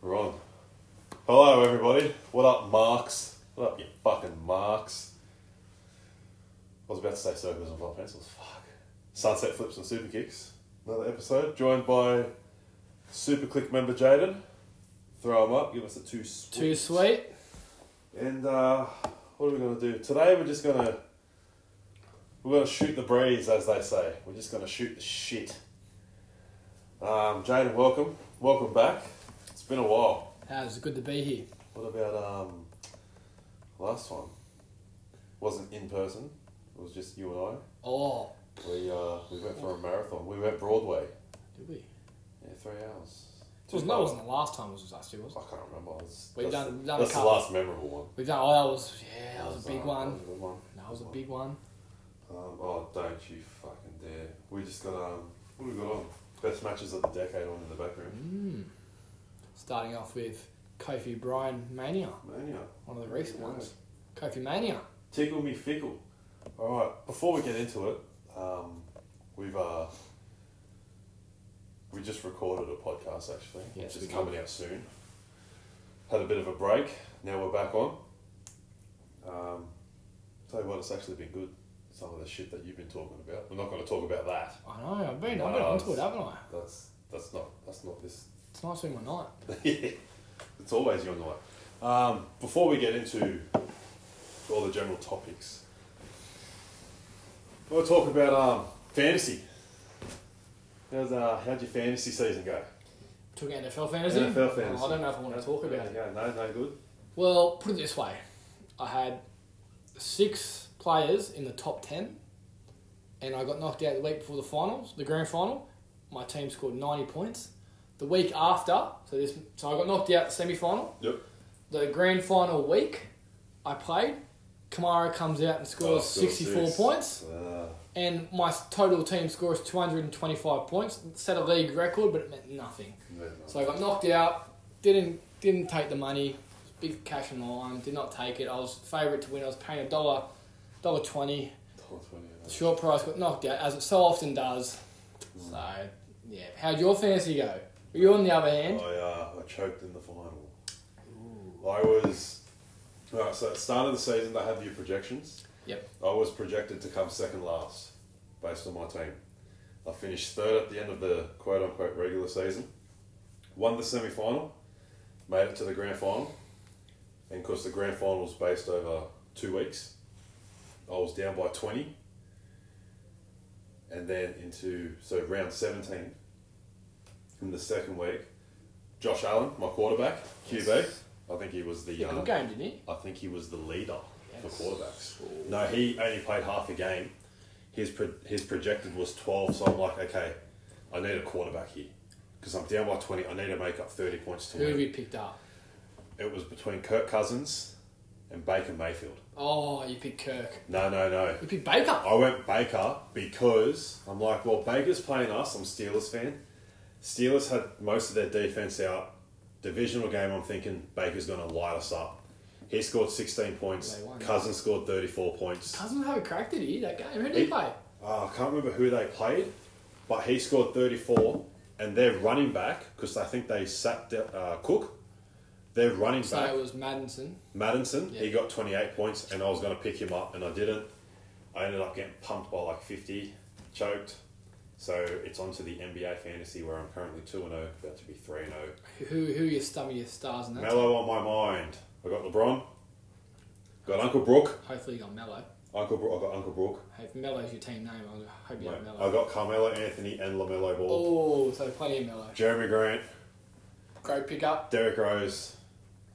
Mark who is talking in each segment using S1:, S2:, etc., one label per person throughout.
S1: We're on. Hello, everybody. What up, Marks? What up, you fucking Marks? I was about to say circles and fly pencils. Fuck. Sunset flips and super kicks. Another episode. Joined by Super Click member Jaden. Throw him up. Give us a two sweet.
S2: Too sweet.
S1: And uh, what are we gonna do today? We're just gonna we're gonna shoot the breeze, as they say. We're just gonna shoot the shit. Um, Jaden, welcome, welcome back. It's been a while.
S2: Ah, it's good to be here.
S1: What about um last one? Wasn't in person. It was just you and
S2: Oh,
S1: I. We uh we went for a marathon. We went Broadway.
S2: did we?
S1: Yeah, three hours.
S2: It was, no, it wasn't the last time. It was last year,
S1: I
S2: wasn't it?
S1: can't remember. I was-
S2: We've
S1: that's
S2: done-
S1: the-
S2: done a
S1: that's the
S2: couple.
S1: last memorable one.
S2: We've done. Oh, that was yeah, that was a big
S1: uh, that
S2: one.
S1: was a good one.
S2: That was a big one.
S1: Um, oh, don't you fucking dare. We just got, um, what have we got on? Best matches of the decade on in the back room.
S2: Mm. Starting off with Kofi Bryan Mania,
S1: Mania.
S2: one of the recent
S1: Yeah.
S2: ones. Kofi Mania.
S1: Tickle me fickle. Alright, before we get into it, um, we've, uh, we just recorded a podcast actually, which
S2: Yes, we
S1: is
S2: did.
S1: coming out soon. Had a bit of a break, now we're back on. Um, tell you what, it's actually been good, some of the shit that you've been talking about. We're not going to talk about that.
S2: I know. I've been. I've been
S1: Nice.
S2: onto it, haven't I?
S1: That's, that's not, that's not this
S2: It's nice being my night.
S1: it's always your night. Um, before we get into all the general topics, we'll talk about um, fantasy. How's, uh, how'd your fantasy season go?
S2: Took NFL fantasy.
S1: NFL fantasy.
S2: I don't know if I want to talk about it.
S1: Yeah, no, no good.
S2: Well, put it this way, I had six players in the top ten, and I got knocked out the week before the finals, the grand final. My team scored ninety points. The week after, so this, so I got knocked out the semi final.
S1: Yep.
S2: The grand final week, I played. Kamara comes out
S1: Oh,
S2: and scores sixty four points,
S1: Uh,
S2: and my total team scores two hundred and twenty five points. Set a league record, but it meant nothing.
S1: no, no.
S2: So I got knocked out. Didn't didn't take the money. Big cash in the line. Did not take it. I was favourite to win. I was paying a dollar, dollar twenty.
S1: Top 20, uh,
S2: The short price got knocked out, as it so often does. So yeah, how'd your fantasy go? You on the other hand.
S1: I, uh, I choked in the final. I was. Alright, so at the start of the season, they had your projections.
S2: Yep.
S1: I was projected to come second last based on my team. I finished third at the end of the quote unquote regular season, won the semi final, made it to the grand final, and because the grand final was based over two weeks, I was down by 20. And then into, so round 17, in the second week, Josh Allen, my quarterback, QB, I think he was the.
S2: Yeah,
S1: uh,
S2: good game, didn't he?
S1: I think he was the leader
S2: Yes.
S1: for quarterbacks. No, he only played half a game. His pro- his projected was twelve, so I'm like, okay, I need a quarterback here because I'm down by twenty. I need to make up thirty points to
S2: Who have
S1: win.
S2: you picked up?
S1: It was between Kirk Cousins and Baker Mayfield.
S2: Oh, you picked Kirk.
S1: No, no, no.
S2: You picked Baker.
S1: I went Baker because I'm like, well, Baker's playing us. I'm Steelers fan. Steelers had most of their defense out. Divisional game, I'm thinking Baker's going to light us up. He scored 16 points.
S2: They won.
S1: Cousins scored 34 points.
S2: Cousins have a crack did he that game? Who did he
S1: He-
S2: play?
S1: Uh, I can't remember who they played, but he scored 34. And their running back, because I think they sacked uh, Cook, their running
S2: So
S1: back,
S2: it was Madison.
S1: Madison, he
S2: Yeah.
S1: got 28 points, and I was going to pick him up, and I didn't. I ended up getting pumped by like 50, choked. So it's on to the NBA fantasy where I'm currently 2 0, about to be 3 0.
S2: Who who are your stomach your stars in that?
S1: Mello on my mind. I got LeBron. Got Uncle Brooke.
S2: Hopefully you got Mello.
S1: Uncle Brooke. I got Uncle Brooke.
S2: Hey, if Mello's your team name, I hope you have Mello.
S1: I got Carmelo Anthony and LaMelo Ball.
S2: Oh, so plenty of Mello.
S1: Jeremy Grant.
S2: Great pickup.
S1: Derek Rose.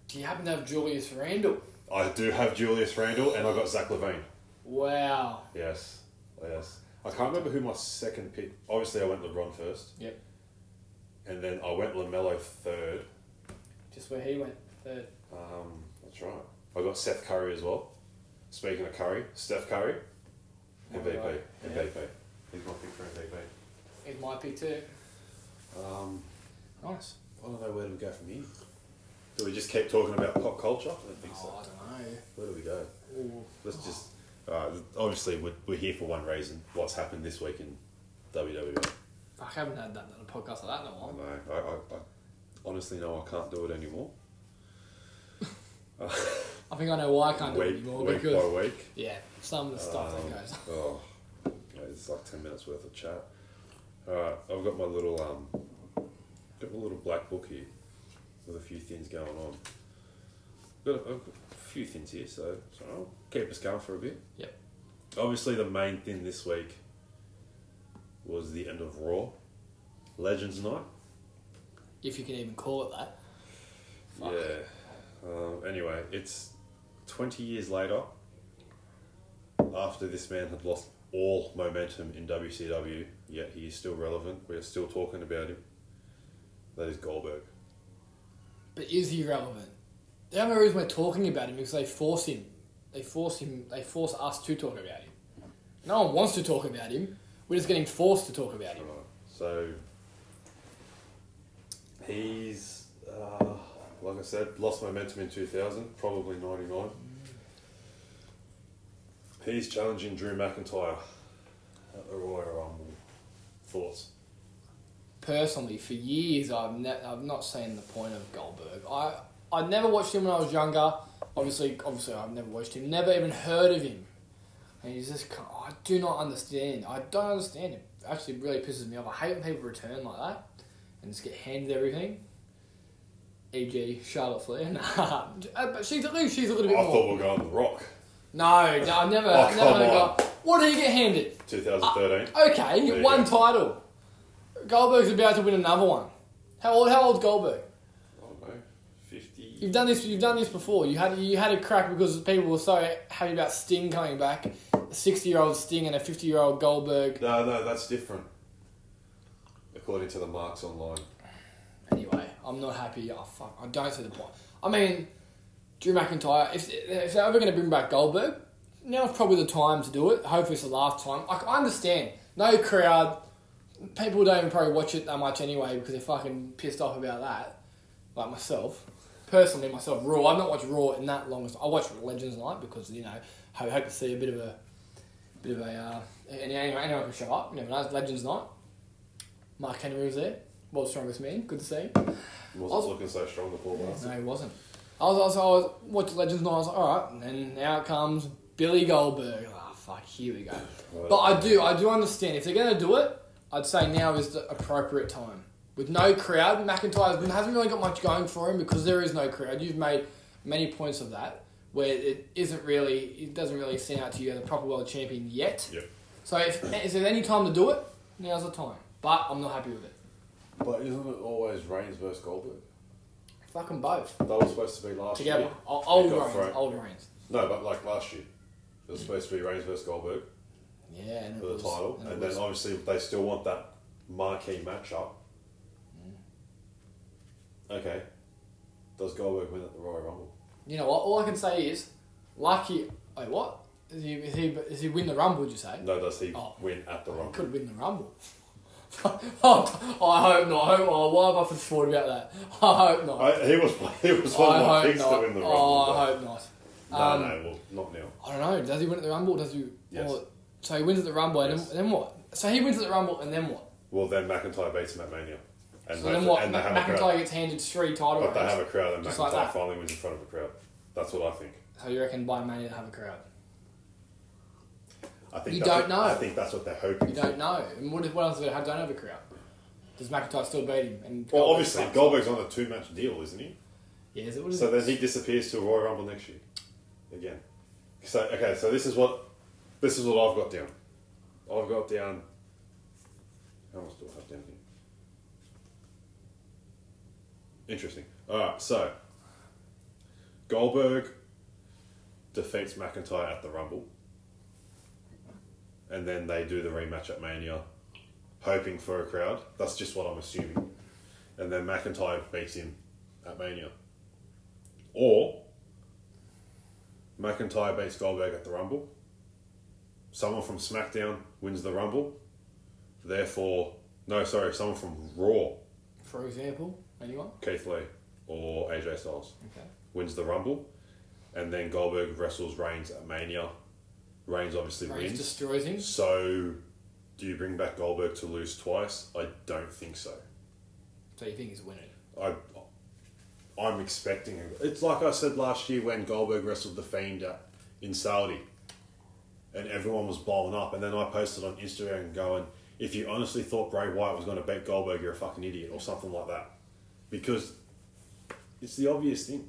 S2: Do you happen to have Julius Randle?
S1: I do have Julius Randle, and I got Zach Levine.
S2: Wow.
S1: Yes. Yes. I can't remember who my second pick. Obviously, I went LeBron first.
S2: Yep.
S1: And then I went Lamelo third.
S2: Just where he went. Third.
S1: Um, that's right. I got Seth Curry as well. Speaking of Curry, Steph Curry, MVP,
S2: Alright.
S1: MVP. He's my pick for MVP.
S2: He's my pick too.
S1: Um,
S2: Nice.
S1: I don't know where do we go from here. Do we just keep talking about pop culture? I don't think
S2: Oh,
S1: so.
S2: I don't
S1: Where do we go?
S2: know. Ooh.
S1: Let's just. Uh, obviously, we're, we're here for one reason. What's happened this week in WWE?
S2: I haven't had that on a podcast like that in a
S1: I
S2: while.
S1: know. I, I, I, honestly no, I can't do it anymore.
S2: I think I know why I can't do
S1: week,
S2: it anymore
S1: week
S2: because
S1: by week.
S2: yeah, some of the stuff
S1: Um,
S2: that goes.
S1: Oh, yeah, it's like ten minutes worth of chat. All right, I've got my little um, got my little black book here with a few things going on. Got a, I've got a few things here, so so I'll keep us going for a bit.
S2: Yep.
S1: Obviously, the main thing this week was the end of Raw, Legends Night.
S2: If you can even call it that. Fuck.
S1: Yeah. Um, anyway, it's 20 years later, after this man had lost all momentum in WCW, yet he is still relevant. We're still talking about him. That is Goldberg.
S2: But is he relevant? The only reason we're talking about him is they force him. They force him. They force us to talk about him. No one wants to talk about him. We're just getting forced to talk about him.
S1: So he's, uh, like I said, lost momentum in 2000, probably 99. He's challenging Drew McIntyre at the Royal Rumble. Thoughts?
S2: Personally, for years I've ne- I've not seen the point of Goldberg. I I never watched him when I was younger. Obviously, obviously I've never watched him. Never even heard of him. And he's just kind I do not understand. I don't understand him. It actually really pisses me off. I hate when people return like that and just get handed everything. E.g. Charlotte Flair. Nah, Uh, but she's at least she's a little bit
S1: I
S2: more.
S1: thought we were going The Rock.
S2: No, no, I've never,
S1: Oh,
S2: I've never
S1: come
S2: heard
S1: on.
S2: of God. What did he get handed?
S1: 2013.
S2: Okay, you
S1: There
S2: get
S1: you
S2: one
S1: go.
S2: title. Goldberg's about to win another one. How old? How old's Goldberg?
S1: I don't know. 50.
S2: You've done this. You've done this before. You had you had a crack because people were so happy about Sting coming back. A sixty-year-old Sting and a fifty-year-old Goldberg.
S1: No, no, that's different. According to the marks online.
S2: Anyway, I'm not happy. Oh, fuck, I don't see the point. I mean, Drew McIntyre. If if they're ever going to bring back Goldberg, now's probably the time to do it. Hopefully, it's the last time. I, I understand. No crowd. People don't even probably watch it that much anyway because they're fucking pissed off about that. Like myself, personally, myself, Raw. I've not watched Raw in that long. I watched Legends Night because you know I hope to see a bit of a bit of a uh, anyone, anyone can show up. You never know. It's Legends Night. Mark Henry was there. World's strongest man. Good to see. Him.
S1: Wasn't
S2: Also-
S1: looking so strong the poor bastard.
S2: No, he wasn't. I was, I was, I was watching Legends and I was like, all right, and then out comes Billy Goldberg. Ah, fuck, here we go. But I do, I do understand. If they're going to do it, I'd say now is the appropriate time. With no crowd, McIntyre hasn't really got much going for him because there is no crowd. You've made many points of that where it isn't really, it doesn't really stand out to you as a proper world champion yet.
S1: Yep.
S2: So if, is there any time to do it? Now's the time. But I'm not happy with it.
S1: But isn't it always Reigns versus Goldberg?
S2: Fucking both.
S1: That was supposed to be last
S2: Together.
S1: year.
S2: O- Old
S1: They got
S2: reigns,
S1: thrown-
S2: old reigns.
S1: No, but like last year. It was supposed to be Reigns versus Goldberg
S2: Yeah, and it
S1: for the
S2: was-
S1: title.
S2: and it
S1: And
S2: was-
S1: then obviously they still want that marquee matchup.
S2: Mm.
S1: Okay. Does Goldberg win at the Royal Rumble?
S2: you know what? All I can say is, lucky. Wait, what? Is he? Is he? Is he win the rumble? Would you say?
S1: No, does he
S2: Oh.
S1: win at the
S2: He
S1: Rumble?
S2: could win the rumble. oh, I hope not. I hope. Oh, why have I thought about that? I hope not. I,
S1: I, he was he was one of my
S2: hope
S1: picks to
S2: not.
S1: win the Rumble.
S2: oh,
S1: but-
S2: I hope not.
S1: No,
S2: Um,
S1: no, well, not now.
S2: I don't know. Does he win at the rumble? Does he?
S1: Yes.
S2: or- so he wins at the rumble, and
S1: Yes.
S2: then, then what? So he wins at the rumble, and then what?
S1: Well, then McIntyre beats him at Mania. And,
S2: So
S1: they,
S2: then what?
S1: and they have a
S2: McIntyre
S1: crowd.
S2: gets handed three title
S1: But they
S2: reigns.
S1: have a crowd and
S2: Just
S1: McIntyre
S2: like that.
S1: finally wins in front of a crowd. That's what I think.
S2: So you reckon by Mania they have a crowd?
S1: I think
S2: You
S1: that's
S2: don't
S1: what-
S2: know.
S1: I think that's what they're hoping
S2: You
S1: for.
S2: don't know. And what, if- what else do they have? Don't have a crowd. Does McIntyre still beat him? And
S1: Well,
S2: Goldberg
S1: obviously,
S2: sucks?
S1: Goldberg's on a two match deal, isn't he?
S2: Yeah, is it, what is
S1: So
S2: it?
S1: then he disappears to Royal Rumble next year. Again. So, okay, so this is what this is what I've got down. I've got down. How much do I have down here? Interesting. Alright, so. Goldberg defeats McIntyre at the Rumble. And then they do the rematch at Mania, hoping for a crowd. That's just what I'm assuming. And then McIntyre beats him at Mania. Or McIntyre beats Goldberg at the Rumble. Someone from SmackDown wins the Rumble. Therefore, no, sorry, someone from Raw,
S2: For example, anyone?
S1: Keith Lee or AJ Styles,
S2: Okay.
S1: wins the Rumble. And then Goldberg wrestles Reigns at Mania. Reigns obviously
S2: Reigns
S1: wins.
S2: destroys him.
S1: So, do you bring back Goldberg to lose twice? I don't think so.
S2: So you think he's winning?
S1: I I'm expecting him. It's like I said last year when Goldberg wrestled the Fiend at, in Saudi, and everyone was blowing up. And then I posted on Instagram going, "If you honestly thought Bray Wyatt was going to beat Goldberg, you're a fucking idiot," or something like that, because it's the obvious thing.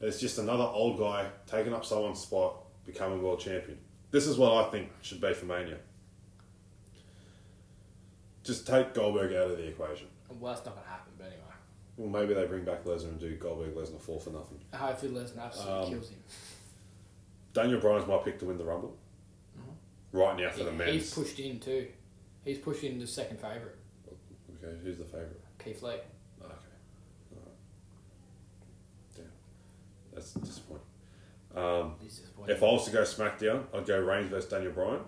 S1: It's just another old guy taking up someone's spot, becoming world champion. This is what I think should be for Mania. Just take Goldberg out of the equation.
S2: Well, that's not going to happen, but anyway.
S1: Well, maybe they bring back Lesnar and do Goldberg Lesnar four for nothing.
S2: Hopefully Lesnar absolutely
S1: Um,
S2: kills him.
S1: Daniel Bryan's my pick to win the Rumble. Right now for the
S2: He- he's
S1: men's.
S2: pushed in too. He's pushed in the second favourite,
S1: okay, who's the favourite?
S2: Keith Lee.
S1: Okay. Alright. Damn. That's disappointing. Um,
S2: He's disappointing.
S1: if I was to go SmackDown, I'd go Reigns versus Daniel Bryan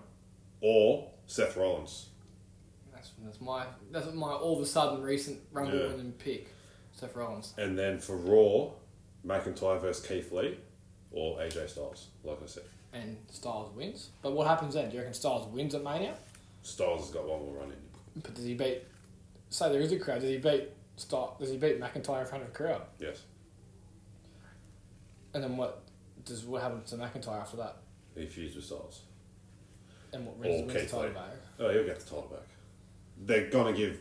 S1: or Seth Rollins.
S2: That's, that's my that's my all of a sudden recent Rumble
S1: Yeah.
S2: winning pick, Seth Rollins.
S1: And then for Raw, McIntyre versus Keith Lee or AJ Styles, like I said.
S2: And Styles wins. But what happens then? Do you reckon Styles wins at Mania?
S1: Styles has got one more run in.
S2: But does he beat? Say there is a crowd. Does he beat? Start. Does he beat McIntyre in front of a crowd?
S1: Yes.
S2: And then what? Does what happens to McIntyre after that?
S1: He fused with Styles.
S2: And what
S1: Or
S2: wins, wins the
S1: Keith
S2: title
S1: Lee.
S2: back?
S1: Oh, he'll get the title back. They're gonna give.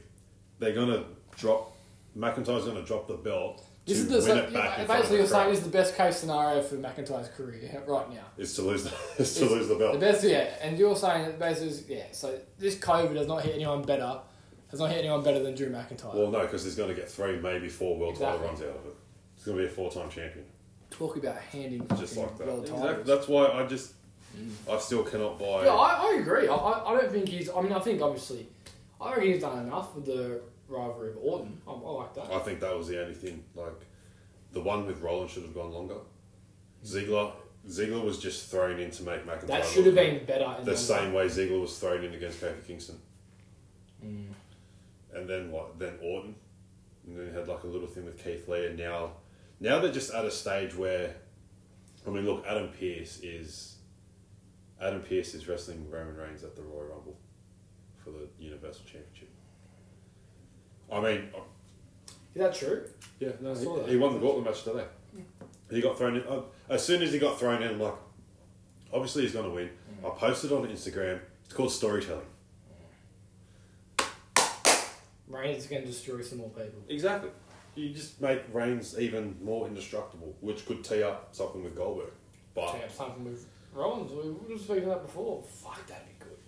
S1: They're gonna drop. McIntyre's gonna drop the belt to
S2: This is
S1: win
S2: the
S1: it back. in front of
S2: basically you're
S1: the crowd.
S2: saying this is the best case scenario for McIntyre's career right now.
S1: is to lose the is to
S2: It's
S1: lose the
S2: The
S1: belt.
S2: best, yeah, and you're saying that basically, is- yeah. So this COVID has not hit anyone better, has not hit anyone better than Drew McIntyre.
S1: Well, no, because he's gonna get three, maybe four world
S2: Exactly.
S1: title runs out of it. He's gonna be a four-time champion,
S2: Talk about handing
S1: just like that.
S2: world
S1: Exactly.
S2: titles.
S1: That's why I just I still cannot buy.
S2: Yeah, I, I agree. I, I I don't think he's. I mean, I think obviously, I reckon he's done enough with the rivalry of Orton. I, I like that.
S1: I think that was the only thing. Like the one with Rollins should have gone longer. Ziggler Ziggler was just thrown in to make McIntyre.
S2: that
S1: look
S2: should have
S1: good.
S2: been better. In
S1: the
S2: the
S1: same way Ziggler was thrown in against Kofi Kingston. And then what? Then Orton. And then you had like a little thing with Keith Lee. And now, now they're just at a stage where, I mean, look, Adam Pearce is, Adam Pearce is wrestling Roman Reigns at the Royal Rumble, for the Universal Championship. I mean,
S2: Is that true?
S1: yeah, no,
S2: I saw
S1: he,
S2: that.
S1: he won the gauntlet match today. He got thrown in. Uh, as soon as he got thrown in, I'm like, obviously he's going to win.
S2: Mm.
S1: I posted on Instagram. It's called storytelling.
S2: Reigns is going to destroy some more people.
S1: Exactly. You just make Reigns even more indestructible, which could tee up something with Goldberg. But
S2: Take up something with Rollins. We we were speaking of that before. Fuck, that'd be good.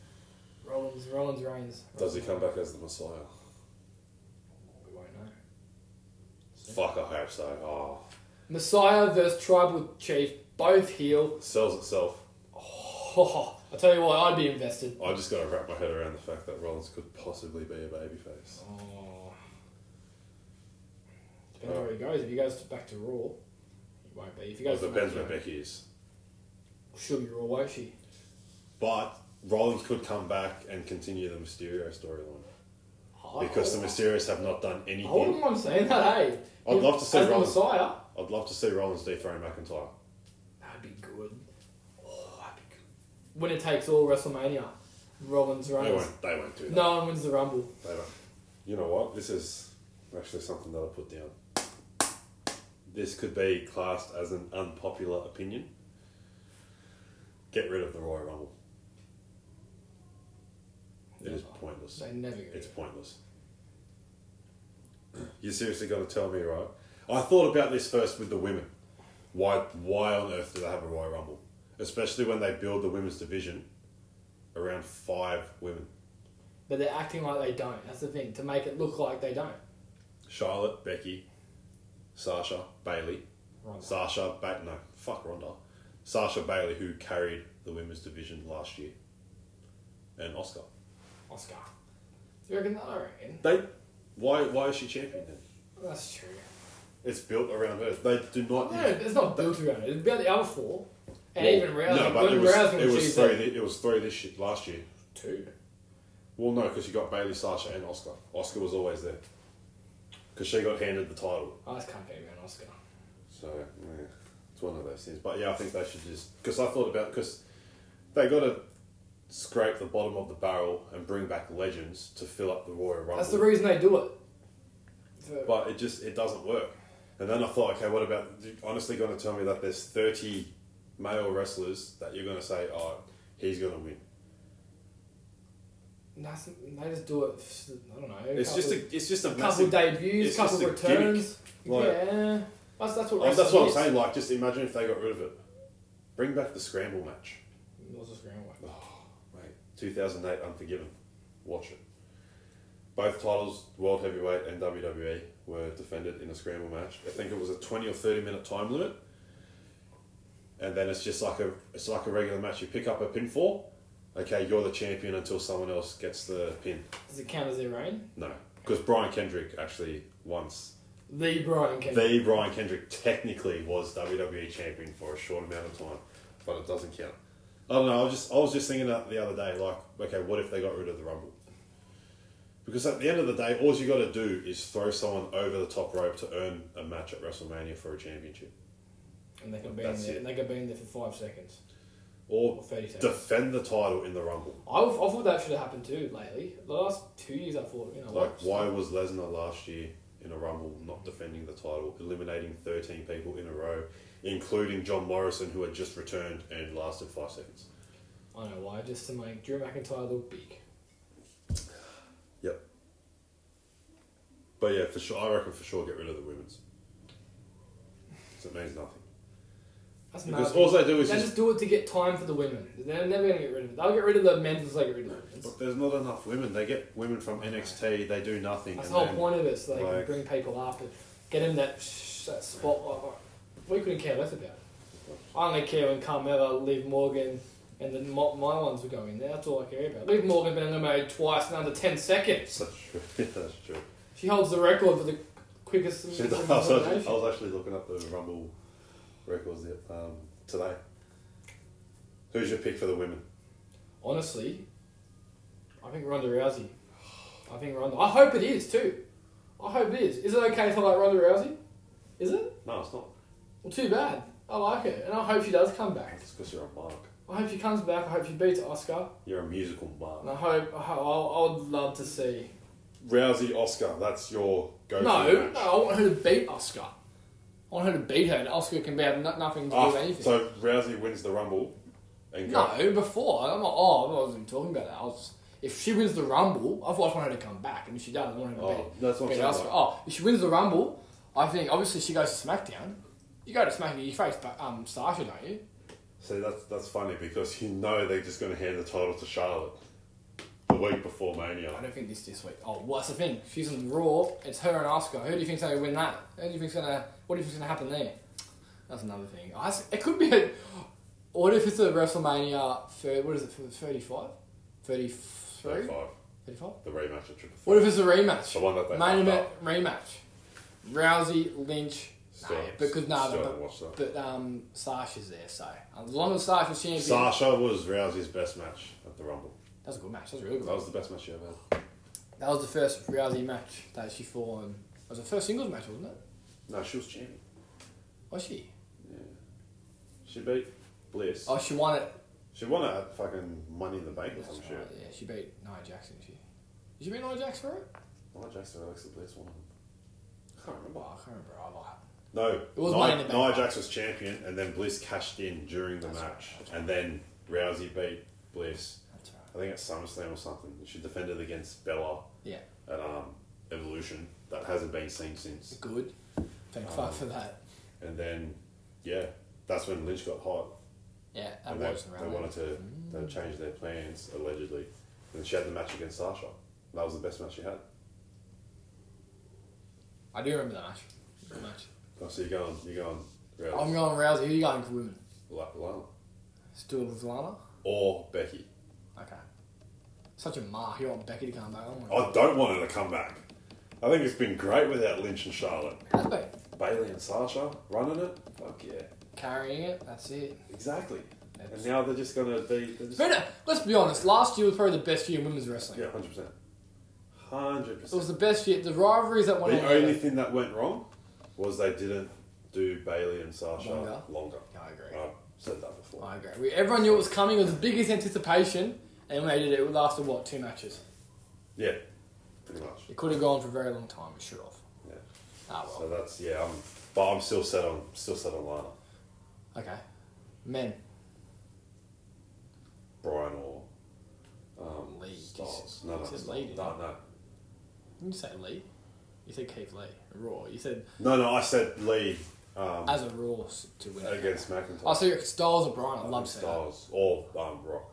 S2: Rollins, Rollins, Reigns.
S1: does he come back as the Messiah?
S2: We won't know.
S1: Fuck, I hope so. Oh,
S2: Messiah versus Tribal Chief, both heel.
S1: it sells itself.
S2: Oh, I tell you what, I'd be invested.
S1: I just got to wrap my head around the fact that Rollins could possibly be a babyface.
S2: Oh. Depends where he goes. If he goes back to Raw, he won't be. If he
S1: Well,
S2: goes
S1: it
S2: to
S1: depends where
S2: SmackDown,
S1: Becky is.
S2: she'll be Raw, won't she?
S1: But Rollins could come back and continue the Mysterio storyline.
S2: Oh,
S1: because the Mysterios have not done
S2: I wouldn't
S1: anything.
S2: mind saying that, hey.
S1: I'd love to see
S2: As the
S1: Rollins.
S2: Messiah.
S1: I'd love to see Rollins dethrone McIntyre.
S2: That'd be good. Oh, that'd be good. When it takes all WrestleMania, Rollins
S1: They
S2: Reigns.
S1: won't. They won't do that.
S2: No one wins the Rumble.
S1: They won't. You know what? This is actually something that I put down. This could be classed as an unpopular opinion. Get rid of the Royal Rumble. It is pointless.
S2: They never get
S1: It's
S2: it.
S1: pointless. You seriously got to tell me, right? I thought about this first with the women. Why? Why on earth do they have a Royal Rumble? Especially when they build the women's division around five women:
S2: But they're acting like they don't. That's the thing. To make it look like they don't.
S1: Charlotte, Becky, Sasha, Bailey,
S2: Ronda.
S1: Sasha, ba- no, fuck Ronda, Sasha Bailey, who carried the women's division last year, and Oscar.
S2: Oscar. You reckon that? I reckon.
S1: They, why? Why is she champion then?
S2: That's true.
S1: It's built around her. They do not.
S2: No, it's not built around it. It's about the other four. And
S1: Well,
S2: even Rousey.
S1: No, but
S2: when
S1: it was,
S2: Rousey
S1: it was
S2: she's
S1: three.
S2: like,
S1: thi- It was three this year, last year.
S2: two.
S1: Well, no, because you got Bailey, Sasha, and Oscar. Oscar was always there because she got handed the title.
S2: I just Oh, can't beat around Oscar.
S1: So yeah, it's one of those things. But yeah, I think they should just because I thought about because they got to scrape the bottom of the barrel and bring back legends to fill up the Royal Rumble.
S2: That's the reason they do it. So-
S1: but it just it doesn't work. And then I thought, okay, what about? you honestly, going to tell me that there's 30 male wrestlers that you're going to say, oh, he's going to win.
S2: Nothing, they just do it. f- I don't know.
S1: It's just a, it's just a
S2: couple
S1: massive.
S2: debuts,
S1: it's
S2: couple
S1: just a
S2: returns.
S1: gimmick. Like-
S2: yeah, that's that's what.
S1: Oh, that's
S2: wrestling
S1: what I'm
S2: is.
S1: saying. Like, just imagine if they got rid of it. Bring back the scramble match.
S2: It was a scramble.
S1: Mate, 2008 Unforgiven. Watch it. Both titles, World Heavyweight and WWE, were defended in a scramble match. I think it was a 20 or 30 minute time limit. And then it's just like a it's like a regular match. You pick up a pinfall. Okay, you're the champion until someone else gets the pin.
S2: Does it count as their reign?
S1: No, because Brian Kendrick actually once
S2: The Brian Kendrick.
S1: the Brian Kendrick technically was WWE champion for a short amount of time, but it doesn't count. I don't know. I was just I was just thinking that the other day, like, okay, what if they got rid of the Rumble? Because at the end of the day, all you got to do is throw someone over the top rope to earn a match at WrestleMania for a championship,
S2: and they could be in
S1: That's
S2: there.
S1: it.
S2: They could be in there for five seconds or
S1: or
S2: thirty seconds.
S1: defend the title in the Rumble.
S2: I, I thought that should have happened too lately. The last two years, I thought you know
S1: Like,
S2: what?
S1: why was Lesnar last year in a Rumble not defending the title, eliminating thirteen people in a row, including John Morrison, who had just returned and lasted five seconds?
S2: I don't know why. Just to make Drew McIntyre look big.
S1: Yep. But yeah, for sure, I reckon for sure get rid of the women's. 'Cause it means nothing.
S2: That's
S1: Because
S2: mad.
S1: all they do
S2: They
S1: is
S2: just
S1: just.
S2: do it to get time for the women. They're never going to get rid of it. They'll get rid of the men until they get rid of the women.
S1: But there's not enough women. They get women from NXT, they do nothing.
S2: That's
S1: and
S2: the whole
S1: then-
S2: point of it, so they
S1: like-
S2: can bring people after, get in that sh- that spotlight. We couldn't care less about. it. I only care when Carmella, Liv Morgan, and the my, my ones will go in there. That's all I care about. Liv Morgan been eliminated twice in under ten seconds.
S1: That's true. That's true.
S2: She holds the record for the quickest
S1: I
S2: elimination.
S1: was, actually, I was actually looking up the Rumble records the- um, today. Who's your pick for the women?
S2: Honestly, I think Ronda Rousey. I think Ronda. I hope it is too. I hope it is. Is it okay if I like Ronda Rousey? Is it?
S1: No, it's not.
S2: Well, too bad. I like her, and I hope she does come back.
S1: It's because you're a mark.
S2: I hope she comes back. I hope she beats Oscar,
S1: You're a musical
S2: and I
S1: mark.
S2: hope I, ho- I would love to see.
S1: Rousey Oscar, that's your go to.
S2: No, no, I want her to beat Oscar. I want her to beat her, and Oscar can be have no, nothing to do with anything.
S1: Ah, so Rousey wins the Rumble and go.
S2: no, before I'm like, oh, I wasn't even talking about that. I was, if she wins the Rumble, I've always wanted her to come back, and if she does, I want her to
S1: Oh,
S2: beat.
S1: that's what I'm
S2: beat
S1: saying,
S2: Oscar.
S1: like-
S2: Oh, if she wins the Rumble, I think obviously she goes to SmackDown. You go to SmackDown, you face um Sasha, don't you?
S1: See, that's that's funny because you know they're just going to hand the title to Charlotte the week before
S2: I
S1: Mania.
S2: don't think this this week. Oh, well, that's the thing. She's on Raw. It's her and Oscar. Who do you think's going to win that? Who do you think's going to? What do you think's going to happen there? That's another thing. I s it could be. A, what if it's a WrestleMania? Third, what is it? Thirty-five. Thirty-three.
S1: 35,
S2: Thirty-five.
S1: the rematch of Triple
S2: What if it's a rematch?
S1: The one that they
S2: Main
S1: fucked
S2: event rematch. Rousey Lynch. No,
S1: Still-
S2: because no,
S1: still haven't watched
S2: but, but um, Sasha's there. So as long as Sasha's champion,
S1: Sasha was Rousey's best match at the Rumble.
S2: that was a good match. That was a really good.
S1: That
S2: match.
S1: was the best match she ever had.
S2: That was the first Rousey match that she fought. In. It was the first singles match, wasn't it?
S1: No, she was champion.
S2: Was she?
S1: She beat Bliss.
S2: Oh, she won it.
S1: She won it at fucking Money in the Bank or some
S2: Right,
S1: shit.
S2: yeah, she beat Nia Jackson. She did she beat Nia Jackson for it?
S1: Nia Jackson, Alexa Bliss won. I can't remember.
S2: Well, I can't remember. I lied.
S1: No,
S2: It was Money in
S1: Nia,
S2: the Bank.
S1: Nia Jax was champion, and then Bliss cashed in during the
S2: That's right,
S1: match,
S2: that's
S1: and then Rousey beat Bliss.
S2: That's right.
S1: I think at SummerSlam or something. She defended against Bella
S2: Yeah,
S1: at um, Evolution. That hasn't been seen
S2: it's
S1: since.
S2: good.
S1: Um,
S2: Thank fuck for that.
S1: And then, yeah, that's when Lynch got hot.
S2: Yeah, that
S1: and they,
S2: was Mm.
S1: they
S2: around.
S1: wanted to they change their plans, allegedly. And she had the match against Sasha. That was the best match she had.
S2: I do remember that match. Good match.
S1: Oh, so you're going, you're going
S2: I'm
S1: Rousey,
S2: going Rousey. Who you going for women?
S1: La- Lana.
S2: Still with Lana?
S1: Or Becky.
S2: Okay. Such a mark. You want Becky to come back? Oh my
S1: I don't want her to come back. I think it's been great without Lynch and Charlotte.
S2: Has been
S1: Bailey and Sasha running it. Fuck yeah,
S2: carrying it. That's it.
S1: exactly.
S2: That's-
S1: And now they're just gonna be. They're just,
S2: But uh, let's be honest. Last year was probably the best year in women's wrestling.
S1: yeah, hundred percent, hundred
S2: It was
S1: percent.
S2: the best year. The rivalries that went.
S1: The
S2: on-
S1: only thing that went wrong was they didn't do Bailey and Sasha
S2: Longer.
S1: longer.
S2: Yeah, I agree.
S1: I've said that before.
S2: I agree. We, everyone knew it was coming. It was the biggest anticipation, and when they did it, it lasted what two matches.
S1: Yeah, pretty much.
S2: It could have gone for a very long time. It should have.
S1: Yeah.
S2: Ah well.
S1: So that's yeah. I'm But I'm still set on still set on Lana,
S2: Okay. Men.
S1: Brian or um,
S2: Lee.
S1: Styles. No,
S2: You
S1: no,
S2: said
S1: it's
S2: Lee,
S1: not-
S2: didn't
S1: no, no,
S2: You say Lee. You said Keith Lee. Raw. You said
S1: no, no. I said Lee um,
S2: as a Raw s- to win. it.
S1: against McIntyre.
S2: Oh, so you're Styles and Brian. I
S1: I
S2: love
S1: think
S2: Styles.
S1: Styles or um, Rock.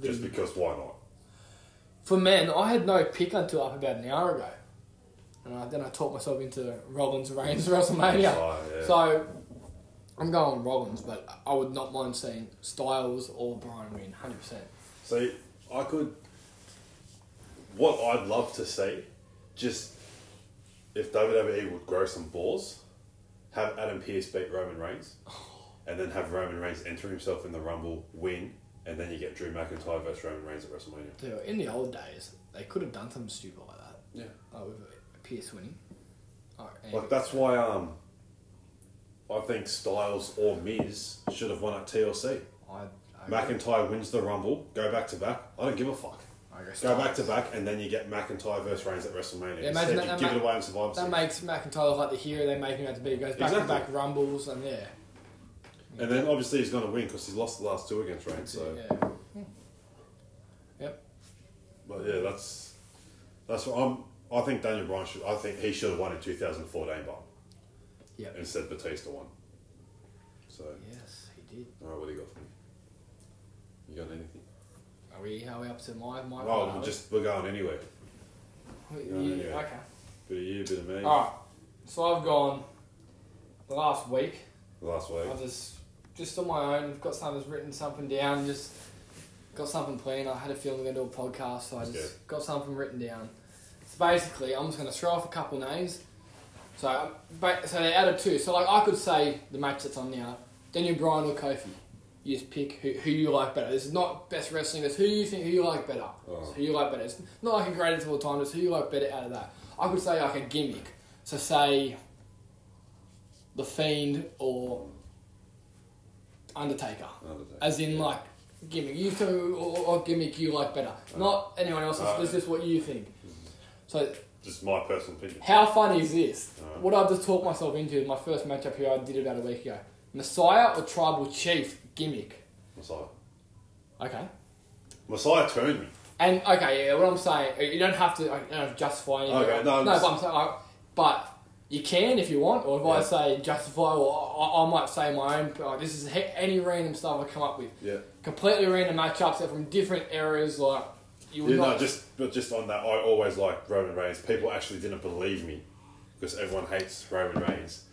S1: Just because why not?
S2: For men, I had no pick until up about an hour ago. And I, then I talked myself into Rollins Reigns WrestleMania.
S1: Why, yeah.
S2: So I'm going Rollins, but I would not mind seeing Styles or Brian win 100%.
S1: See, I could. What I'd love to see, just if WWE would grow some balls, have Adam Pearce beat Roman Reigns, and then have Roman Reigns enter himself in the Rumble, win, and then you get Drew McIntyre versus Roman Reigns at WrestleMania.
S2: Dude, in the old days, they could have done something stupid like that.
S1: Yeah.
S2: Oh, with Pierce winning. Oh, and-
S1: Like that's why um, I think Styles or Miz should have won at TLC.
S2: I, I,
S1: McIntyre wins the Rumble, go back to back. I don't give a fuck.
S2: I go
S1: Go
S2: Styles.
S1: back to back, and then you get McIntyre versus Reigns at WrestleMania. Instead,
S2: Yeah, imagine
S1: you
S2: that- that
S1: give
S2: ma-
S1: it away in Survivor
S2: That
S1: Series.
S2: makes McIntyre look like the hero they make him out to be. He goes back
S1: Exactly.
S2: to back rumbles and yeah.
S1: And then obviously he's going to win because he's lost the last two against Reigns. So,
S2: Yeah. Yep.
S1: but yeah, that's that's what I'm. I think Daniel Bryan should. I think he should have won in 2014, but
S2: Yep.
S1: instead Batista won. So,
S2: Yes, he did.
S1: all right, what do you got for me? You got anything?
S2: Are we, are we up to my my?
S1: Oh, we're just we're going anywhere.
S2: yeah,
S1: no, yeah.
S2: okay.
S1: Bit of you, bit of me.
S2: All right. So I've gone the last week.
S1: Last week.
S2: I've just just on my own. I've got something written something down. Just got something planned. I had a feeling we're gonna do a podcast, so I just
S1: Okay.
S2: got something written down. So basically, I'm just gonna throw off a couple names. So um, ba- so they added two. So like I could say the match that's on now, Daniel Bryan or Kofi. You just pick who, who you like better. This is not best wrestling. It's who you think who you like better.
S1: Oh.
S2: It's who you like better. It's not like a greatest of all time. It's who you like better out of that. I could say like a gimmick. So say the Fiend or Undertaker.
S1: Undertaker,
S2: As in, like, gimmick. You two or, or gimmick you like better. Not anyone else. It's,
S1: Alright.
S2: it's just what you think. So,
S1: Just my personal opinion.
S2: how funny is this?
S1: Alright.
S2: What I've just talked myself into is my first matchup here I did about a week ago. Messiah or Tribal Chief gimmick.
S1: Messiah.
S2: Okay.
S1: Messiah turned me.
S2: And, okay, yeah, what I'm saying, you don't have to I don't have to justify anything.
S1: Okay, no, I'm
S2: no
S1: just-
S2: but I'm saying, like, but you can if you want, or if I
S1: Yeah.
S2: say justify, or I, I might say my own, like, this is he- any random stuff I come up with.
S1: Yeah.
S2: completely random matchups they're from different eras. Like you would
S1: Yeah,
S2: not.
S1: no, just but just on that, I always liked Roman Reigns. People actually didn't believe me because everyone hates Roman Reigns,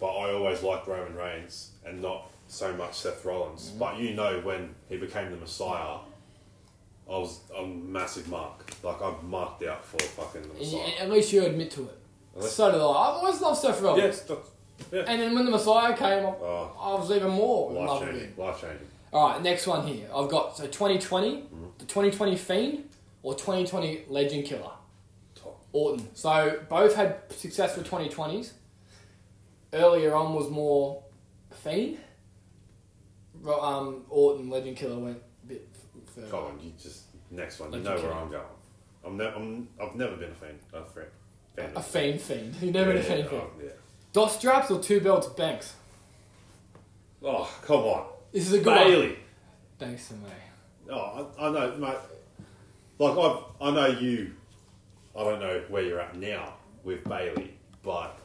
S1: but I always liked Roman Reigns and not so much Seth Rollins.
S2: Mm.
S1: But you know, when he became the Messiah, I was a massive mark. Like I marked out for fucking the
S2: and you-
S1: Messiah.
S2: at least you admit to it.
S1: Unless-
S2: So did I. I've always loved Seth Rollins.
S1: Yes, that's, yeah.
S2: And then when the Messiah came, I,
S1: Oh.
S2: I was even more in
S1: Life
S2: love with
S1: changing,
S2: him.
S1: life changing.
S2: All right, next one here. I've got so 2020,
S1: Mm-hmm.
S2: the 2020 Fiend or 2020 Legend Killer
S1: Top.
S2: Orton. So both had successful 2020s. Earlier on was more Fiend. Ro- Um, Orton Legend Killer went a bit f- further.
S1: Colin, you just next one. You
S2: Like
S1: know
S2: you
S1: where
S2: can-
S1: I'm going. I'm, ne- I'm I've never been a fan. A fan. fan
S2: A
S1: of-
S2: fiend fiend. You never
S1: yeah,
S2: a fiend fiend.
S1: oh, yeah.
S2: Dos straps or two belts banks?
S1: Oh come on,
S2: This is a good one.
S1: Bailey.
S2: Thanks to me.
S1: Oh, I, I know, mate. Like I, I know you. I don't know where you're at now with Bailey, but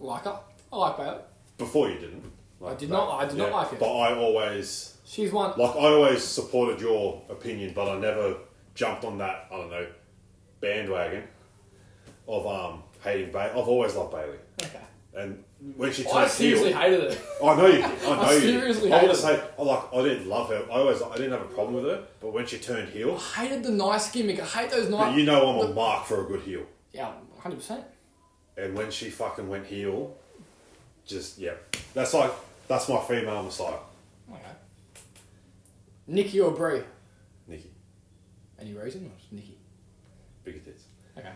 S2: Like her. I like Bailey.
S1: before you didn't. Like,
S2: I did not- I did not like it.
S1: But I always,
S2: She's one.
S1: like, I always supported your opinion, but I never jumped on that. I don't know bandwagon of um hating Bailey. I've always loved Bailey,
S2: Okay.
S1: and when she
S2: I
S1: turned
S2: seriously
S1: heel,
S2: hated it.
S1: I know you. Did. I know
S2: I
S1: you.
S2: seriously
S1: Did. I want
S2: hated
S1: to say, I, like, I didn't love her. I always, I didn't have a problem with her, but when she turned heel,
S2: I hated the nice gimmick. I hate those
S1: but
S2: nice.
S1: you know I'm a mark for a good heel.
S2: yeah, 100%.
S1: And when she fucking went heel, just yeah, that's like that's my female messiah,
S2: Okay. Nikki or Brie?
S1: Nikki,
S2: Any reason? Or just Nikki.
S1: bigger tits.
S2: Okay.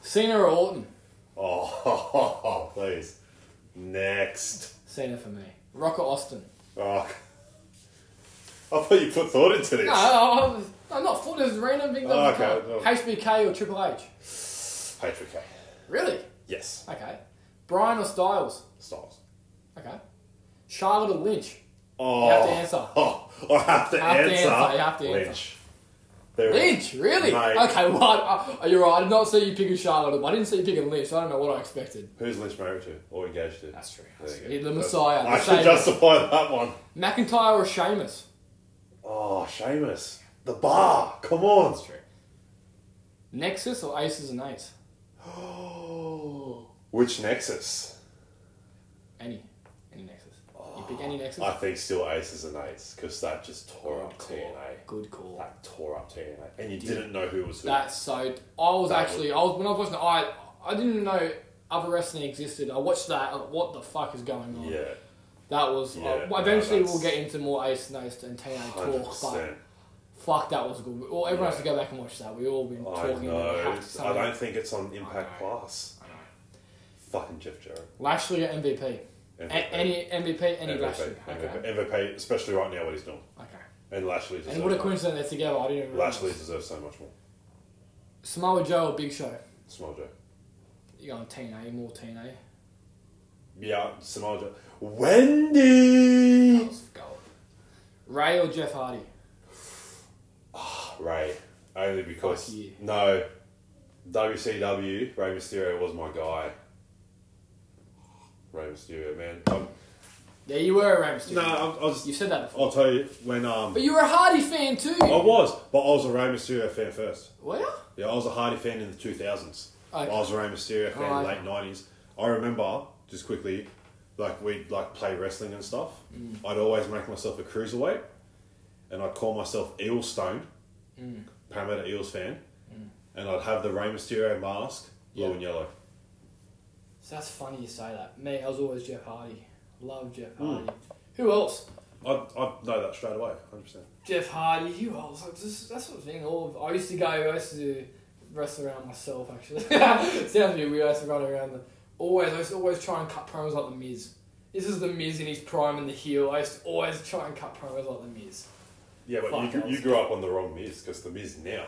S2: Cena or Orton?
S1: Oh, please. Next,
S2: Cena for me. Rock or Austin?
S1: oh, I thought you put thought into this.
S2: No, I- I- I'm not full. There's random big
S1: Oh,
S2: numbers.
S1: okay.
S2: HBK or Triple H?
S1: Patrick K.
S2: Really?
S1: Yes,
S2: Okay. Brian or Styles?
S1: Styles.
S2: Okay. Charlotte or Lynch?
S1: Oh,
S2: have to answer.
S1: Oh, I have to
S2: have to
S1: answer.
S2: answer, you have to
S1: Lynch.
S2: answer.
S1: There it is.
S2: Lynch, really?
S1: Mate.
S2: Okay, well, I, I, you're right. I did not see you picking Charlotte. I didn't see you picking Lynch. I don't know what I expected.
S1: Who's Lynch married to or engaged to?
S2: true.
S1: There you go.
S2: He's the Messiah. The
S1: I should
S2: Savior.
S1: justify that one.
S2: McIntyre or Sheamus?
S1: Oh, Seamus. The bar. Come on.
S2: true. Nexus or Aces and Eights?
S1: Which Nexus?
S2: Any. Any Nexus. You pick any Nexus?
S1: I think still aces and eights because that just tore up
S2: Good call.
S1: TNA.
S2: Good call.
S1: That tore up TNA, and you didn't know who was who.
S2: That's so. I was
S1: That
S2: actually. I was when I was watching. it, I I didn't know other wrestling existed. I watched that. I'm like, what the fuck is going on?
S1: yeah,
S2: That was.
S1: Yeah,
S2: uh,
S1: no,
S2: eventually, we'll
S1: that's-
S2: get into more Ace and Ace and TNA
S1: hundred
S2: talk, but
S1: percent.
S2: fuck, that was good. Well, everyone
S1: Yeah.
S2: has to go back and watch that. We all been
S1: I
S2: talking about
S1: know.
S2: how to
S1: I don't think it's on Impact Plus.
S2: I know.
S1: Fucking Jeff Jarrett.
S2: Lashley or MVP. A-
S1: MVP.
S2: any MVP, any
S1: MVP,
S2: Lashley.
S1: MVP,
S2: Okay.
S1: MVP, especially right now what he's doing.
S2: Okay.
S1: And Lashley deserves.
S2: And what a
S1: so-
S2: coincidence they're together. I didn't even realize.
S1: Lashley deserves so much more.
S2: Samoa Joe or Big Show.
S1: Small Joe.
S2: You're going TNA, more TNA.
S1: Yeah, Samoa Joe. Wendy.
S2: Let's go. Ray or Jeff Hardy.
S1: Ray, only because
S2: Fuck you.
S1: no, WCW Ray Mysterio was my guy. Ray Mysterio, man. Um, I'm,
S2: Yeah, you were a Rams.
S1: no, I'm, I was.
S2: You said that before.
S1: I'll tell you when um.
S2: But you were a Hardy fan too.
S1: I was, but I was a Ray Mysterio fan first.
S2: Well,
S1: Yeah, I was a Hardy fan in the 2000s.
S2: Okay.
S1: I was a Rey Mysterio fan
S2: Oh,
S1: in the
S2: okay.
S1: late 90s. I remember, just quickly, like we'd like play wrestling and stuff.
S2: Mm.
S1: I'd always make myself a cruiserweight and I'd call myself Eel Stone,
S2: Mm.
S1: Parramatta Eels fan, and I'd have the Rey Mysterio mask, blue
S2: Yeah.
S1: and yellow.
S2: so that's funny you say that. Me, I was always Jeff Hardy. Love Jeff Hardy. Who else?
S1: I'd, I'd know that straight away, 100%.
S2: Jeff Hardy. Who else? Like, this, that's what thing. All of, I used to go. I used to wrestle around myself. Actually, sounds a bit weird. I used to run around. The, always, I used to always try and cut promos like the Miz. This is the Miz in his prime and the heel. I used to always try and cut promos like the Miz.
S1: Yeah, but
S2: Fuck,
S1: you,
S2: I
S1: gr- you
S2: was-
S1: grew up on the wrong Miz because the Miz now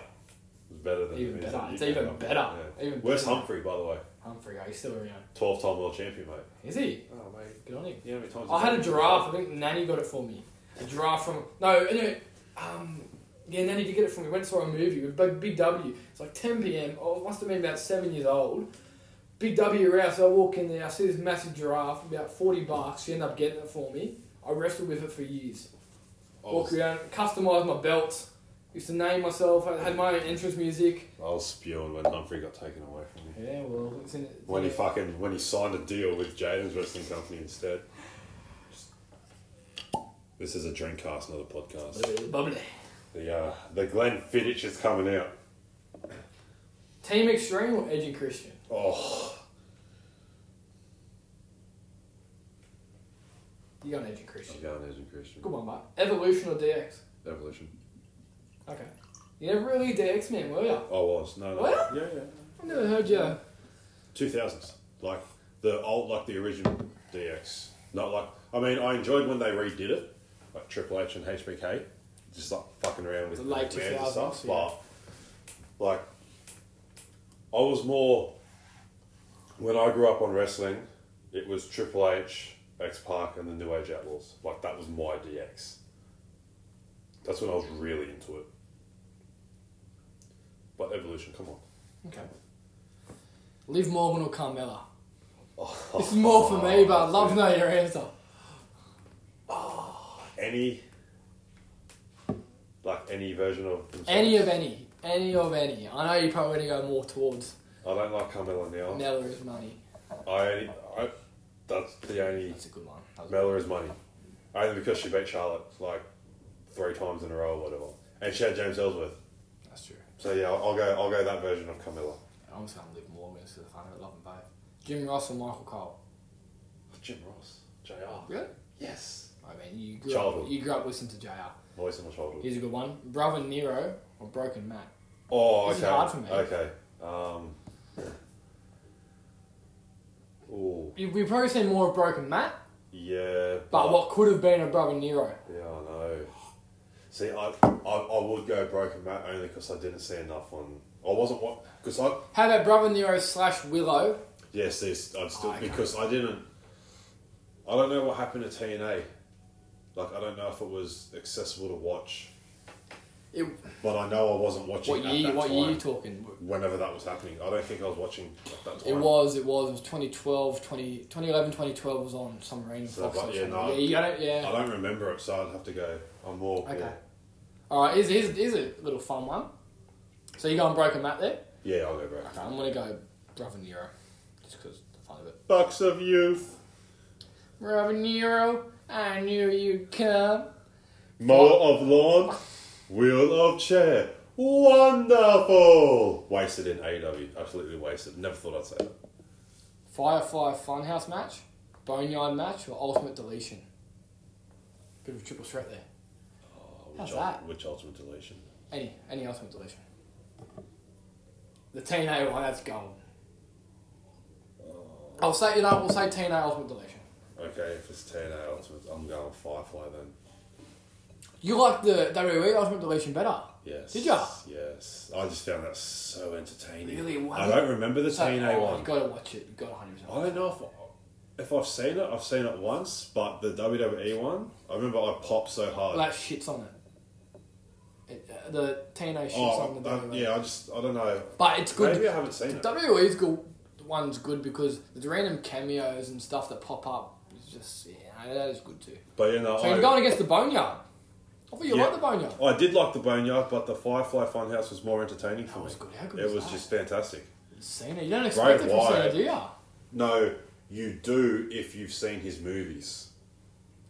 S1: is better than
S2: Even
S1: the Miz.
S2: better.
S1: that you
S2: It's
S1: grew
S2: even
S1: up on.
S2: better. Even
S1: Where's
S2: better.
S1: Humphrey, by the way?
S2: Humphrey, are you still around?
S1: 12 time world champion, mate.
S2: Is he?
S1: Oh, mate.
S2: Good on him.
S1: You know how many times
S2: I
S1: you've
S2: had a
S1: done-
S2: giraffe. I think Nanny got it for me. A giraffe from no, no, um, yeah, Nanny did get it for me. Went and saw a movie with Big- Big W. It's like 10 p.m. I oh, must have been about seven years old. Big W around, so I walk in there. I see this massive giraffe, about 40 bucks. She ended up getting it for me. I wrestled with it for years.
S1: I
S2: Walk
S1: Oh, was,
S2: around, customised my belts. Used to name myself. I had my own entrance music.
S1: I was spewing when Humphrey got taken away from me.
S2: Yeah, well, it's in it.
S1: When he fucking when he signed a deal with Jaden's wrestling company instead. This is a Dreamcast, not a podcast.
S2: Bubbly.
S1: The uh, the Glenn Fittich is coming out.
S2: Team Extreme or Edge and Christian?
S1: Oh,
S2: You got an Edge and Christian.
S1: I'm going as a Christian.
S2: Good one, mate. Evolution or DX?
S1: Evolution.
S2: Okay. You never really DX man, were you?
S1: I was no no.
S2: What?
S1: Yeah yeah.
S2: I never heard you.
S1: Two thousands like the old like the original DX. Not like I mean I enjoyed when they redid it like Triple H and HBK, just like fucking around with
S2: The late
S1: bands and
S2: 2000s,
S1: stuff.
S2: yeah.
S1: But like I was more when I grew up on wrestling, it was Triple H, X Park, and the New Age Outlaws. Like that was my DX. That's when I was really into it. But evolution, come on.
S2: Okay. Liv Morgan or Carmella?
S1: Oh,
S2: This is more for me, but I'd love to know your answer.
S1: any like any version of themselves.
S2: Any of any. Any of any. I know you're probably going to go more towards
S1: I don't like Carmella now.
S2: Nella is money.
S1: I, only, I that's the only
S2: That's a good one. That was-
S1: Mella is money. Only because she beat Charlotte like three times in a row or whatever, and she had James Ellsworth.
S2: That's true.
S1: So yeah, I'll, I'll go. I'll go that version of Carmella.
S2: I'm just going to Liv Morgan because I don't love them both. Jim Ross or Michael Cole?
S1: Jim Ross, Jr.
S2: Really?
S1: Yes,
S2: I mean, you grew, up,
S1: Childhood.
S2: you grew up listening to JR.
S1: voice on my shoulder.
S2: Here's a good one. Brother Nero or Broken Matt?
S1: Oh, okay.
S2: This is hard for me.
S1: Okay. Um. Oh
S2: You- We've probably seen more of Broken Matt,
S1: yeah.
S2: but what could have been a Brother Nero?
S1: Yeah, I know. See, I, I, I would go broken Matt only because I didn't see enough on. I wasn't what because I
S2: How about Brother Nero slash Willow
S1: Yes, this I'd still
S2: Oh, okay.
S1: because I didn't. I don't know what happened to TNA. Like I don't know if it was accessible to watch,
S2: It,
S1: but I know I wasn't watching.
S2: what
S1: at
S2: year?
S1: that
S2: What
S1: time,
S2: year you talking?
S1: Whenever that was happening, I don't think I was watching at that time.
S2: It was, it was, it was 2012, 20, 2011, was on some random
S1: So,
S2: Fox.
S1: but
S2: or
S1: yeah,
S2: something.
S1: no,
S2: yeah, you got it,
S1: I
S2: yeah.
S1: don't remember it, so I'd have to go on more.
S2: Okay.
S1: yeah.
S2: All right, here's, here's, here's a little fun one. So you go and break a mat there.
S1: Yeah, I'll go back.
S2: Okay, I'm gonna go Brother Nero, just because the fun of it.
S1: Bucks of Youth.
S2: Brother Nero, I knew you'd come.
S1: Mower of lawn, wheel of chair. Wonderful! Wasted in AEW. Absolutely wasted. Never thought I'd say that.
S2: Firefly Funhouse match, Boneyard match, or Ultimate Deletion. Bit of a triple threat there.
S1: Oh,
S2: How's
S1: which, ul-
S2: that?
S1: which ultimate deletion?
S2: Any, any Ultimate Deletion. The TNA one, that's gold.
S1: Uh,
S2: I'll say, you know, we'll say TNA Ultimate Deletion.
S1: Okay, if it's TNA ultimate, I'm going Firefly then.
S2: You like the WWE Ultimate Deletion better?
S1: Yes.
S2: Did ya?
S1: Yes. I just found that so entertaining.
S2: Really? Wow.
S1: I don't remember the
S2: So-
S1: TNA
S2: oh,
S1: one. Oh.
S2: You gotta watch it. You gotta 100%.
S1: I don't know if, if I've seen it. I've seen it once, but the WWE one, I remember I popped so hard.
S2: That shits on it. it uh, the TNA shits
S1: oh,
S2: on the
S1: I-
S2: WWE.
S1: yeah, I just, I don't know.
S2: But it's good.
S1: Maybe I haven't seen it.
S2: The WWE's good one's good because there's random cameos and stuff that pop up. It's just yeah, that is good too.
S1: But you know,
S2: So
S1: I,
S2: you're going against the Boneyard. I thought you
S1: Oh. Yeah.
S2: liked the Boneyard.
S1: Oh, I did like the Boneyard, but the Firefly Funhouse was more entertaining for
S2: That
S1: me.
S2: was good. How good
S1: it
S2: was
S1: was
S2: that?
S1: just fantastic.
S2: Cena, you don't expect it from
S1: wide.
S2: Cena, do you?
S1: No, you do if you've seen his movies.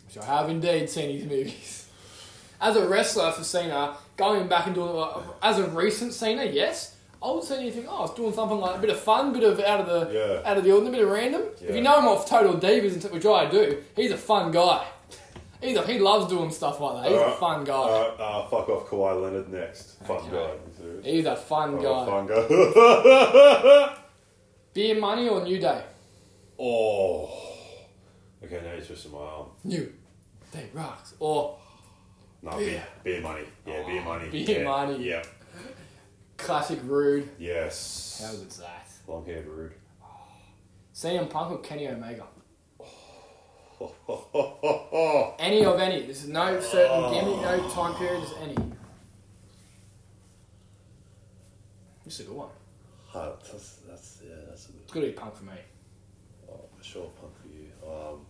S2: Which I have indeed seen his movies. As a wrestler for Cena, going back and doing uh, as a recent Cena, yes. I would say you think, oh, it's doing something like a bit of fun, bit of out of the
S1: Yeah.
S2: out of the ordinary, bit of random. If
S1: Yeah.
S2: you know him off Total Divas, and t- which I do, he's a fun guy. He's a, he loves doing stuff like that. He's a
S1: Alright,
S2: fun guy.
S1: alright, uh, fuck off Kawhi Leonard next. Fun
S2: Okay.
S1: guy. You serious?
S2: He's a fun
S1: Oh,
S2: guy.
S1: fun guy.
S2: Beer money or New Day?
S1: oh. Okay, now you're twisting my arm.
S2: New Day rocks. Or
S1: No,
S2: Beer.
S1: beer, beer money. Yeah, beer money.
S2: Oh, Beer
S1: yeah.
S2: money.
S1: Yeah.
S2: classic rude.
S1: Yes.
S2: How good's that?
S1: Long haired rude.
S2: CM Punk or Kenny Omega?
S1: Oh, oh, oh, oh, oh.
S2: Any of any. There's no certain gimmick, no time period, just any. This is a good one.
S1: Oh, that's, that's, yeah, that's a good
S2: It's got to be punk for me.
S1: Oh, for sure, punk for you. Um,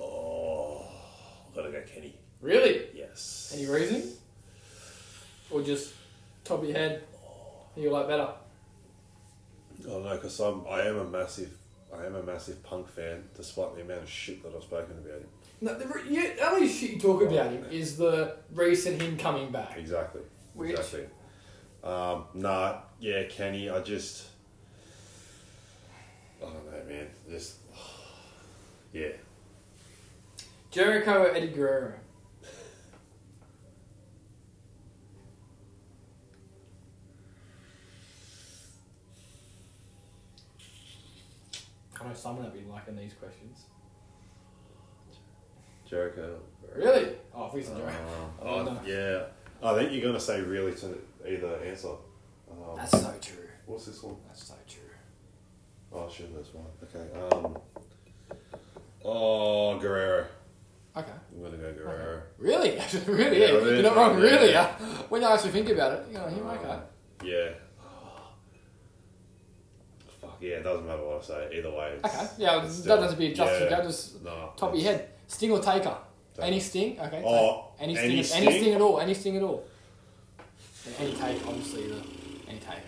S1: oh, I've got to go Kenny.
S2: Really?
S1: Yes.
S2: Any reason? Or just top of your head? Who you like better?
S1: Oh no, because I'm I am a massive I am a massive punk fan, despite the amount of shit that I've spoken about him.
S2: No, the re- you, the only shit you talk about him is the recent him coming back.
S1: Exactly.
S2: Which-
S1: Exactly. Um, nah, yeah, Kenny. I just I don't know, man. Just yeah.
S2: Jericho or Eddie Guerrero? I know someone that'd be liking these questions.
S1: Jericho.
S2: Really? Oh, if we said
S1: Um,
S2: Jericho.
S1: oh,
S2: No.
S1: yeah. I think you're gonna say really to either answer. Um,
S2: That's so true.
S1: what's this one?
S2: That's so true.
S1: Oh, shit, there's one. Okay. Um. Oh, Guerrero.
S2: Okay.
S1: I'm gonna go Guerrero.
S2: Really? really?
S1: Yeah,
S2: Yeah,
S1: it
S2: You're
S1: is.
S2: not wrong, really?
S1: Yeah.
S2: Yeah. When I actually think about it, you know, him, okay.
S1: Yeah. Fuck yeah! It doesn't matter what I say. Either way. It's,
S2: Okay. Yeah,
S1: it's
S2: it
S1: still-
S2: doesn't have to be just,
S1: yeah.
S2: just
S1: Nah,
S2: top of your
S1: it's-
S2: head. Sting or Taker? Any sting? Okay.
S1: Oh,
S2: Any sting,
S1: any
S2: any
S1: sting?
S2: sting at all? Any sting at all? And Any take, obviously. The, any take.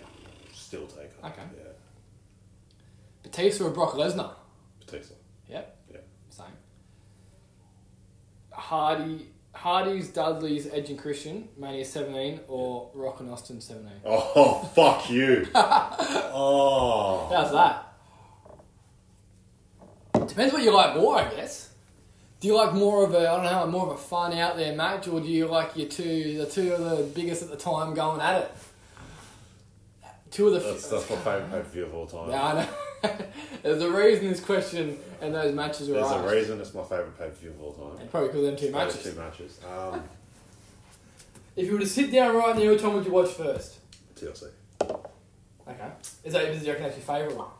S1: Still take it.
S2: Okay.
S1: Yeah.
S2: Batista or Brock Lesnar?
S1: Batista.
S2: Yep.
S1: Yeah.
S2: Same. Hardy, Hardy's, Dudley's, Edge and Christian, Mania 17, or Rock and Austin 17.
S1: Oh fuck you! oh.
S2: How's that? Depends what you like more, I guess. Do you like more of a I don't know more of a fun out there match, or do you like your two the two of the biggest at the time going at it? Two of the
S1: That's that's my favorite pay per view of all time.
S2: yeah, I know. There's a reason this question and those matches were
S1: There's a
S2: asked.
S1: reason it's my favorite pay per view of all time.
S2: And probably because of them two
S1: Out of
S2: matches.
S1: Two matches. Um,
S2: If you were to sit down right now, which one would you watch first?
S1: TLC.
S2: Okay. Is that is that your actually favourite one?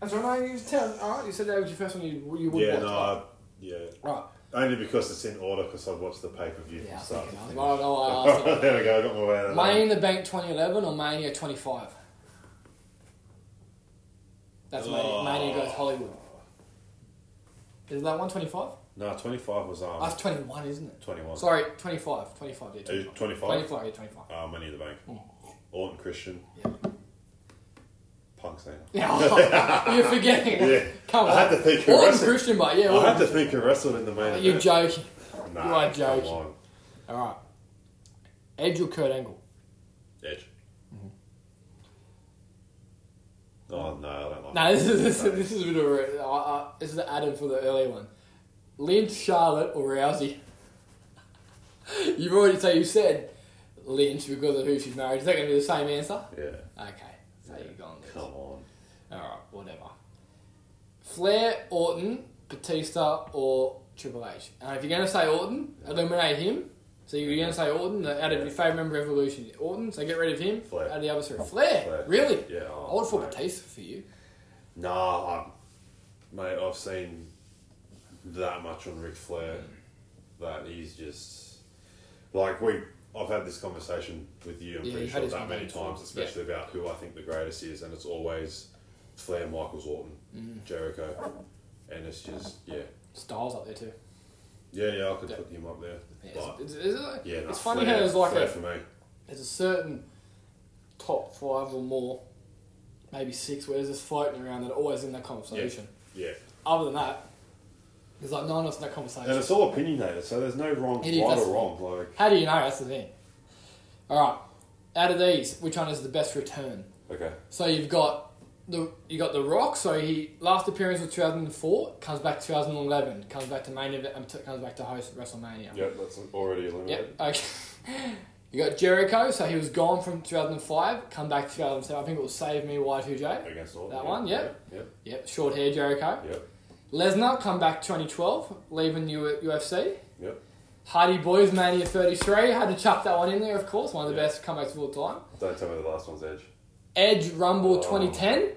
S2: That's right. No, you just tell. All right, you said that was your first one. You you would
S1: yeah,
S2: watch.
S1: no, I, yeah.
S2: All right.
S1: Only because it's in order because I've watched the pay per view
S2: Yeah.
S1: from
S2: I
S1: start to
S2: think I
S1: finish.
S2: know. I know I asked it.
S1: there we go, I got my way out of that.
S2: Money in the Bank 2011 or Mania 25? That's Mania.
S1: Oh.
S2: Mania goes Hollywood. Is that 125?
S1: No, 25 was um,
S2: That's 21, isn't it?
S1: 21.
S2: Sorry, 25. 25, yeah.
S1: Are you
S2: 25.
S1: 25?
S2: 25, yeah, 25.
S1: Uh, Money in the Bank. Orton Christian.
S2: Hmm. Yeah.
S1: Punk's name.
S2: Yeah, oh, you're forgetting.
S1: Yeah.
S2: Come on.
S1: I had to think who
S2: Orton
S1: wrestled.
S2: Christian, but yeah.
S1: I had
S2: Orton.
S1: to think who wrestled in the main event.
S2: You're joking.
S1: Nah,
S2: you are
S1: come
S2: joking.
S1: on.
S2: All right. Edge or Kurt Angle?
S1: Edge.
S2: Mm-hmm.
S1: Oh, no, I don't like
S2: No, this is, this, is- this is a bit of a. I- I- this is an add-in for the earlier one. Lynch, Charlotte, or Rousey? You've already so you said Lynch because of who she's married. Is that going to be the same answer?
S1: Yeah.
S2: Okay, so you're gone. Lynch.
S1: Come on.
S2: All right, whatever. Flair, Orton, Batista, or Triple H. And if you're going to say Orton, eliminate him. So you're going to say Orton the- out of your favourite member of Evolution, Orton. So get rid of him.
S1: Flair.
S2: Out of the other three, Flair.
S1: Flair.
S2: Really?
S1: Yeah, oh,
S2: I would for
S1: mate.
S2: Batista for you.
S1: Nah, I'm, mate, I've seen that much on Ric Flair that he's just like we. I've had this conversation with you. I'm
S2: Yeah,
S1: pretty
S2: you've had
S1: sure
S2: this
S1: that many
S2: conversation
S1: times,
S2: before.
S1: especially about who I think the greatest is, and it's always Flair, Michaels, Orton,
S2: Mm.
S1: Jericho, and it's just yeah,
S2: Styles up there too.
S1: yeah, yeah. I could
S2: Yeah.
S1: put him up there,
S2: Yeah, it's,
S1: but
S2: it's, it's, like-
S1: yeah, nah,
S2: it's funny
S1: Flair,
S2: how there's like
S1: Flair
S2: a,
S1: for me.
S2: there's a certain top five or more, maybe six, where there's this floating around that are always in that conversation.
S1: Yeah,
S2: Other than that, there's like none of us in that conversation.
S1: and it's all opinionated, so there's no wrong,
S2: It is,
S1: right
S2: that's-
S1: or wrong. Like
S2: How do you know? That's the thing. All right. Out of these, which one is the best return?
S1: okay,
S2: So you've got the you got the Rock. So he last appearance was two thousand and four. Comes back two thousand and eleven. Comes back to main event. um, t- Comes back to host WrestleMania.
S1: yeah, that's already eliminated.
S2: Yep. Okay. you got Jericho. So he was gone from two thousand and five. Come back two thousand and seven. I think it was Save Me Y Two J.
S1: Against Orton,
S2: That one, yeah.
S1: yep,
S2: Yep. Short hair Jericho.
S1: yep,
S2: Lesnar come back twenty twelve. Leaving U- UFC.
S1: yep.
S2: Hardy Boys Mania 33. Had to chuck that one in there, of course. One of the
S1: Yeah.
S2: best comebacks of all time.
S1: Don't tell me the last one's Edge.
S2: Edge Rumble
S1: Oh.
S2: 2010,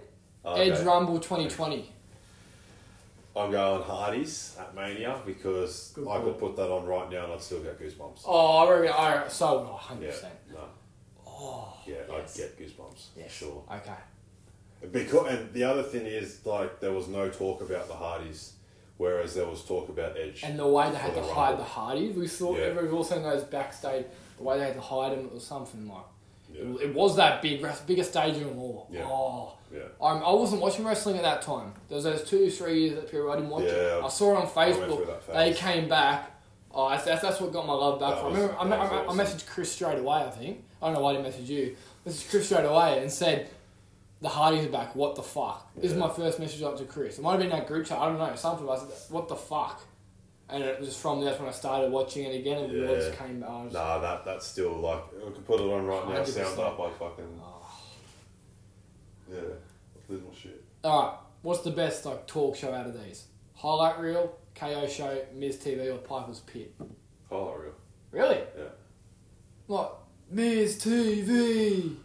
S1: Okay.
S2: Edge Rumble 2020.
S1: I'm going Hardy's at Mania because
S2: Good
S1: I
S2: call.
S1: could put that on right now and I'd still get goosebumps.
S2: Oh, I reckon, I reckon so would I,
S1: yeah,
S2: 100%.
S1: no,
S2: Oh,
S1: yeah,
S2: yes.
S1: I'd get goosebumps.
S2: yes.
S1: Sure.
S2: Okay.
S1: Because and the other thing is like there was no talk about the Hardys, whereas there was talk about Edge.
S2: And the way they had
S1: For
S2: to
S1: the
S2: hide
S1: Rumble.
S2: the Hardys, we saw,
S1: Yeah.
S2: we've all seen those backstage, the way they had to hide them, it was something like,
S1: yeah,
S2: it, it was that big, wrest- biggest stage of them all.
S1: Yeah.
S2: Oh.
S1: yeah.
S2: I'm, I wasn't watching wrestling at that time. There was those two, three years that period I didn't watch it.
S1: Yeah,
S2: I saw it on
S1: went
S2: Facebook.
S1: through that
S2: They
S1: phase.
S2: came back. Oh, that's, that's, that's what got my love back.
S1: That
S2: For.
S1: was-
S2: I remember I, me-
S1: that was
S2: I, I
S1: awesome.
S2: messaged Chris straight away. I think I don't know why I didn't message you. I messaged Chris straight away and said, "The Hardys are back. What the fuck?" This is
S1: Yeah.
S2: my first message up to Chris. It might have been that group chat. I don't know. Something. I said, "What the fuck?" And it was from that's when I started watching it again, and we all
S1: Yeah.
S2: just came. I was,
S1: Nah, that that's still like I could put it on right now.
S2: 100%.
S1: Sound up, I fucking
S2: Oh.
S1: yeah, little shit.
S2: All right. What's the best like talk show out of these? Highlight reel, KO show, Miz TV, or Piper's Pit?
S1: Highlight reel.
S2: Really?
S1: Yeah.
S2: Like Miz TV.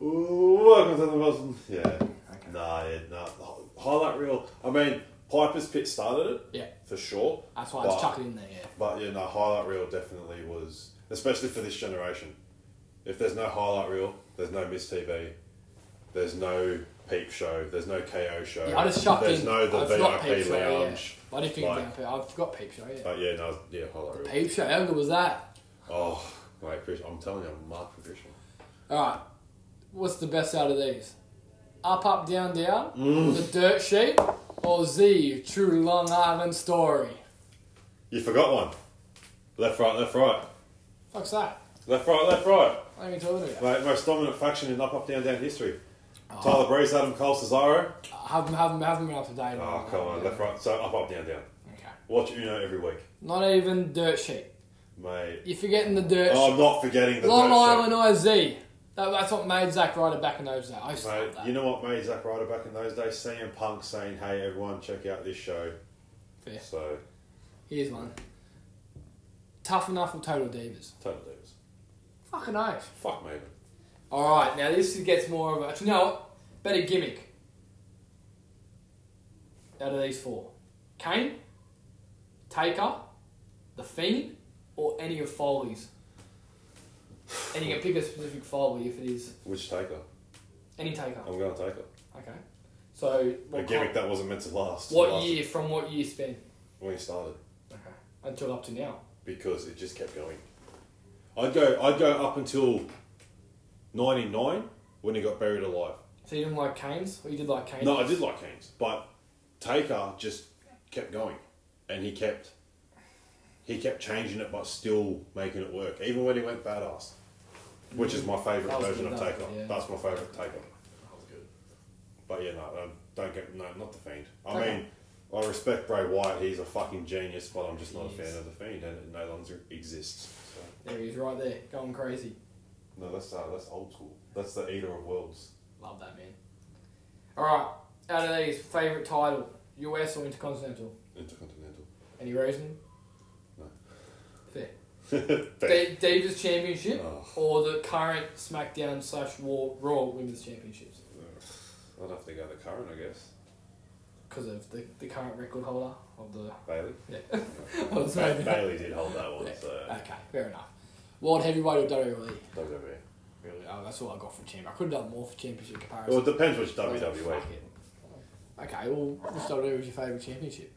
S1: Ooh, welcome to the Muslim. Yeah.
S2: Okay.
S1: Nah, yeah, nah. Hi- Highlight reel. I mean, Piper's Pit started it.
S2: Yeah.
S1: for sure.
S2: That's why I was
S1: But-
S2: chucking in there. Yeah.
S1: But yeah, no, highlight reel definitely was, especially for this generation. If there's no highlight reel, there's no Miss TV, there's no Peep Show, there's no KO Show.
S2: Yeah, I just chucked
S1: there's
S2: in.
S1: no the
S2: I forgot Peep
S1: VIP
S2: Show, yeah.
S1: Lounge.
S2: I didn't think
S1: Like-
S2: about Peep. I forgot Peep Show. Yeah.
S1: But yeah, no, yeah, highlight reel.
S2: Peep Show. How good was that?
S1: Oh, mate, Chris, I'm telling you, I'm marked for Christian.
S2: All right. What's the best out of these? Up, up, down, down.
S1: Mm.
S2: The Dirt Sheet or Z True Long Island Story.
S1: You forgot one. Left, right, left, right.
S2: Fuck's that?
S1: Left, right, left, right.
S2: What are you talking about?
S1: Like, most dominant faction in up, up, down, down history.
S2: Oh.
S1: Tyler Breeze, Adam Cole, Cesaro.
S2: Haven't haven't haven't been up to date.
S1: Oh, come on, left, right. So up, up, down, down.
S2: Okay.
S1: Watch Uno every week,
S2: Not even Dirt Sheet.
S1: mate.
S2: You're forgetting the Dirt
S1: Oh, I'm not forgetting the
S2: Long
S1: dirt sheet.
S2: Island IZ. That, that's what made Zack Ryder back in those days. I used to
S1: Mate,
S2: love that.
S1: you know what made Zack Ryder back in those days? CM Punk saying, "Hey, everyone, check out this show."
S2: Fair.
S1: So,
S2: Here's one. Tough enough or total divas.
S1: total divas.
S2: Fucking oath.
S1: Fuck Maven.
S2: All right, now this gets more of a. You know what? Better gimmick. out of these four? Kane, Taker, The Fiend, or any of Foley's? And you can pick a specific Foley if it is
S1: Which taker?
S2: any Taker.
S1: I'm going taker.
S2: Okay. So,
S1: A
S2: what,
S1: gimmick that wasn't meant to last.
S2: what
S1: Last-
S2: year from what year span?
S1: When he started.
S2: Okay. Until up to now.
S1: because it just kept going. I'd go I'd go up until ninety nine when he got buried alive.
S2: So you didn't like Kane's? Or you did like Kane's?
S1: No, I did like Keynes, but Taker just kept going, and he kept he kept changing it, but still making it work. Even when he went badass, which is my
S2: That
S1: favourite
S2: was
S1: version
S2: good,
S1: of
S2: that-
S1: Taker.
S2: yeah.
S1: That's my favourite Taker.
S3: That was good.
S1: But yeah, no, no, don't get no, not the Fiend. I
S2: Okay.
S1: mean, I respect Bray Wyatt. He's a fucking genius, but I'm just not a
S2: He is.
S1: fan of the Fiend, and it no longer exists. So.
S2: There he is, right there, going crazy.
S1: No, that's uh, that's old school. That's the Eater of Worlds.
S2: Love that man. All right, out of these, favorite title, US or Intercontinental?
S1: Intercontinental.
S2: Any reason?
S1: No.
S2: Fair.
S1: Fair.
S2: Da- Divas Championship
S1: Oh.
S2: or the current SmackDown slash Raw Raw Women's Championships
S1: I'd have to go the current, I guess.
S2: because of the, the current record holder of the.
S1: Bailey.
S2: Yeah.
S1: Ba-
S2: was right.
S1: Bailey did hold that one,
S2: Yeah.
S1: so
S2: Okay, fair enough. World Heavyweight or WWE?
S1: WWE.
S2: Really? Oh, that's all I got for champ. I could have done more for championship comparison.
S1: Well, it depends which E.
S2: Oh,
S1: WWE.
S2: fuck it. Okay, well, let's start with E your favourite championship.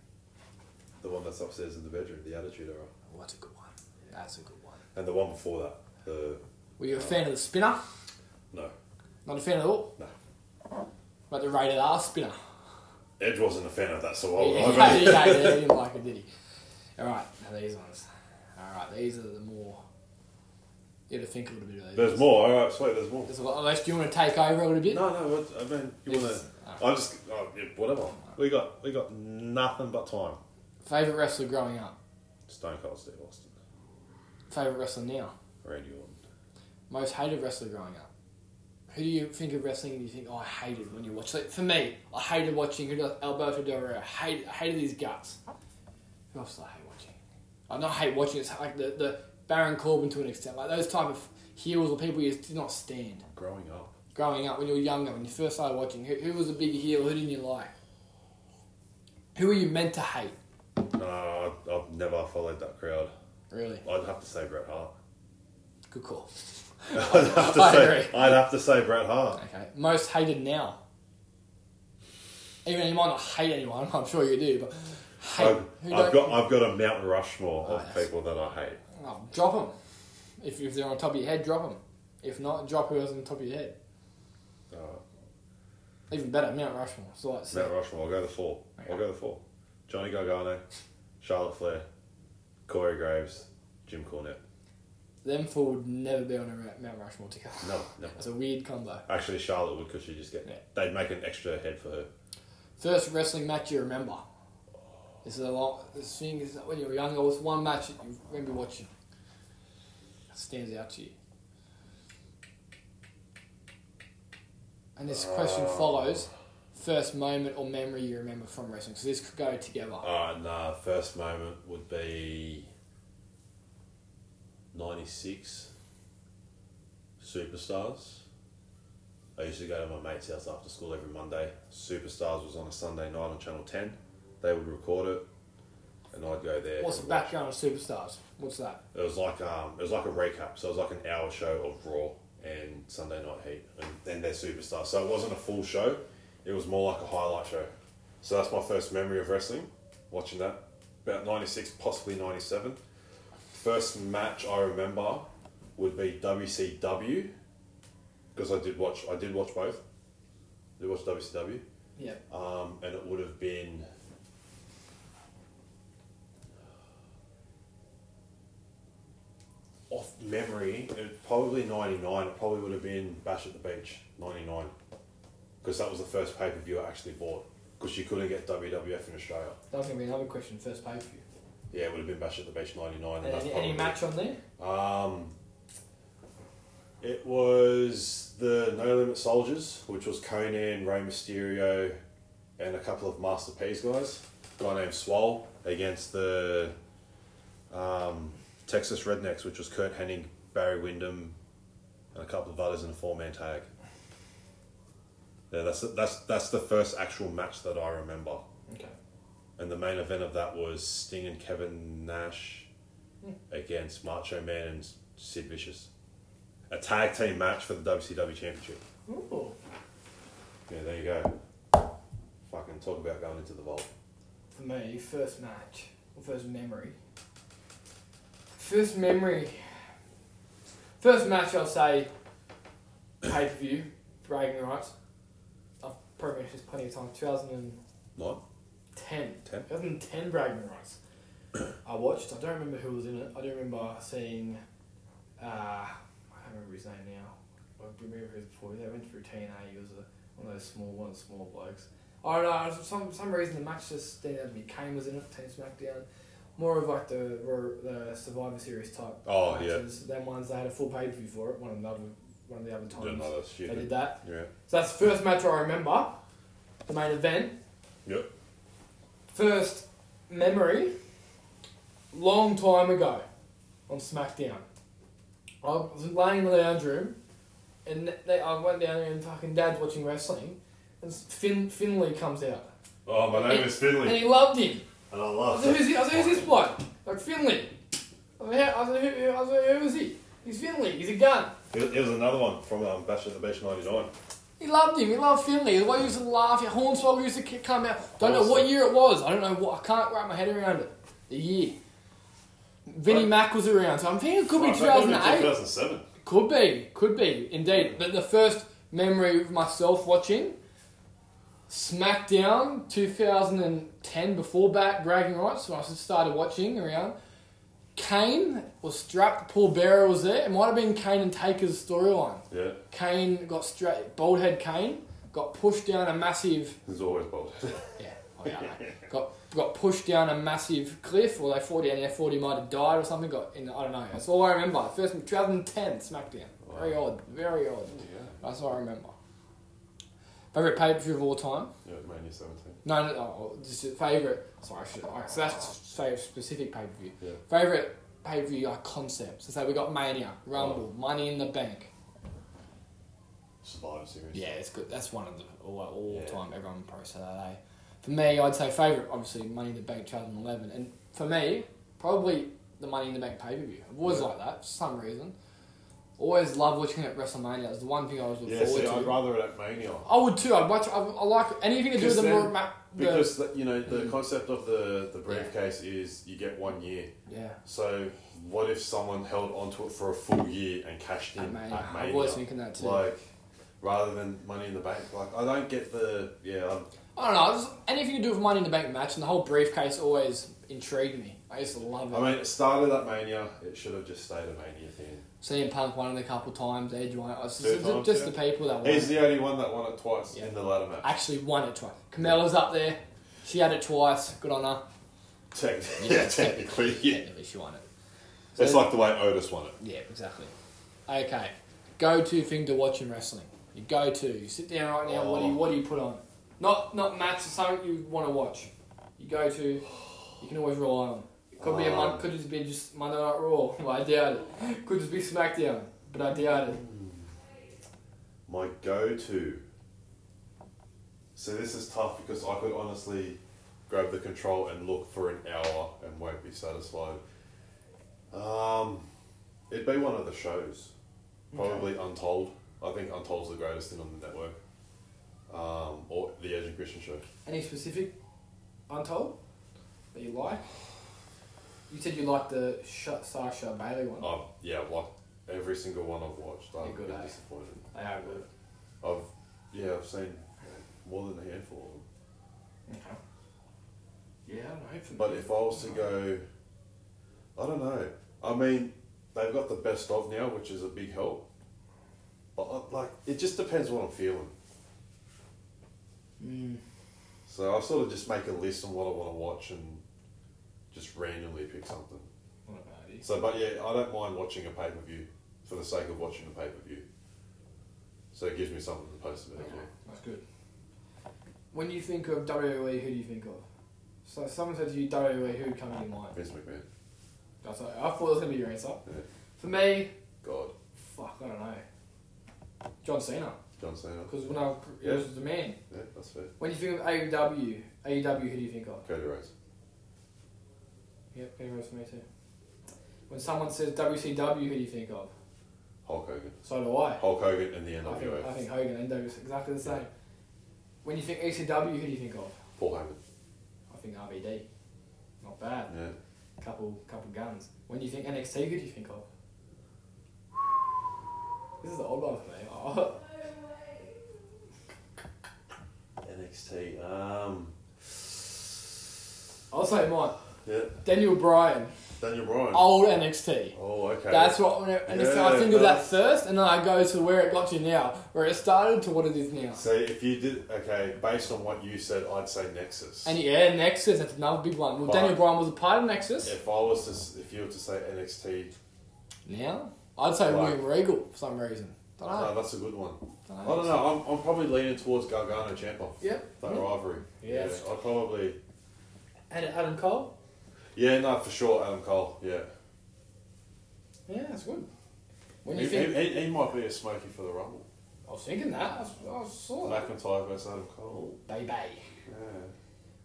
S1: The one that's upstairs in the bedroom, the Attitude Era,
S2: Oh, that's a good one. That's a good one.
S1: and the one before that. The
S2: Were you a fan of the spinner?
S1: no,
S2: Not a fan at all?
S1: No.
S2: But the rated R spinner.
S1: Edge wasn't a fan of that, so I
S2: yeah,
S1: was
S2: yeah, yeah, he didn't like it, did he? Alright, now these ones. Alright, these are the more. You had to think a little bit of these.
S1: There's more. All right, sweet. There's more.
S2: There's a lot- Unless do you want to take over a little bit?
S1: No, no. What, I mean, you want
S2: Yes.
S1: to? I just oh, yeah, whatever. We got we got nothing but time.
S2: Favourite wrestler growing up?
S1: Stone Cold Steve Austin,
S2: Favourite wrestler now?
S1: Randy Orton.
S2: Most hated wrestler growing up? Who do you think of wrestling and you think, oh, I hated when you watch? Like, for me, I hated watching who does- Alberto Del Rio. I hated, I hated his guts. Who else did I hate watching? I not hate watching, it's like the, the Baron Corbin to an extent. Like those type of heels or people you just did not stand.
S1: Growing up,
S2: Growing up, when you were younger, when you first started watching, who, who was a big heel? Who didn't you like? Who were you meant to hate?
S1: No, I- I've never followed that crowd.
S2: Really?
S1: I'd have to say Bret Hart.
S2: Good call.
S1: I'd have to
S2: I
S1: say
S2: agree.
S1: I'd have to say Bret Hart.
S2: Okay. Most hated now. Even you might not hate anyone, I'm sure you do, but hate.
S1: I've,
S2: who
S1: I've
S2: don't-
S1: got I've got a Mount Rushmore
S2: Oh,
S1: of
S2: yes.
S1: people that I hate.
S2: Oh, drop them. If, if they're on top of your head, drop them. If not, drop whoever's on top of your head.
S1: Uh,
S2: Even better, Mount Rushmore. So like,
S1: Mount Rushmore. I'll go the four. I'll go the four. Johnny Gargano, Charlotte Flair, Corey Graves, Jim Cornette.
S2: them four would never be on a Ra- Mount Rushmore together.
S1: No, no.
S2: That's a weird combo.
S1: Actually, Charlotte would because she just get
S2: Yeah.
S1: they'd make an extra head for her.
S2: First wrestling match you remember. This is a lot. This thing is that when you were younger, was one match that you remember watching. That stands out to you. And this question
S1: Uh.
S2: follows: first moment or memory you remember from wrestling. So this could go together.
S1: Uh, nah, first moment would be 96 Superstars. I used to go to my mate's house after school every Monday. Superstars was on a Sunday night on Channel 10. They would record it and I'd go there.
S2: What's the
S1: and watch.
S2: background of superstars? What's that?
S1: It was like um, it was like a recap, so it was like an hour show of Raw and Sunday Night Heat, and then their superstars. So it wasn't a full show; it was more like a highlight show. So that's my first memory of wrestling, watching that. About ninety six, possibly ninety seven. First match I remember would be WCW, because I did watch I did watch both. I did watch WCW,
S2: Yeah.
S1: um, and it would have been. Off memory, it was probably 99, it probably would have been Bash at the Beach, 99. Because that was the first pay per view I actually bought. Because you couldn't get WWF in Australia.
S2: That was gonna be another question. First pay per view.
S1: Yeah, it would have been Bash at the Beach 99. And that's
S2: Any,
S1: probably,
S2: any match on there?
S1: Um, it was the No Limit Soldiers, which was Conan, Rey Mysterio, and a couple of Master P's guys. A guy named Swole against the um, Texas Rednecks, which was Kurt Hennig, Barry Windham, and a couple of others in a four man tag. Yeah, that's that's that's the first actual match that I remember
S2: Okay.
S1: And the main event of that was Sting and Kevin Nash against Macho Man and Sid Vicious. A tag team match for the WCW Championship.
S2: Ooh.
S1: Yeah, there you go. Fucking talk about going into the vault.
S2: For me, first match, or first memory. First memory. First match, I'll say pay per view, bragging rights. I've probably mentioned this plenty of times. 2010.
S1: What? 10?
S2: 2010 bragging rights. I watched, I don't remember who was in it. I do remember seeing, uh, I can't remember his name now. I remember who was before. They went through TNA. He was a, one of those small, one of the small blokes. I don't know. For some some reason, the match just didn't have to be. Kane was in it, Team SmackDown. More of like the Ro- the Survivor Series type.
S1: Oh,
S2: matches. Them ones they had a full pay per view for it. One of the other one of the other
S1: Did
S2: times
S1: another
S2: they did
S1: shit.
S2: that.
S1: Yeah.
S2: So that's the first match I remember. The main event.
S1: Yep.
S2: First memory, long time ago, on SmackDown. I was laying in the lounge room, and they, I went down there and fucking dad's watching wrestling, and Fin Finley comes out,
S1: Oh, my name is
S2: and
S1: Finley.
S2: he loved him.
S1: And I
S2: I
S1: love
S2: was like, who's, he? I was like, who's this bloke? Like Finley. I was like, "How- I was like, who, who, I was like, who is he? He's Finley. He's a gun.
S1: It it was another one from um, Bash at the Beach 99.
S2: He loved him. He loved Finley. The way he used to laugh, Hornswoggle used to ki- come out. Don't know what
S1: Awesome.
S2: year it was. I don't know what. I can't wrap my head around it. The year. Vinnie
S1: Right.
S2: Mac was around, so I'm thinking it could be
S1: Right, Oh, that could've been
S2: 2008.
S1: 2007.
S2: Could be, could be, indeed. But the first memory of myself watching SmackDown 2010, before back bragging rights, when I started watching around, Kane was strapped, Paul Bearer was there. It might have been Kane and Taker's storyline.
S1: Yeah.
S2: Kane got straight, bald head Kane got pushed down a massive,
S1: There's always bold.
S2: yeah, I don't know, got got pushed down a massive cliff, or they fall down there, forty might have died or something. Got in, I don't know. That's all I remember. First 2010 SmackDown, very odd, very odd. That's all I remember. Favorite pay per view of all time?
S1: Yeah, Mania 17.
S2: No, no, oh, just a favorite. Sorry, I should, alright, so that's favorite specific pay per view.
S1: Yeah.
S2: Favorite pay per view like concepts. So we got Mania, Rumble, Money in the Bank.
S1: Survivor Series.
S2: Yeah, it's good. That's one of the all, all
S1: Yeah.
S2: time everyone posts that. Eh? For me, I'd say favorite obviously Money in the Bank 2011, and for me probably the Money in the Bank pay per view. I've always
S1: Yeah.
S2: liked that for some reason. Always loved watching it at WrestleMania. It was the one thing I always looked
S1: Yeah,
S2: forward
S1: see,
S2: to.
S1: I'd rather it at Mania.
S2: I would too. I'd watch. I, I like anything to do
S1: Because
S2: with the
S1: then-
S2: more ma- the-
S1: Because, the, Mm. you know, the concept of the, the briefcase is you get one year.
S2: yeah.
S1: So, what if someone held onto it for a full year and cashed in
S2: At Mania.
S1: at
S2: I
S1: Mania?
S2: was thinking that too.
S1: Like, rather than Money in the Bank. Like, I don't get the. Yeah, I'm,
S2: I don't know. Just, anything to do with Money in the Bank match and the whole briefcase always intrigued me. I used to love it.
S1: I mean, it started at Mania. It should have just stayed a Mania thing.
S2: CM Punk won it a couple times. Edge won it. It's
S1: Two
S2: just,
S1: times,
S2: just
S1: yeah.
S2: the people that won.
S1: He's
S2: it.
S1: the only one that won it twice
S2: Yeah.
S1: in the ladder match.
S2: Actually won it twice. Camella's up there. She had it twice. Good on her.
S1: Tec-
S2: Yeah,
S1: yeah, technically, yeah.
S2: Technically, she won it.
S1: It's
S2: So-
S1: like the way Otis won it.
S2: Yeah, exactly. Okay. Go-to thing to watch in wrestling. You go-to. You sit down right now. What do you
S1: Oh.
S2: What do you put on? Not Not match. Something you want to watch. You go to. You can always rely on. It could
S1: Oh.
S2: be a month. Could just be just Monday Night Raw. Well, I doubt it. Could just be SmackDown. But I doubt it.
S1: My go-to. So this is tough because I could honestly grab the control and look for an hour and won't be satisfied. Um, it'd be one of the shows, probably Untold. I think Untold's the greatest thing on the network, um, or the Asian Christian show.
S2: Any specific untold that you like? You said you liked the Sha- Sasha Bailey one.
S1: I've yeah, I've liked every single one I've watched.
S2: You're
S1: I've
S2: good,
S1: been
S2: eh?
S1: disappointed.
S2: They are good.
S1: I've yeah, I've seen more than a handful of them.
S2: Okay. Yeah, I don't know. For
S1: But if I was to go, I don't know. I mean, they've got the best of now, which is a big help. But I, like, it just depends what I'm feeling.
S2: Mm.
S1: So I sort of just make a list on what I want to watch and just randomly pick something.
S2: What about you?
S1: So, but yeah, I don't mind watching a pay per view for the sake of watching a pay per view. So it gives me something to post about. as well.
S2: That's good. When you think of WWE, who do you think of? So if someone said to you WWE, who would come to your mind?
S1: Vince McMahon,
S2: That's I thought that was gonna be your answer.
S1: Yeah.
S2: For me,
S1: God,
S2: fuck, I don't know. John Cena.
S1: John Cena.
S2: Because when I
S1: Yeah.
S2: was the man.
S1: Yeah, that's fair.
S2: When you think of AEW, AEW, who do you think of?
S1: Cody Rhodes.
S2: Yep, Cody Rhodes for me too. When someone says WCW, who do you think of?
S1: Hulk Hogan.
S2: So do I.
S1: Hulk Hogan and the
S2: I think, I
S1: NWA.
S2: think Hogan and Douglas exactly the same.
S1: Yeah.
S2: When you think ECW, who do you think of?
S1: Paul Heyman.
S2: I think RVD. Not bad.
S1: Yeah.
S2: Couple couple guns. When you think NXT, who do you think of? This is the old one for me. Oh.
S1: NXT. Um.
S2: I'll say mine.
S1: Yeah.
S2: Daniel Bryan,
S1: Daniel Bryan.
S2: old NXT.
S1: Oh, okay.
S2: That's what, when it- and it's- I
S1: Yeah,
S2: think of that
S1: that's-
S2: first, and then I go to where it got to now, where it started to what it is now.
S1: So if you did okay, based on what you said, I'd say Nexus.
S2: And yeah, Nexus, that's another big one. Well,
S1: But-
S2: Daniel Bryan was a part of Nexus.
S1: if I was to, s- if you were to say NXT,
S2: Now, I'd say
S1: Right.
S2: William Regal for some reason. Don't know.
S1: no, that's a good one.
S2: Don't
S1: I
S2: know.
S1: don't know. I'm, I'm probably leaning towards Gargano Champa.
S2: Yeah.
S1: That rivalry.
S2: Yes.
S1: Yeah, I probably.
S2: And Adam Cole.
S1: Yeah, no, for sure, Adam Cole. Yeah.
S2: Yeah, that's good. When
S1: He,
S2: you think,
S1: he, he, he might be a smoky for the Rumble.
S2: I was thinking that. I, was, I saw that.
S1: McIntyre versus Adam Cole.
S2: Baby.
S1: Yeah.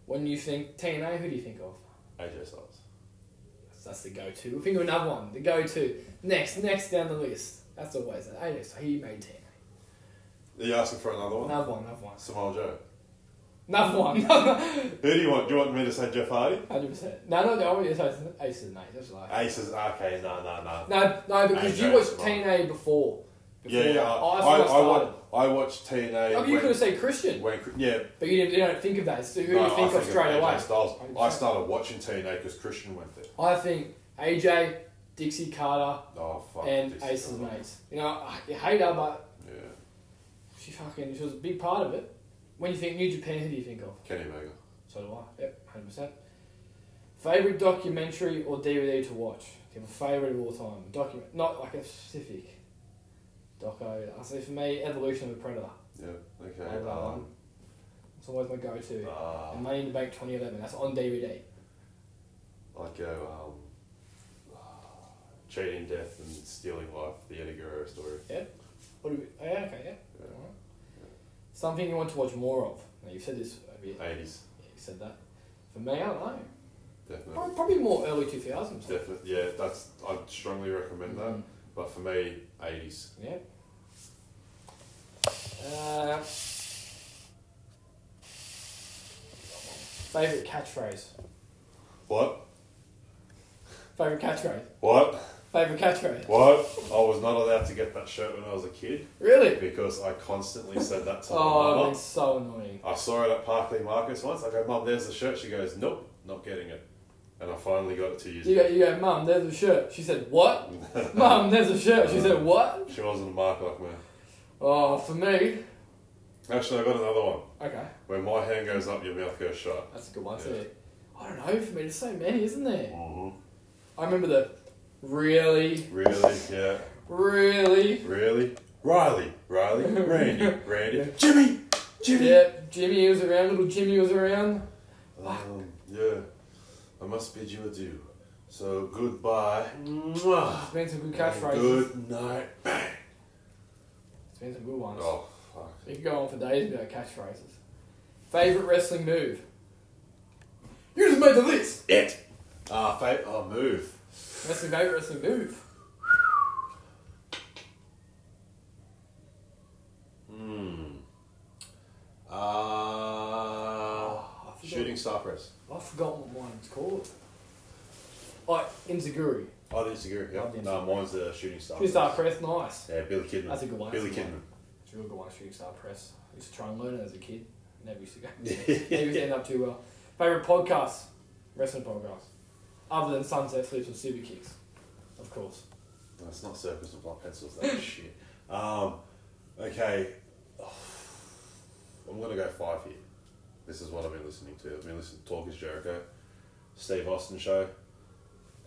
S2: When you think TNA, who do you think of?
S1: AJ Styles.
S2: That's, that's the go-to. Think of another one. The go-to. Next, next down the list. That's always that. Hey, so he made TNA.
S1: Are you asking for another one?
S2: Another one. Another one.
S1: Samoa Joe.
S2: Another one.
S1: Who do you want? Do you want me to say Jeff Hardy?
S2: Hundred percent. No, no, no. It's Ace Ace is mate. That's right.
S1: Ace is okay. No, no, no.
S2: No, no, because you
S1: AJ
S2: watched
S1: is right.
S2: TNA before. before
S1: Yeah, yeah.
S2: that.
S1: I,
S2: Oh, that's
S1: I,
S2: when
S1: I,
S2: started.
S1: watch, I watch TNA.
S2: Oh, but you could have said Christian,
S1: when, yeah,
S2: but you, didn't, you don't think of that. So who
S1: no,
S2: do you think
S1: I
S2: of straight
S1: AJ
S2: away?
S1: Styles. I
S2: 100%.
S1: started watching TNA because Christian went there.
S2: I think AJ, Dixie Carter,
S1: Oh fuck.
S2: and
S1: this is
S2: Ace's
S1: awful.
S2: mates. You know, I I hate her, but
S1: Yeah,
S2: she fucking she was a big part of it. When you think New Japan, who do you think of?
S1: Kenny Omega.
S2: So do I. Yep, hundred percent. Favorite documentary or DVD to watch? Do you have a favorite of all time? Document, not like a specific. Doco. I say for me, Evolution of a Predator.
S1: Yeah.
S2: I
S1: Okay.
S2: love that one.
S1: Um,
S2: It's always my go-to.
S1: uh,
S2: and Money in the Bank 2011. That's on DVD.
S1: I'd uh, go. Um, cheating death and stealing life. The Eddie Guerrero story.
S2: What do we, oh, yeah, okay, yeah.
S1: Yeah.
S2: Alright. Something you want to watch more of? Now you've said this. Have you?
S1: Eighties.
S2: Yeah, you said that. For me, I don't know.
S1: Definitely.
S2: Prob- Probably more early 2000s.
S1: Definitely. Yeah. That's. I'd strongly recommend that.
S2: Mhm.
S1: But for me, eighties.
S2: Mm. Yeah. Uh, favorite catchphrase.
S1: What?
S2: Favorite catchphrase.
S1: What?
S2: Favorite catchphrase.
S1: What? I was not allowed to get that shirt when I was a kid
S2: Really?
S1: because I constantly said that to my
S2: Oh,
S1: mum.
S2: that's so annoying.
S1: I saw it at Parkley Markets once. I go, Mum, there's the shirt. She goes, Nope, not getting it. And I finally got it two years
S2: You go,
S1: ago.
S2: you go, Mum, there's a shirt. She said, What? Mum, there's a shirt. She said, What?
S1: She wasn't a mark like mine.
S2: Oh, for me.
S1: Actually, I got another one.
S2: Okay.
S1: When my hand goes up, your mouth goes shut.
S2: That's a good one
S1: Yeah.
S2: too. I don't know. For me, there's so many, isn't there?
S1: Mm-hmm.
S2: I remember the really,
S1: Really? Yeah.
S2: really.
S1: Really? Riley. Riley. Randy. Randy. Jimmy. Jimmy.
S2: Yep, Jimmy was around. Little Jimmy was around.
S1: Um, yeah. I must bid you adieu. So goodbye. Mwah.
S2: It's been some
S1: And
S2: good catchphrases.
S1: Oh, Good night.
S2: It's been some good ones.
S1: Oh, fuck.
S2: You could go on for days without catchphrases. Favorite wrestling move? You just made the list.
S1: It. Ah, fate. Oh, move.
S2: Wrestling favorite wrestling move.
S1: Hmm. Uh,
S2: I forgot-
S1: shooting star press.
S2: I forgot what mine's called. Like Inzaguri.
S1: Oh, the Instagram.
S2: Oh, the
S1: Yep. No, mine's the shooting star.
S2: Two star press, nice.
S1: Yeah, Billy Kidman.
S2: That's a good one.
S1: Billy
S2: That's a good
S1: Kidman.
S2: It's a real good one, shooting star press. I used to try and learn it as a kid. Never used to go. Never used to
S1: yeah.
S2: end up too well. Favorite podcast? Wrestling podcast. Other than Sunset Flips and Super Kicks, of course.
S1: That's not circus and block pencils. That shit. Um, okay. I'm gonna go five here. This is what I've been listening to. I've been listening to Talk is Jericho, Steve Austin show,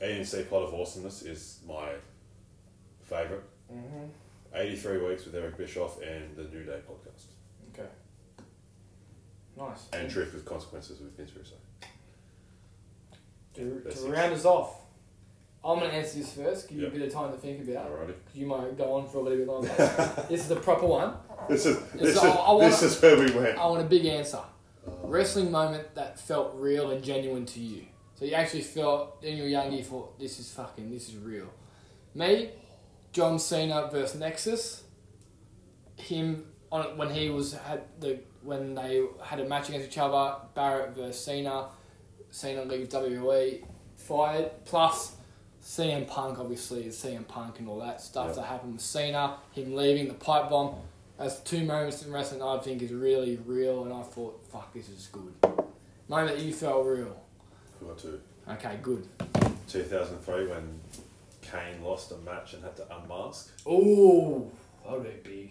S1: ANC Plot of Awesomeness is my favorite.
S2: Mm-hmm.
S1: 83 weeks with Eric Bischoff and the New Day podcast.
S2: Okay. Nice.
S1: And Drift with Consequences with Vince Russo.
S2: to,
S1: that's
S2: to
S1: it.
S2: round us off, I'm going to answer this first, give you
S1: Yeah.
S2: a bit of time to think about it.
S1: Alrighty.
S2: You might go on for a little bit longer. this is the proper one.
S1: This is this,
S2: I-
S1: is,
S2: I wanna-
S1: this is where we went.
S2: I want a big answer. Wrestling moment that felt real and genuine to you. So you actually felt in your young year, thought this is fucking, this is real. Me, John Cena versus Nexus. Him on when he was had the when they had a match against each other. Barrett versus Cena. Cena leaves WWE fired. Plus, CM Punk obviously is CM Punk and all that stuff
S1: Yeah.
S2: that happened with Cena, him leaving the pipe bomb. As two moments in wrestling, I think is really real, and I thought, fuck, this is good. Moment you felt real.
S1: We got to
S2: Okay, good.
S1: 2003 when Kane lost a match and had to unmask.
S2: Ooh, that would be big.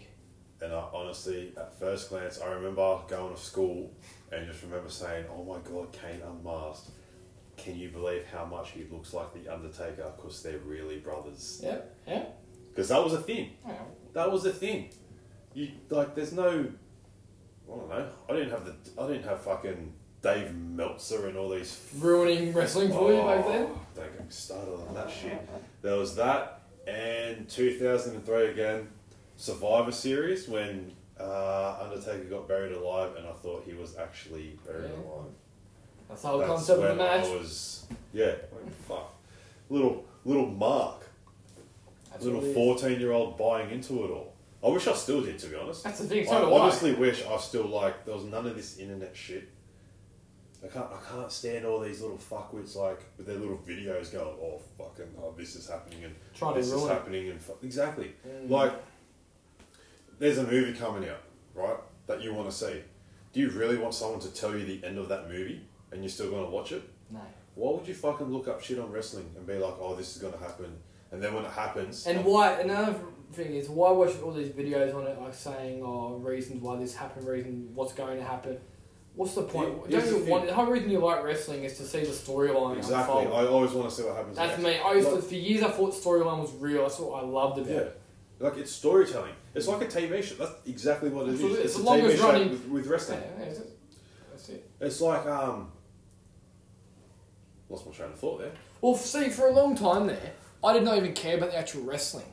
S1: And I honestly, at first glance, I remember going to school and just remember saying, "Oh my God, Kane unmasked." Can you believe how much he looks like the Undertaker? Because they're really brothers.
S2: Yeah, yeah.
S1: Because that was a thing. That was the thing. You like, there's no. I don't know. I didn't have the. I didn't have fucking Dave Meltzer and all these.
S2: Ruining wrestling for you back then.
S1: Don't get me started on that shit. There was that, and 2003 again, Survivor Series when uh, Undertaker got buried alive, and I thought he was actually buried
S2: Yeah.
S1: alive.
S2: That's the whole
S1: That's
S2: concept of the
S1: when
S2: match.
S1: I was, yeah, like, fuck, little little Mark,
S2: That's
S1: little
S2: what it is.
S1: 14 year old buying into it all. I wish I still did, to be honest.
S2: That's the thing.
S1: I
S2: So do I.
S1: honestly wish I still like there was none of this internet shit. I can't I can't stand all these little fuckwits like with their little videos going, oh fucking oh this is happening and
S2: Trying to
S1: this is
S2: ruin it.
S1: happening and fu-. exactly
S2: Mm.
S1: like there's a movie coming out right that you want to see. Do you really want someone to tell you the end of that movie and you're still going to watch it?
S2: No.
S1: Why would you fucking look up shit on wrestling and be like, oh this is going to happen? And then when it happens,
S2: And why? Another thing is why watch all these videos on it, like saying, "Oh, reasons why this happened, reason what's going to happen." What's the point?
S1: Yeah, here's
S2: Don't you
S1: the
S2: want? The whole reason you like wrestling is to see the storyline
S1: exactly,
S2: unfold.
S1: I always want to see what happens.
S2: That's
S1: next.
S2: me. I used to,
S1: Like-
S2: for years I thought storyline was real. That's what I loved about
S1: Yeah.
S2: it.
S1: Like it's storytelling. It's like a TV show. That's exactly what it is.
S2: Absolutely.
S1: It's
S2: It's
S1: a
S2: the longest
S1: TV show
S2: running-
S1: with, with wrestling.
S2: Yeah, that's it. That's it.
S1: It's like um. Lost my train of thought there.
S2: Well, see, for a long time there, I did not even care about the actual wrestling.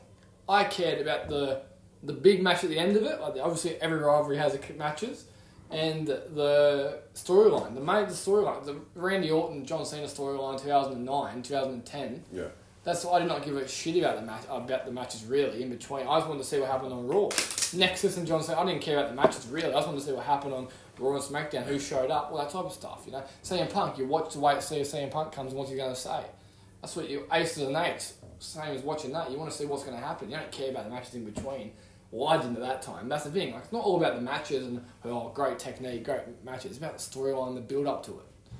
S2: I cared about the the big match at the end of it. Like obviously, every rivalry has a k- matches, and the storyline, the main the storyline, the Randy Orton John Cena storyline, two thousand and nine, two thousand and ten.
S1: Yeah.
S2: That's I did not give a shit about the match about the matches really in between. I just wanted to see what happened on Raw. Nexus and John Cena. I didn't care about the matches really. I just wanted to see what happened on Raw and SmackDown, who showed up, all that type of stuff. You know, CM Punk. You watch the wait to see if CM Punk comes and what's he going to say. That's what you aces and eights. Same as watching that. You want to see what's going to happen. You don't care about the matches in between. Well, I didn't at that time. That's the thing. Like, it's not all about the matches and oh, great technique, great matches. It's about the storyline, the build up to it.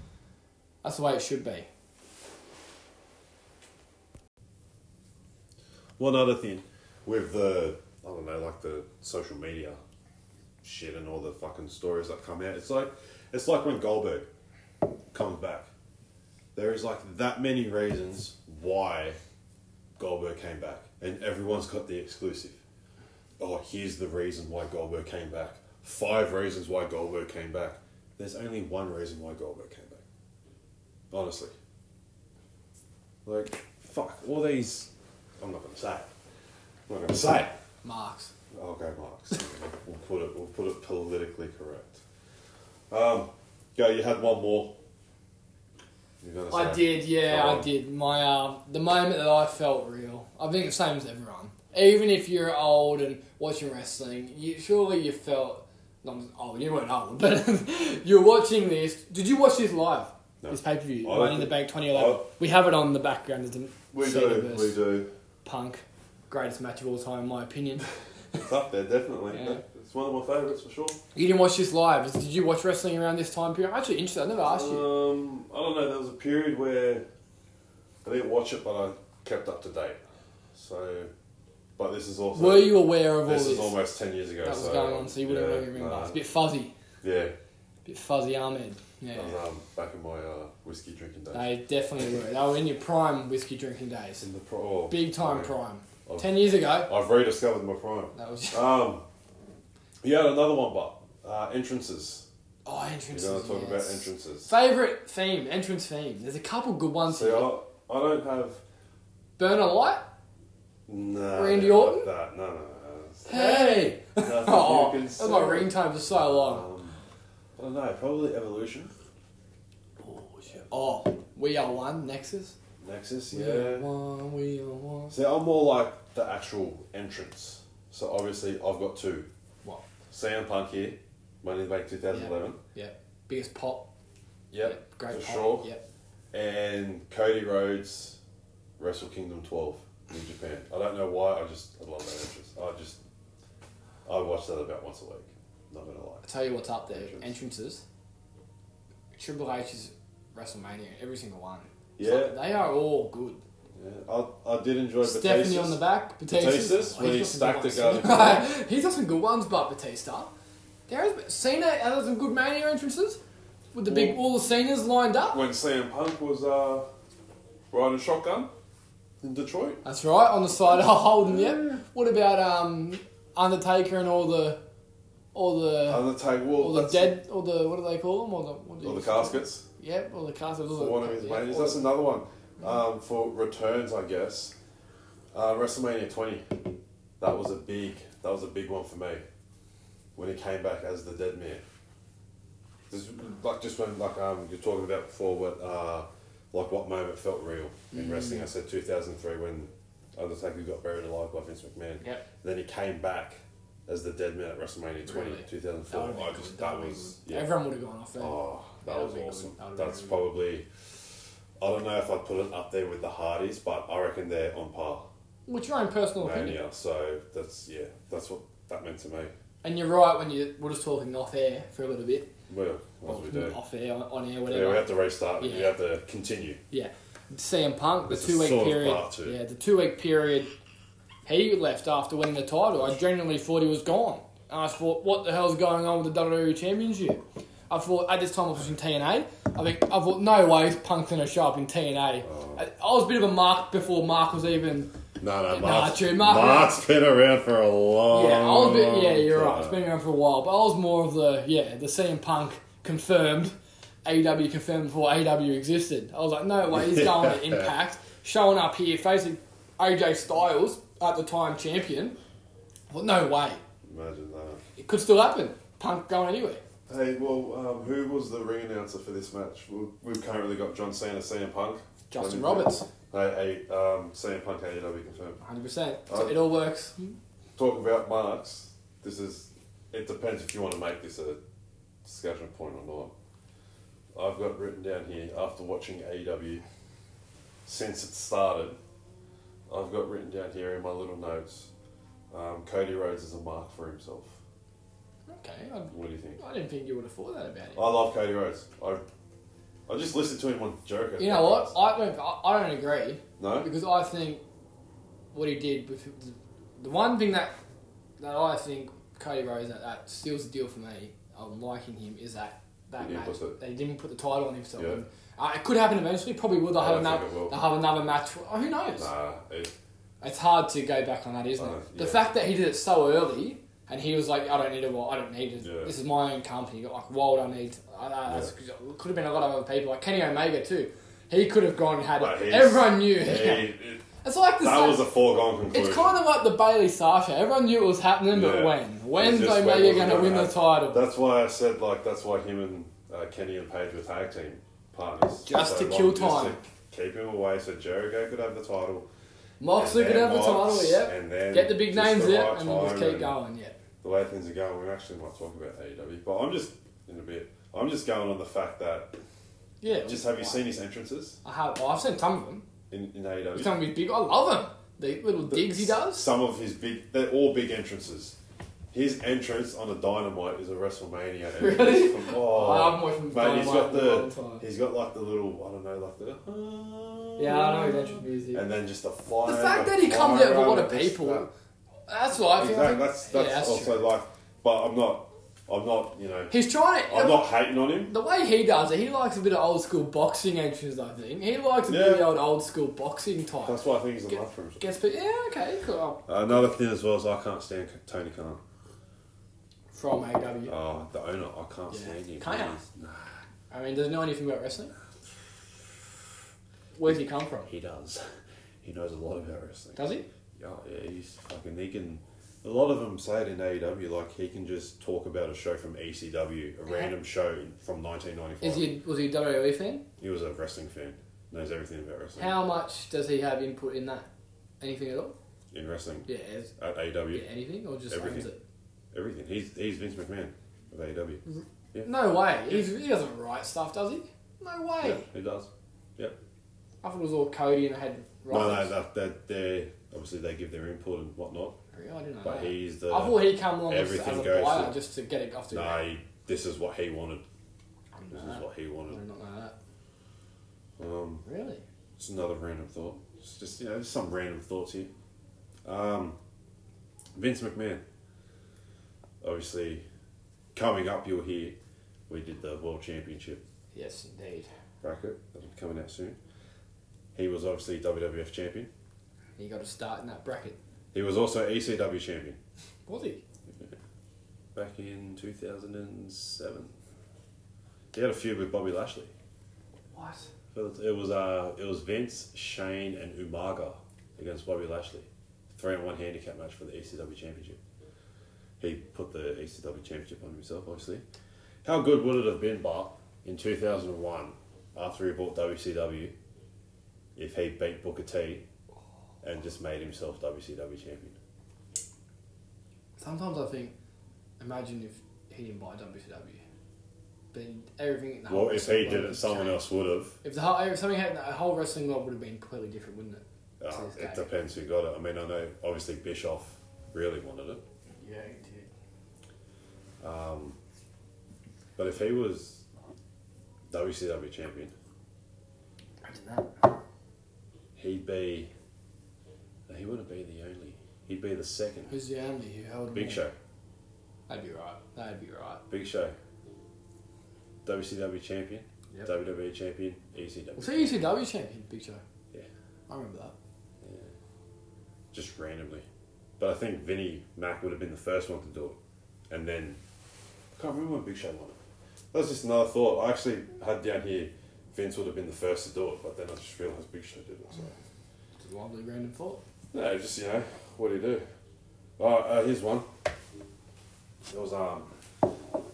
S2: That's the way it should be.
S1: One other thing, with the I don't know, like the social media shit and all the fucking stories that come out. It's like it's like when Goldberg comes back. There is like that many reasons why Goldberg came back, and everyone's got the exclusive. Oh, here's the reason why Goldberg came back. Five reasons why Goldberg came back. There's only one reason why Goldberg came back. Honestly. Like, fuck, all these. I'm not gonna say it. I'm not gonna say it.
S2: Marks.
S1: I'll go Marx. we'll put it. We'll put it politically correct. Um, go. You had one more. You're gonna
S2: I
S1: say-
S2: did, yeah,
S1: Go
S2: I
S1: on.
S2: did. My uh, the moment that I felt real, I think the same as everyone. Even if you're old and watching wrestling, you surely you felt not old. You weren't old, but you're watching this. Did you watch this live?
S1: No.
S2: This pay per view,
S1: I
S2: Money in the
S1: think-
S2: Bank 2011. we have it on the background. It's a
S1: We
S2: Cena
S1: do.
S2: versus
S1: We do.
S2: Punk, greatest match of all time, in my opinion.
S1: It's up there, definitely.
S2: Yeah.
S1: It's one of my favourites for sure.
S2: you didn't watch this live. Did you watch wrestling around this time period? I'm actually interested. I never asked you.
S1: Um, I don't know. There was a period where I didn't watch it, but I kept up to date. So, but this is also.
S2: Were you aware of all
S1: Uh, This
S2: this?
S1: is almost ten years ago.
S2: that was
S1: so,
S2: going on, so you wouldn't
S1: yeah,
S2: really remember.
S1: nah.
S2: It's a bit fuzzy.
S1: yeah,
S2: Bit fuzzy Ahmed. Yeah.
S1: that was, um, back in my uh, whiskey drinking days.
S2: They definitely were. They were in your prime whiskey drinking days.
S1: In the pro- oh,
S2: Big time
S1: sorry.
S2: prime.
S1: Oh.
S2: Ten years ago,
S1: I've rediscovered my prime.
S2: that was.
S1: Um, you had another one, but uh, entrances.
S2: Oh,
S1: You're
S2: entrances.
S1: going to talk
S2: yes.
S1: about entrances.
S2: Favorite theme, entrance theme. There's a couple good ones
S1: See,
S2: here.
S1: I, I don't have.
S2: Burn a light.
S1: Nah,
S2: Randy
S1: yeah,
S2: Orton?
S1: That. No, no, no.
S2: Hey,
S1: And I think
S2: Oh,
S1: you can
S2: that's my
S1: sell-
S2: ringtone for so long.
S1: Um, I don't know. Probably evolution.
S2: Oh, shit. Oh, we are one, Nexus.
S1: Nexus.
S2: We are
S1: Yeah.
S2: one, we are one.
S1: See, I'm more like the actual entrance. So obviously, I've got two.
S2: What?
S1: CM Punk here, Money in the Bank 2011.
S2: Yeah. Biggest pop.
S1: Yep,
S2: Yeah,
S1: for
S2: Great pop.
S1: sure.
S2: Yeah.
S1: And Cody Rhodes, Wrestle Kingdom 12 in Japan. I don't know why. I just I love that entrance. I just I watch that about once a week. Not gonna lie.
S2: I'll tell you what's up there.
S1: Entrance.
S2: Entrances. Triple H's WrestleMania, every single one. It's
S1: Yeah.
S2: like, they are all good.
S1: Yeah, I, I did enjoy
S2: Stephanie
S1: Batista's.
S2: on the back,
S1: Batista's,
S2: Batista's.
S1: when he
S2: he's got some
S1: stacked
S2: good
S1: the
S2: ones. he's got some good ones, but Batista. There is Cena has some good Mania entrances with the big
S1: Well-
S2: all the Cenas lined up.
S1: When CM Punk was uh, riding shotgun in Detroit.
S2: That's right, on the side of Holden. Yep. What about um, Undertaker and all the all the
S1: Undertaker, well,
S2: all the
S1: Uh, that's-
S2: dead all the what do they call them? All the what do
S1: Or
S2: you-
S1: the caskets.
S2: Yep, all the caskets. all
S1: for
S2: the-
S1: one of his
S2: yeah,
S1: manias.
S2: all
S1: That's
S2: the- Mm-hmm.
S1: another one um, for returns, I guess. Uh, WrestleMania 20. That was a big. That was a big one for me. When he came back as the Dead Man. This, like just when like um you're talking about before what uh like what moment felt real in
S2: Mm.
S1: wrestling. I said 2003 when Undertaker got buried alive by Vince McMahon.
S2: Yep.
S1: Then he came back as the Dead Man at WrestMania 20
S2: Really? That
S1: 2004.
S2: would have been
S1: Oh, I
S2: good.
S1: just
S2: That
S1: that
S2: would've
S1: was
S2: been good.
S1: yeah.
S2: Everyone would have gone off that.
S1: Oh, that
S2: That
S1: was
S2: would've been
S1: awesome.
S2: good. That would've
S1: That's
S2: been really
S1: probably. I don't know if I'd put it up there with the Hardys, but I reckon they're on par.
S2: What's your own personal opinion?
S1: Mania, so that's yeah, that's what that meant to me.
S2: And you're right when you we're just talking off air for a little bit.
S1: Well, what do we do?
S2: Off air, on, on air,
S1: Yeah, we
S2: whatever.
S1: have to restart. We
S2: Yeah.
S1: have to continue.
S2: Yeah. CM Punk, the
S1: This is
S2: two week
S1: sort of
S2: period.
S1: part two.
S2: Yeah, the two week period. He left after winning the title. I genuinely thought he was gone. And I thought, what the hell's going on with the WWE Championship? I thought at this time I was in TNA. I think I thought no way is Punk's gonna show up in TNA.
S1: Oh.
S2: I, I was a bit of a mark before Mark was even.
S1: No, no,
S2: Nah,
S1: Mark's,
S2: true, Mark-
S1: Mark's been around for a long.
S2: Yeah, I was a bit, yeah, you're right.
S1: time.
S2: It's been around for a while, but I was more of the yeah, the CM Punk confirmed, AW confirmed before AW existed. I was like, no way, he's going to Impact, showing up here facing AJ Styles at the time champion. Well, no way,
S1: Imagine that.
S2: it could still happen. Punk going anywhere.
S1: Hey, well, um, who was the ring announcer for this match? We- We've currently got John Cena, CM Punk,
S2: Justin
S1: Hey,
S2: Roberts,
S1: Hey, hey, um, CM Punk, AEW confirmed.
S2: 100. percent
S1: Oh.
S2: So it all works. Hmm,
S1: talk about marks, this is. It depends if you want to make this a discussion point or not. I've got written down here after watching AEW since it started. I've got written down here in my little notes. Um, Cody Rhodes is a mark for himself.
S2: Okay, I,
S1: What do you think?
S2: I didn't think you would have thought that about it.
S1: I love Cody Rhodes. I I just listened to him on Jericho.
S2: You know what? I don't. I I don't agree.
S1: No.
S2: because I think what he did with the one thing that that I think Cody Rhodes that, that steals the deal for me of liking him is that that
S1: He didn't
S2: match
S1: put it.
S2: that he didn't put the title on himself.
S1: Yeah.
S2: And, uh, it could happen eventually. Probably will. They'll
S1: I
S2: have
S1: don't think
S2: another.
S1: it will.
S2: They'll have another match. Oh, who knows?
S1: Nah. It,
S2: It's hard to go back on that, isn't
S1: I
S2: it?
S1: don't-
S2: The
S1: yeah.
S2: fact that he did it so early and he was like, "I don't need it. Well, I don't need it.
S1: Yeah.
S2: This is my own company. Like, why would I need?" I, I, that's- Could have been a lot of other people, like Kenny Omega too. He could have gone and had
S1: But
S2: it.
S1: he's-
S2: Everyone knew.
S1: it, it-
S2: It's like the
S1: that
S2: same-
S1: was a foregone conclusion.
S2: It's kind of like the Bailey Sasha. Everyone knew it was happening, but
S1: Yeah.
S2: when? When's
S1: It's just
S2: Omega
S1: when was it
S2: going to
S1: gonna
S2: win the
S1: happen?
S2: title?
S1: That's why I said like that's why him and uh, Kenny and Paige were tag team partners.
S2: Just to
S1: like,
S2: kill
S1: just
S2: time.
S1: to keep him away so Jericho could have the title.
S2: Moxley
S1: and
S2: could
S1: then
S2: have the title,
S1: Mox,
S2: yep.
S1: and then
S2: Get the big
S1: just
S2: names,
S1: the
S2: yep,
S1: right
S2: and then just
S1: time
S2: keep
S1: and-
S2: going, yep.
S1: The way things are going, we actually might talk about AEW, but I'm just in a bit. I'm just going on the fact that
S2: Yeah.
S1: just have you seen his entrances
S2: I have. Well, I've seen some of them.
S1: in, E in AEW?
S2: Some of his big. I love them. The little digs he does.
S1: Some of his big, they're all big entrances. His entrance on a dynamite is a WrestleMania entrance.
S2: Really?
S1: From, oh,
S2: I haven't watched him
S1: mate, he's got
S2: Dynamite in a long
S1: the,
S2: time.
S1: he's got like the little, I don't know, like the.
S2: Yeah, I know his entrance music.
S1: And then just the fire.
S2: the fact that he comes out with a lot of people. That's what I think.
S1: Exactly. That's that's,
S2: yeah, that's
S1: also
S2: true.
S1: like, but I'm not, I'm not, you know,
S2: He's trying to.
S1: I'm not hating on him.
S2: The way he does it, he likes a bit of old school boxing entrance, I think. He likes a bit of
S1: Yeah.
S2: the old, old school boxing type.
S1: That's why I think he's a
S2: Get-
S1: love for himself.
S2: Gets, but yeah, okay, cool. Oh,
S1: Another thing as well is I can't stand Tony Khan.
S2: From AW.
S1: Oh, the owner, I can't
S2: Yeah.
S1: stand him.
S2: Can't ya?
S1: He's- Nah,
S2: I mean, does he know anything about wrestling? Where's he come from?
S1: he does. He knows a lot about wrestling.
S2: Does he?
S1: Yeah, yeah, he's fucking. He can A lot of them say it in AEW, like he can just talk about a show from ECW, a random show from 1995.
S2: Is he was he a WWE fan?
S1: He was a wrestling fan. Knows everything about wrestling.
S2: How much does he have input in that? Anything at all?
S1: In wrestling.
S2: Yeah, is-
S1: At AEW.
S2: yeah anything or just owns
S1: Everything.
S2: it?
S1: Everything. He's, he's Vince McMahon of E AEW.
S2: No way. He's, he doesn't write stuff, does he? No way.
S1: Yeah, he does. Yep.
S2: I thought it was all Cody and I had
S1: No,
S2: writers.
S1: no, that, that they're, obviously they give their input and whatnot,
S2: Really? I didn't know.
S1: but
S2: that.
S1: he's the.
S2: I thought he'd come along as,
S1: everything
S2: as a
S1: goes
S2: buyer
S1: through-
S2: just to get it off the
S1: Nah,
S2: ground.
S1: he, this is what he wanted.
S2: I didn't
S1: This
S2: know
S1: is
S2: that.
S1: what he
S2: I
S1: wanted.
S2: did not know that.
S1: Um,
S2: Really?
S1: It's another random thought. It's just you know, just some random thoughts here. Um, Vince McMahon. Obviously, coming up, you'll hear we did the World Championship
S2: Yes, indeed.
S1: bracket that'll be coming out soon. He was obviously WWF champion.
S2: He got a start in that bracket.
S1: He was also ECW champion
S2: Was he?
S1: back in two thousand and seven. He had a feud with Bobby Lashley.
S2: What?
S1: It was uh, it was Vince, Shane, and Umaga against Bobby Lashley, three on one handicap match for the ECW Championship. He put the ECW Championship on himself, obviously. How good would it have been, Bart, in two thousand and one, after he bought WCW, if he beat Booker T, and just made himself WCW champion?
S2: Sometimes I think, imagine if he didn't buy WCW. But everything. The whole
S1: Well, if he
S2: wrestling
S1: did
S2: world
S1: it, someone
S2: changed.
S1: else would have.
S2: If the whole, if something happened, the whole wrestling world would have been completely different, wouldn't it?
S1: Uh,
S2: this
S1: it
S2: day.
S1: depends who got it. I mean, I know obviously Bischoff really wanted it.
S2: Yeah, it did.
S1: Um, but if he was WCW champion,
S2: Imagine that.
S1: he'd be. no, He wouldn't be the only. He'd be the second.
S2: Who's the only who held
S1: Big
S2: more?
S1: Show.
S2: That'd be right. That'd be right.
S1: Big Show. WCW champion.
S2: Yep.
S1: WWE champion. E
S2: Was
S1: ECW.
S2: he ECW champion, Big Show?
S1: Yeah.
S2: I remember that.
S1: Just randomly. But I think Vinny Mac would have been the first one to do it. And then. I can't remember when Big Show won it. That's just another thought. I actually had down here Vince would have been the first to do it, but then I just realised Big Show did it. So.
S2: It's a lovely random thought.
S1: No, just you know, what do you do? Oh, uh, here's one. It was um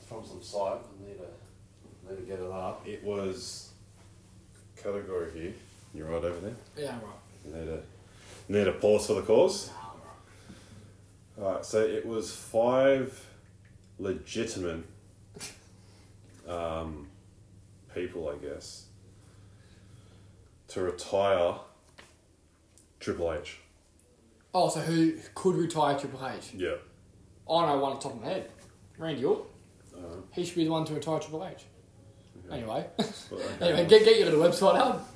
S1: from some site. I need to need to get it up. It was category here. You're right over there.
S2: Yeah, I'm right.
S1: You need a need a pause for the cause.
S2: Nah, I'm right.
S1: All right, so it was five legitimate um, people, I guess, to retire Triple H.
S2: Oh, so who could retire Triple H?
S1: Yeah.
S2: I know one off the top of my head. Randy Orton.
S1: Uh,
S2: He should be the one to retire Triple H. Anyway.
S1: Well, okay.
S2: anyway, get, get your little website up.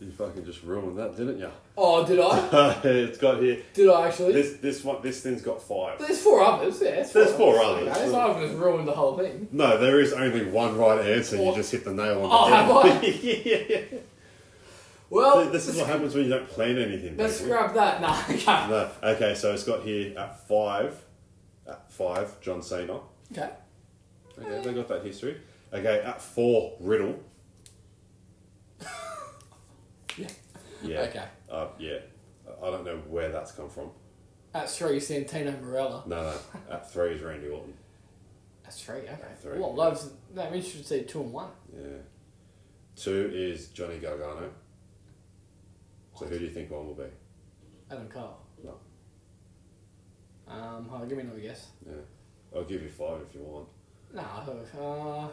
S1: You fucking just ruined that, didn't you?
S2: Oh, did I?
S1: it's got here.
S2: Did I actually?
S1: This this one this thing's got five.
S2: There's four others, yeah.
S1: There's four others.
S2: Okay, so I haven't just ruined the whole thing.
S1: No, there is only one right answer. You
S2: Well-
S1: just hit the nail on
S2: Oh,
S1: the
S2: have I? Oh.
S1: head. yeah.
S2: Well,
S1: This is what happens when you don't plan anything.
S2: let's
S1: basically.
S2: grab that. Nah, okay.
S1: No. Okay, so it's got here at five. At five, John Cena.
S2: Okay.
S1: Okay, they got that history. Okay, at four, Riddle.
S2: Yeah.
S1: Yeah.
S2: Okay.
S1: Uh, yeah. I- I don't know where that's come from.
S2: That's three, Santino Morella.
S1: No, no. At three is Randy Orton.
S2: That's three, okay.
S1: Three.
S2: Well, loves, no, I'm interested to see two and one.
S1: Yeah. Two is Johnny Gargano. So who do you think one will be?
S2: Adam Cole.
S1: No.
S2: Um, hold on, give me another guess.
S1: Yeah. I'll give you five if you want.
S2: No, uh,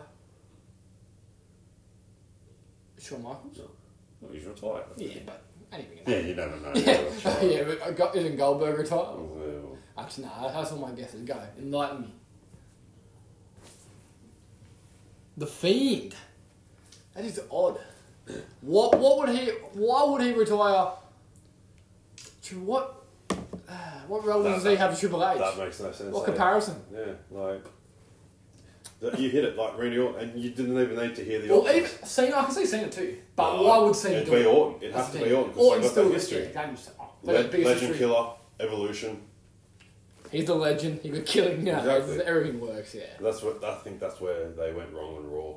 S2: Shawn Michaels.
S1: No. Well, he's retired.
S2: Yeah, but anything.
S1: Yeah, you never know.
S2: Yeah, yeah but I got, isn't Goldberg retired?
S1: Well,
S2: Actually, no, that's all my guesses. Go, enlighten me. The Fiend. That is odd. What? What would he? Why would he retire? To what? Uh, what relevance
S1: That-
S2: does he have to Triple H?
S1: That makes no sense.
S2: What
S1: eh?
S2: comparison?
S1: Yeah, like. that- You hit it like Randy Orton, and you didn't even need to hear the.
S2: Well,
S1: options.
S2: even Cena, I can see Cena too, but
S1: No,
S2: why would Cena
S1: it'd
S2: do
S1: be
S2: it?
S1: Orton. It'd
S2: That's
S1: have
S2: the
S1: to be
S2: thing.
S1: Orton, 'cause they've
S2: Orton's
S1: got that
S2: still
S1: history.
S2: Yeah, James, oh,
S1: Le-
S2: the biggest
S1: Legend
S2: history.
S1: Killer, Evolution.
S2: He's the legend. He could kill him. Yeah,
S1: Exactly.
S2: everything works. Yeah.
S1: That's what I think. That's where they went wrong on Raw.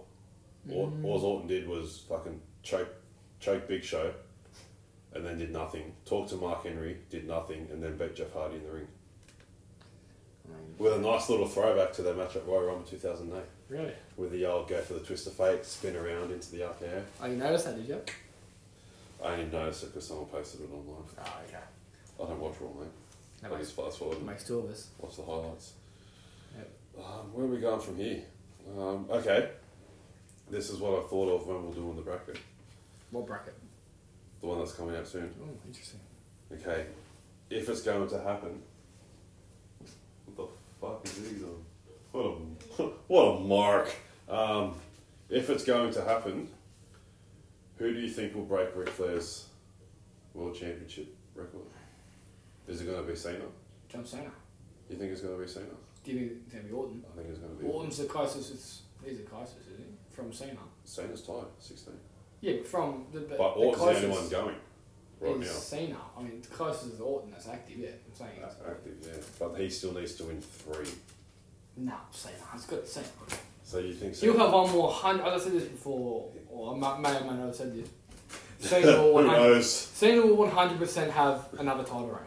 S2: Mm.
S1: All, all Orton did was fucking choke, choke Big Show, and then did nothing. Talked to Mark Henry, did nothing, and then beat Jeff Hardy in the ring. With a nice little throwback to their match at Royal Rumble 2008,
S2: Really?
S1: with the old go for the twist of fate, spin around into the RKO.
S2: Oh, you noticed that, did you?
S1: I only noticed it because someone posted it online.
S2: Oh, okay.
S1: I don't watch Raw, mate.
S2: That
S1: I
S2: makes,
S1: just fast forward and
S2: makes two of us.
S1: watch the highlights.
S2: Yep.
S1: Um, where are we going from here? Um, okay, this is what I thought of when we we're doing the bracket,
S2: What bracket?
S1: the one that's coming out soon.
S2: Oh, interesting.
S1: Okay, if it's going to happen, what the fuck is these on? What a what a mark. Um, if it's going to happen, who do you think will break Ric Flair's world championship record? Is it going to be Cena?
S2: John Cena.
S1: You think it's going to be Cena?
S2: Do you think it's going to be Orton?
S1: I think it's going to be
S2: Orton's the closest. It's, he's the closest, isn't he? From Cena.
S1: Cena's tied, sixteen.
S2: Yeah, but from the. But,
S1: But Orton's the
S2: closest
S1: only one going right
S2: is
S1: now.
S2: Cena. I mean, the closest is Orton that's active. Yeah, I'm saying.
S1: That's
S2: it's-
S1: active, yeah. But he still needs to win three.
S2: Nah, Cena. It's good. Cena.
S1: So you think
S2: He'll
S1: Cena?
S2: have one more hundred. I've said this before, or I ma- may or may not have said this. Cena will
S1: Who
S2: 100.
S1: knows?
S2: Cena will 100 percent have another title reign.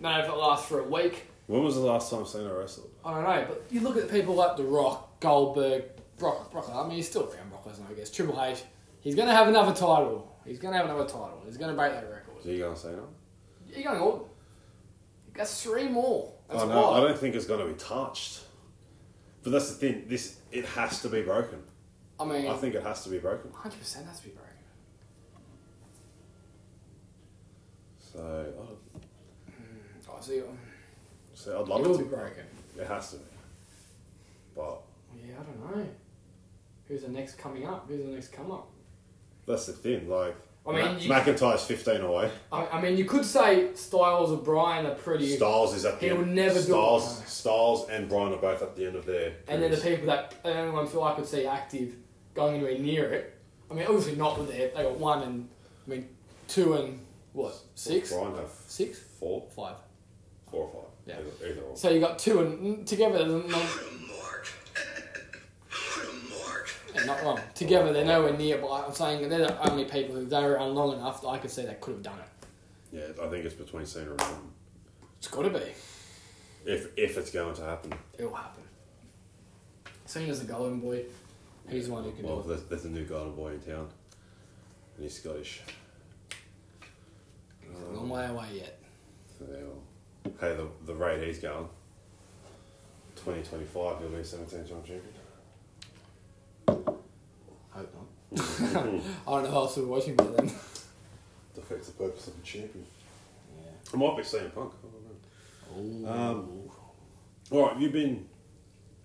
S2: Now, if it lasts for a week,
S1: When was the last time Cena wrestled?
S2: I don't know. But you look at people like The Rock, Goldberg, Brock, Brock. I mean, he's still around Brock Lesnar, I guess. Triple H. He's gonna have another title. He's gonna have another title. He's gonna break that record.
S1: Are you going Cena?
S2: You're going Orton. That's three more. That's
S1: oh, no, I
S2: wild.
S1: don't think it's going to be touched. But that's the thing. This it has to be broken.
S2: I, mean,
S1: I think it has to be broken.
S2: 100% has to be broken.
S1: So, I don't-
S2: Oh, so you,
S1: so I'd
S2: it
S1: love
S2: will
S1: it.
S2: be broken.
S1: To, it has to be. But
S2: Yeah, I don't know. Who's the next coming up? Who's the next come up?
S1: that's the thing. Like
S2: I mean,
S1: Ma-
S2: you-
S1: McIntyre's fifteen away.
S2: I, I mean, you could say Styles or Bryan are pretty,
S1: Styles is at the
S2: He
S1: end.
S2: will never do it.
S1: Styles, Styles and Brian are both at the end of their.
S2: and then the
S1: careers.
S2: people that and the only ones who I could see active going anywhere near it. I mean, obviously not with it. They got one and I mean two and what six,
S1: Brian have
S2: six,
S1: four,
S2: five.
S1: four or five.
S2: Yeah.
S1: Either, either or.
S2: So you got two and mm, together, they're not,
S3: What a mark. What a mark.
S2: yeah, eh, not wrong. Together, they're nowhere near. But I'm saying they're the only people who they were around long enough that I could see that could have done it.
S1: Yeah, I think it's between Cena and Orton.
S2: It's got to be.
S1: If if it's going to happen.
S2: It'll happen. Cena's the golden boy. He's the one who can
S1: Well,
S2: do it.
S1: there's, there's a new garden boy in town, and he's Scottish.
S2: He's a long way away yet.
S1: So they'll- hey, the the rate he's going. Twenty twenty five, he'll be seventeen time champion.
S2: Hope not. I don't know how else we're watching by then.
S1: Defeats the purpose of a champion.
S2: Yeah.
S1: It might be CM Punk. I don't know.
S2: Ooh.
S1: Um, All right, you've been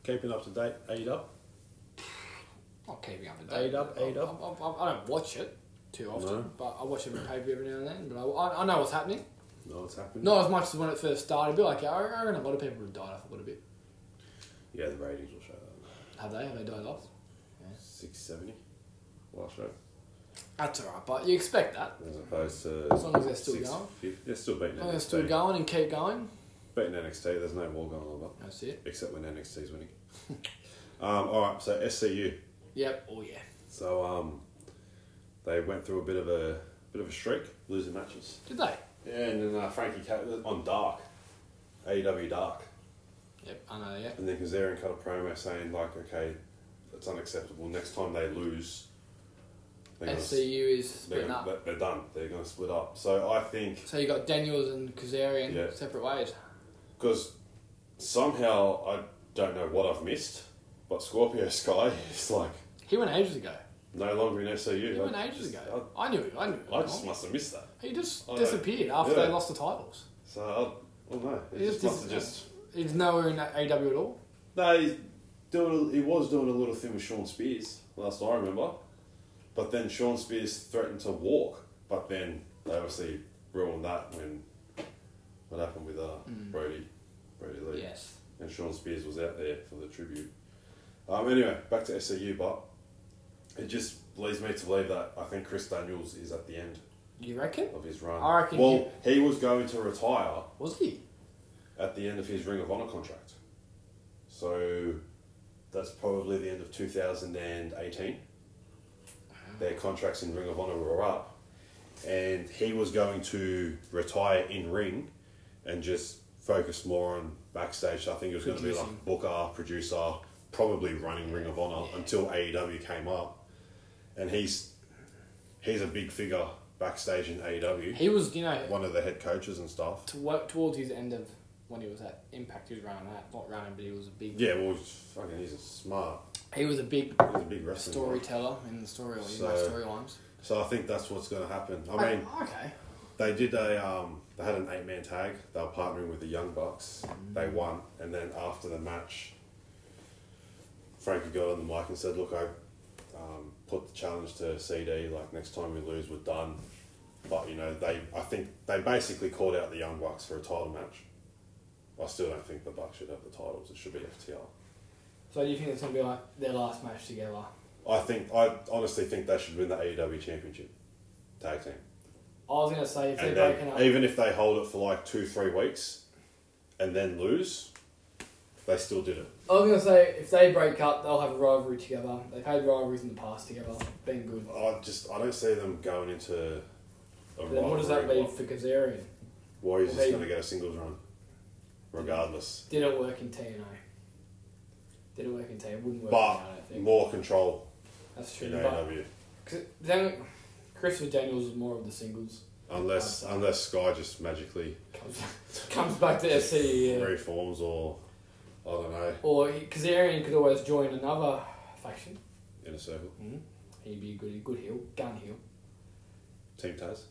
S1: keeping up to date. E Eight up.
S2: not keeping up with
S1: Aid
S2: that.
S1: up, aid up.
S2: I, I, I don't watch it too often,
S1: No.
S2: but I watch it on paper every now and then. But I, I, I know what's happening.
S1: No, it's happened.
S2: Not as much as when it first started, but like, I I reckon a lot of people have died off a little bit.
S1: Yeah, the ratings will show that.
S2: Have they? Have they died off?
S1: Six seventy. Last show.
S2: That's alright, but you expect that.
S1: As opposed to
S2: As long as they're still going.
S1: 650. They're still beating
S2: As long
S1: NXT.
S2: as it's still going and keep going,
S1: Beating NXT. There's no war going on about.
S2: that's it.
S1: except when NXT's winning. um, all right, so SCU.
S2: Yep, oh yeah.
S1: So um, they went through a bit of a bit of a streak, losing matches.
S2: Did they?
S1: Yeah, and then uh, Frankie Cat on Dark, AEW Dark,
S2: Yep, I know, yeah.
S1: and then Kazarian cut a promo saying like, okay, that's unacceptable. Next time they lose, they're gonna,
S2: SCU is
S1: they're,
S2: splitting
S1: gonna,
S2: up.
S1: they're- they're done. They're going to split up. So I think
S2: So you got Daniels and Kazarian
S1: Yeah.
S2: separate ways.
S1: because somehow I don't know what I've missed, but Scorpio Sky is like
S2: He went ages ago.
S1: no longer in SCU.
S2: He
S1: I
S2: went
S1: just-
S2: ages ago. I knew it. I knew
S1: I
S2: it.
S1: just must have missed that.
S2: He just
S1: I know.
S2: disappeared after
S1: Yeah.
S2: they lost the titles.
S1: So, I, I don't know. He
S2: He
S1: just
S2: just
S1: must have
S2: didn't-
S1: just.
S2: He's nowhere in AW at all.
S1: No, he's doing. A, he was doing a little thing with Sean Spears last I remember, but then Sean Spears threatened to walk, but then they obviously ruined that when what happened with uh, Brody, Brody Lee,
S2: Yes.
S1: and Sean Spears was out there for the tribute. Um, anyway, back to SCU, but it just leads me to believe that I think Chris Daniels is at the end
S2: You reckon?
S1: of his run.
S2: I reckon
S1: well, he was going to retire.
S2: Was he?
S1: at the end of his Ring of Honor contract. So that's probably the end of 2018. Their contracts in Ring of Honor were up, and he was going to retire in ring and just focus more on backstage. So I think he was going to be
S2: Producing.
S1: like booker, producer, probably running Ring of Honor
S2: Yeah.
S1: until AEW came up, and he's he's a big figure backstage in E AEW.
S2: He was, you know,
S1: one of the head coaches and stuff.
S2: to work towards his end of when he was at Impact, he was running that. Not running, but he was a big.
S1: Yeah, well, fucking, he's a smart,
S2: He was a big
S1: he's a big wrestling. guy.
S2: storyteller in the story in
S1: So-
S2: my storylines.
S1: So I think that's what's going to happen. I mean,
S2: Oh, okay.
S1: They did a um, they had an eight man tag. They were partnering with the Young Bucks. They won, and then after the match, Frankie got on the mic and said, "Look, I um, put the challenge to CD. Like next time we lose, we're done." But you know, they I think they basically called out the Young Bucks for a title match. I still don't think the Bucks should have the titles. It should be FTR.
S2: So do you think it's gonna be like their last match together?
S1: I think I honestly think they should win the AEW championship tag team.
S2: I was gonna say if
S1: and
S2: they're breaking
S1: then
S2: up,
S1: even if they hold it for like two, three weeks, and then lose, they still did it.
S2: I was gonna say if they break up, they'll have a rivalry together. They've had rivalries in the past together, been good.
S1: I just I don't see them going into a
S2: But then what does that
S1: rivalry.
S2: mean for Kazarian?
S1: Warriors
S2: Hey.
S1: just going to get a singles run, regardless.
S2: Didn't work in TNA. Didn't work in TNA. Wouldn't work.
S1: But
S2: in, I don't think.
S1: more control
S2: that's true.
S1: in E
S2: But
S1: AEW,
S2: Cause then Christopher Daniels is more of the singles.
S1: unless unless Sky just magically
S2: Comes, comes back to FC. Yeah.
S1: reforms or I don't know
S2: Or he- Kazarian could always join another faction.
S1: in a circle.
S2: He'd be a good, good heel, gun heel. Mm,
S1: Team Taz,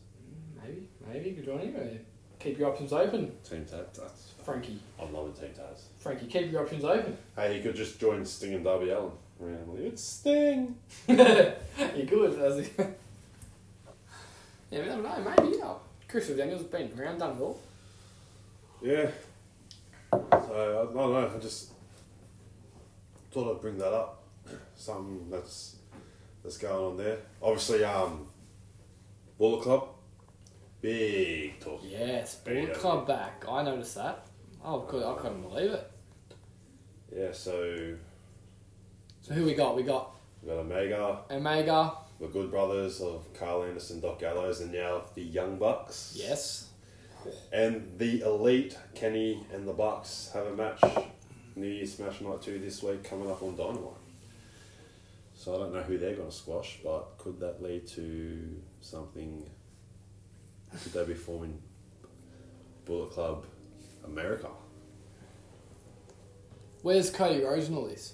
S2: Maybe, maybe you could join him. uh, Keep your options open,
S1: Team Taz. That's,
S2: Frankie.
S1: I'm loving Team Taz.
S2: Frankie, keep your options open.
S1: Hey, he could just join Sting and Darby Allen. Randomly, it's Sting.
S2: you could. As he... yeah, we never know. Maybe yeah. Crystal Daniels has been around, done it all.
S1: Yeah. So I don't know. I just thought I'd bring that up. Something that's that's going on there. Obviously, um, Bullet Club, big talk.
S2: Yes,
S1: There you
S2: Bullet
S1: go.
S2: Club back. I noticed that. Oh, good. I couldn't believe it.
S1: Yeah. So
S2: So who we got? We got
S1: we got Omega,
S2: Omega.
S1: the Good Brothers of Carl Anderson, Doc Gallows, and now the Young Bucks.
S2: Yes.
S1: And the Elite, Kenny and the Bucks have a match. New Year's Smash Night 2 this week coming up on Dynamite. So I don't know who they're going to squash, but could that lead to something? Could they be forming Bullet Club America?
S2: Where's Cody Rhodes in all this?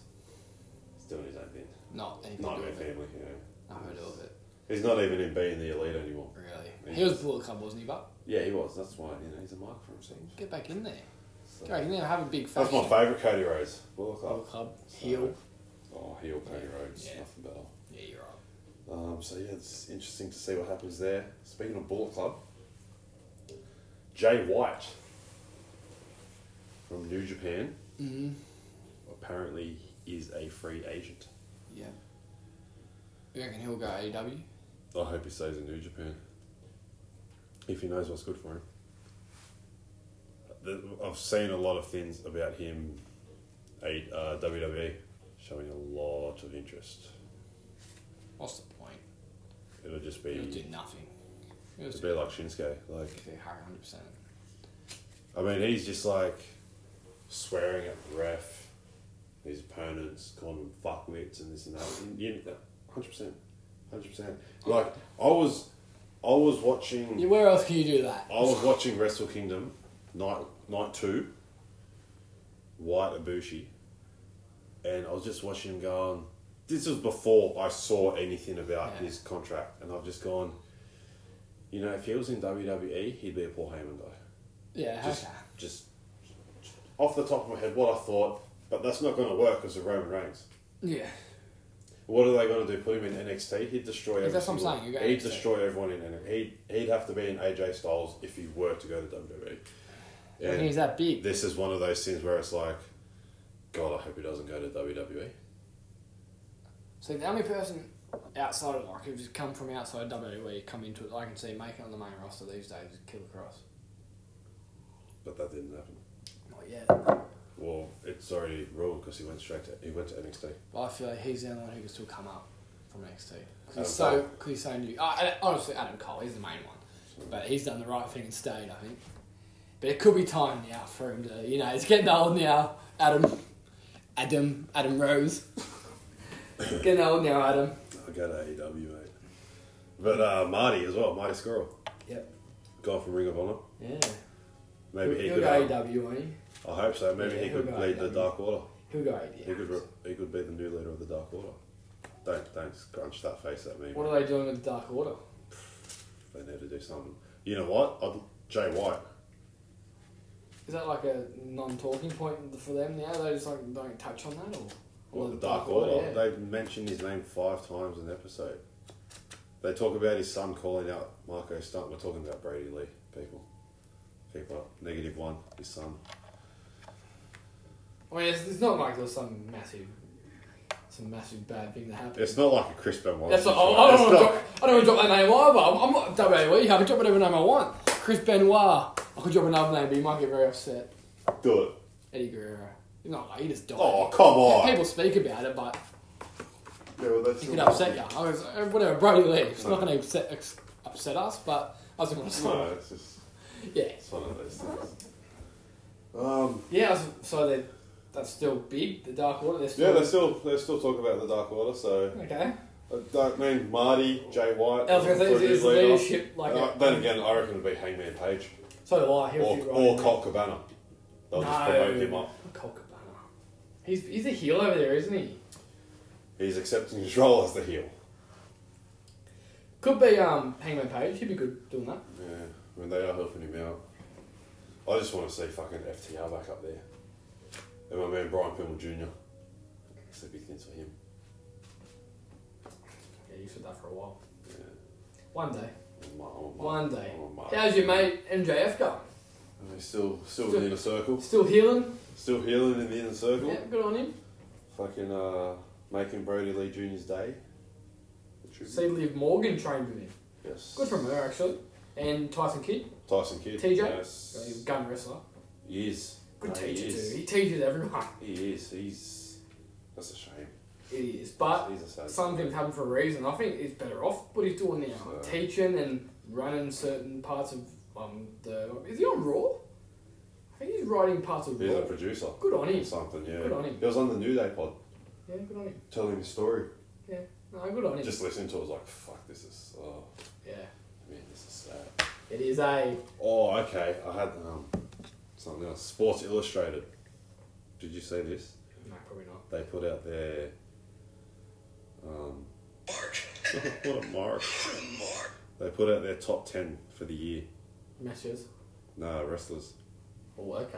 S1: He's doing his own thing.
S2: Not anything. to do
S1: Nightmare
S2: with it.
S1: Family, you know.
S2: Not heard of it.
S1: He's not even in being the Elite anymore.
S2: Really. He was Bullet Club, wasn't he? But
S1: Yeah, he was. That's why, you know, he's a mark for himself.
S2: get back in there.
S1: So-
S2: Go back in there. Have a big
S1: That's
S2: faction.
S1: my favourite Cody Rhodes. Bullet
S2: Bullet
S1: Club.
S2: Club heel.
S1: Oh, heel Cody Rhodes.
S2: Yeah.
S1: Nothing better.
S2: Yeah, you're right.
S1: Um, so yeah, it's interesting to see what happens there. Speaking of Bullet Club, Jay White from New Japan
S2: Mm-hmm.
S1: apparently is a free agent.
S2: Yeah. You reckon he'll go E AEW?
S1: I hope he stays in New Japan. If he knows what's good for him. The- I've seen a lot of things about him. A uh, WWE showing a lot of interest.
S2: What's the point?
S1: It'll just
S2: He'll do
S1: be,
S2: nothing. He'll
S1: it'll
S2: do
S1: be like Shinsuke. Like
S2: hundred percent.
S1: I mean, he's just like swearing at the ref, his opponents, calling them fuckwits and this and that. And you, hundred percent, hundred percent. Like I was, I was watching,
S2: Where else can you do that?
S1: I was watching Wrestle Kingdom, night night two. White Ibushi, and I was just watching him going. This was before I saw anything about
S2: Yeah.
S1: his contract, and I've just gone. You know, if he was in WWE, he'd be a Paul Heyman guy
S2: Yeah.
S1: just,
S2: okay.
S1: just off the top of my head, what I thought, but that's not going to work as a Roman Reigns.
S2: Yeah.
S1: What are they going to do? Put him in NXT? He'd destroy.
S2: If that's
S1: every
S2: what I'm
S1: single-
S2: saying, you go
S1: He'd
S2: NXT.
S1: destroy everyone in NXT. He'd, he'd have to be an AJ Styles if he were to go to WWE.
S2: And he's
S1: And
S2: that big.
S1: this is one of those things where it's like, God, I hope he doesn't go to E. WWE.
S2: So the only person outside of like who's come from outside WWE come into it, I can see making on the main roster these days is Killer Cross.
S1: But that didn't happen.
S2: Not yet.
S1: Well, it's already ruled because he went straight to he went to NXT.
S2: But I feel like he's the only one who can still come up. from from NXT. Because
S1: Adam
S2: he's, so, 'cause he's so new. Uh, and honestly, Adam Cole, he's the main one. But he's done the right thing and stayed, I think. But it could be time now for him to, you know, he's getting old now, Adam. Adam, Adam Rose. getting old now, Adam.
S1: I go to AEW, mate. But uh, Marty as well, Marty Squirrel,
S2: Yep.
S1: guy from Ring of Honor.
S2: Yeah.
S1: Maybe he
S2: he'll
S1: could.
S2: go E.
S1: um,
S2: AEW, won't he?
S1: I hope so. Maybe
S2: Yeah,
S1: he
S2: he'll
S1: could
S2: go
S1: lead the
S2: AEW.
S1: Dark Order.
S2: He'll go AEW.
S1: He could. re- He could be the new leader of the Dark Order. Don't don't crunch that face at me.
S2: What are they doing with the Dark Order?
S1: They need to do something. You know what? I'd, Jay White.
S2: Is that like a non-talking point for them now? They just like don't touch on that, or
S1: Well,
S2: or
S1: the Dark Order.
S2: yeah.
S1: They've mentioned his name five times in the episode. They talk about his son calling out Marco Stunt. We're talking about Brady Lee, people. Keep up. Negative one, his son.
S2: I mean, it's, it's not like there's some massive, some massive bad thing that happened.
S1: It's not like a Chris Benoit.
S2: That's not,
S1: situation.
S2: I, I don't
S1: It's
S2: want to
S1: not-
S2: drop, I don't want to drop that name either. I'm, I'm not WWE. I can drop whatever name I want. Chris Benoit. I could drop another name, but he might get very upset.
S1: Do it.
S2: Eddie Guerrero. You know, like, he just died.
S1: Oh, come on.
S2: People speak about it, but
S1: Yeah, well, that's
S2: it could upset you. I was, uh, whatever, Brody Lee. It's not going to upset, ex- upset us, but I was going to
S1: No, it's just
S2: Yeah.
S1: it's one of those things. Um,
S2: Yeah, so- so they that's still big, the Dark Order. They're still,
S1: yeah, they're still they're still talking about the Dark Order, so uh,
S2: Okay.
S1: I don't mean Marty, Jay White.
S2: I was gonna say,
S1: included
S2: is- is
S1: leader.
S2: leadership like
S1: Uh,
S2: a-
S1: then again, I reckon it'd be Hangman Page
S2: So do I. He'll
S1: or,
S2: be right.
S1: or Colt Cabana. They'll just promote him up.
S2: Colt Cabana. He's, he's a heel over there, isn't he?
S1: He's accepting his role as the heel.
S2: Could be um, Hangman Page. He'd be good doing that.
S1: Yeah, I mean they are helping him out. I just want to see fucking FTR back up there, and my man Brian Pillman Jr. It's a big thing for him.
S2: Yeah, you said that for a while.
S1: Yeah.
S2: One day.
S1: I'm a- I'm a mark.
S2: One day.
S1: I'm a mark.
S2: How's your mate MJF going?
S1: And he's still, still,
S2: Still-
S1: in the inner circle.
S2: Still healing?
S1: Still healing in the inner circle.
S2: Yeah, good on him.
S1: Fucking uh, making Brody Lee Jr.'s day. The tribute.
S2: See Liv Morgan trained with him.
S1: yes.
S2: Good from her, actually. And Tyson Kidd.
S1: Tyson Kidd.
S2: TJ?
S1: Yes.
S2: Gun wrestler.
S1: He is.
S2: Good
S1: No,
S2: teacher,
S1: Uh, he is.
S2: too. He teaches everyone.
S1: He is. He's. That's a shame.
S2: It is. But
S1: he's a sad.
S2: some things happen for a reason. I think he's better off what he's doing now,
S1: So-
S2: teaching and running certain parts of um the. Is he on Raw? I think he's writing parts of
S1: He's
S2: Raw.
S1: a producer.
S2: Good on
S1: Or
S2: him.
S1: something. Yeah.
S2: Good on him.
S1: He was on the New Day pod
S2: Yeah, good on him.
S1: telling his story.
S2: Yeah, no, good on him.
S1: Just listening to it, I was like, fuck, this is. Oh,
S2: yeah,
S1: man, this is sad.
S2: it is a.
S1: Oh, okay. I had um, something else. Sports Illustrated. Did you see this?
S2: No, probably not.
S1: they put out their um,
S3: Mark.
S1: what a mark.
S3: What a mark.
S1: They put out their top ten for the year.
S2: Matches.
S1: No wrestlers.
S2: Oh, okay.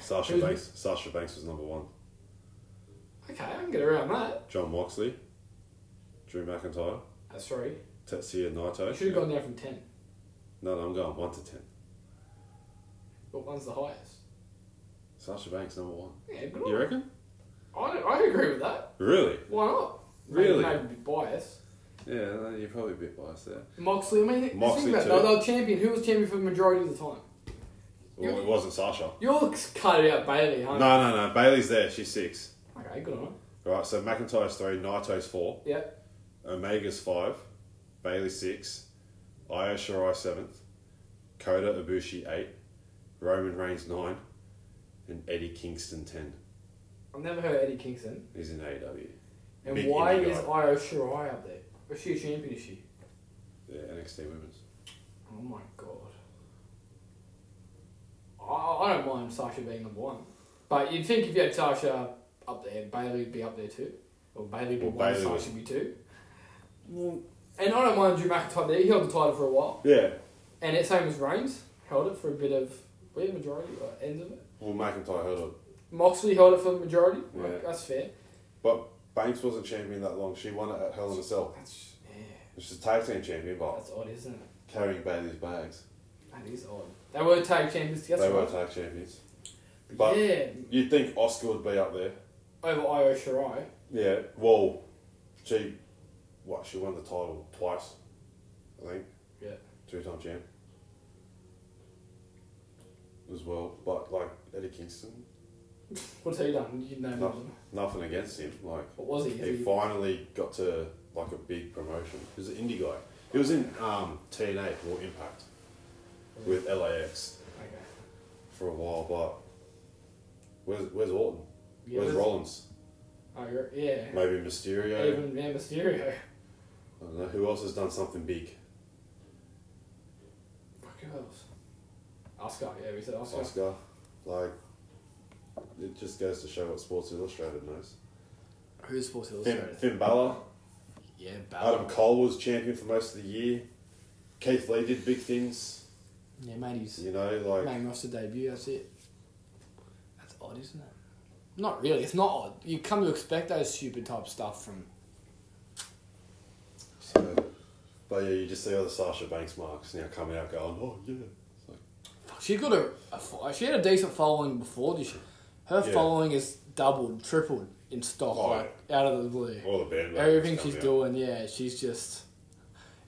S1: Sasha
S2: Who's-
S1: Banks. Sasha Banks was number one.
S2: Okay, I can get around that.
S1: John Moxley, Drew McIntyre,
S2: That's three.
S1: Tetsuya
S2: I should have
S1: Naito.
S2: gone down from ten,
S1: No, no, I'm going one to ten.
S2: but one's the highest.
S1: Sasha Banks number one.
S2: Yeah, good on
S1: You
S2: him.
S1: reckon?
S2: I, I agree with that.
S1: Really?
S2: Why not?
S1: Really?
S2: Maybe, maybe bias.
S1: Yeah, no, you're probably a bit biased there.
S2: Moxley, I mean, think
S1: Moxley
S2: about it,
S1: too.
S2: they were champion. Who was champion for the majority of the time?
S1: Well, it wasn't Sasha.
S2: You're cutting out Bailey,
S1: No,
S2: huh?
S1: no, no. Bailey's there. She's six.
S2: Okay, good on him.
S1: Right. So McIntyre's three. Naito's four.
S2: Yep.
S1: Omega's five, Bailey six, Io Shirai seventh, Kota Ibushi eight, Roman Reigns nine, and Eddie Kingston ten.
S2: I've never heard Eddie Kingston.
S1: He's in E AEW.
S2: And
S1: Big
S2: why
S1: indie
S2: is
S1: guy.
S2: Io Shirai up there? Is she a champion? Is she?
S1: Yeah, NXT Women's.
S2: Oh my god. I, I don't mind Sasha being number one, but you'd think if you had Sasha up there, Bailey would be up there too, or Bailey would be
S1: Well,
S2: one,
S1: Bayley
S2: Sasha would be two. And I don't mind Drew McIntyre there. He held the title for a while,
S1: Yeah.
S2: and it's same as Reigns held it for a bit of, we had majority or end of it.
S1: Well, McIntyre held it.
S2: Moxley held it for the majority. Like,
S1: Yeah.
S2: that's fair.
S1: But Banks wasn't champion that long. She won it at Hell in a Cell.
S2: That's yeah.
S1: She's a tag team champion, but
S2: That's odd, isn't it?
S1: carrying Bailey's bags.
S2: That is odd. They were tag champions together.
S1: they were
S2: right?
S1: tag champions. But
S2: yeah,
S1: you'd think Oscar would be up there.
S2: over Io Shirai.
S1: Yeah. Well, she, what? She won the title twice, I think.
S2: Yeah.
S1: two time champ as well. But like Eddie Kingston,
S2: What's he done? You know him.
S1: nothing against him. Like
S2: What was he? Is
S1: he
S2: he-
S1: finally got to
S4: like a big promotion.
S1: He was an indie guy. He was in um, TNA or Impact with LAX
S2: Okay.
S1: for a while, but where's, where's Orton?
S2: Yeah,
S1: where's
S2: that's-
S1: Rollins?
S2: I agree. Yeah.
S1: Maybe Mysterio.
S2: Even Man Mysterio.
S1: I don't know. Who else has done something big?
S2: Fuck who else? Oscar. Yeah, we said Oscar.
S1: Oscar. Like, it just goes to show what Sports Illustrated knows.
S2: Who's Sports
S1: Finn,
S2: Illustrated?
S1: Finn Balor.
S2: Yeah,
S1: Adam
S2: Balor.
S1: Cole was champion for most of the year. Keith Lee did big things.
S2: Yeah, mate, he's
S1: You know, like
S2: main roster debut. That's it. That's odd, isn't it? Not really. It's not odd. You come to expect those stupid type stuff from.
S1: so. But yeah, you just see all the Sasha Banks marks now coming out going, oh yeah. It's like,
S2: Fuck, She's got a, a fo- she had a decent following before this. Her
S1: Yeah.
S2: following is doubled, tripled in stock,
S1: Oh,
S2: like out of the blue.
S1: all the band.
S2: Everything she's doing, yeah, she's just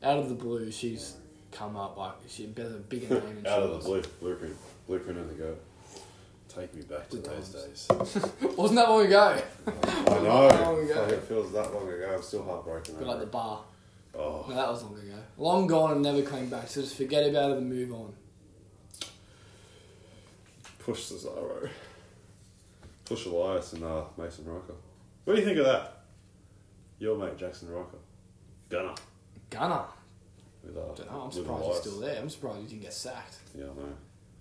S2: out of the blue. She's come up like she has a bigger name. Than she
S1: out of
S2: was.
S1: the blue, blueprint, blueprint and they go. Take me back to
S2: The
S1: those
S2: times.
S1: days.
S2: Wasn't that long ago?
S1: I
S2: long
S1: know.
S2: ago.
S1: Like, it feels that long ago. I'm still heartbroken.
S2: But
S1: over
S2: like the
S1: it.
S2: bar.
S1: oh,
S2: No, that was long ago. Long gone and never came back. So just forget about it and move on.
S1: push Cesaro, push Elias and uh, Mason Riker. What do you think of that? Your mate Jackson Riker, Gunner.
S2: Gunner.
S1: With, uh,
S2: Dunno, I'm
S1: with
S2: surprised he's
S1: Elias.
S2: still there. I'm surprised he didn't get sacked.
S1: Yeah, I know.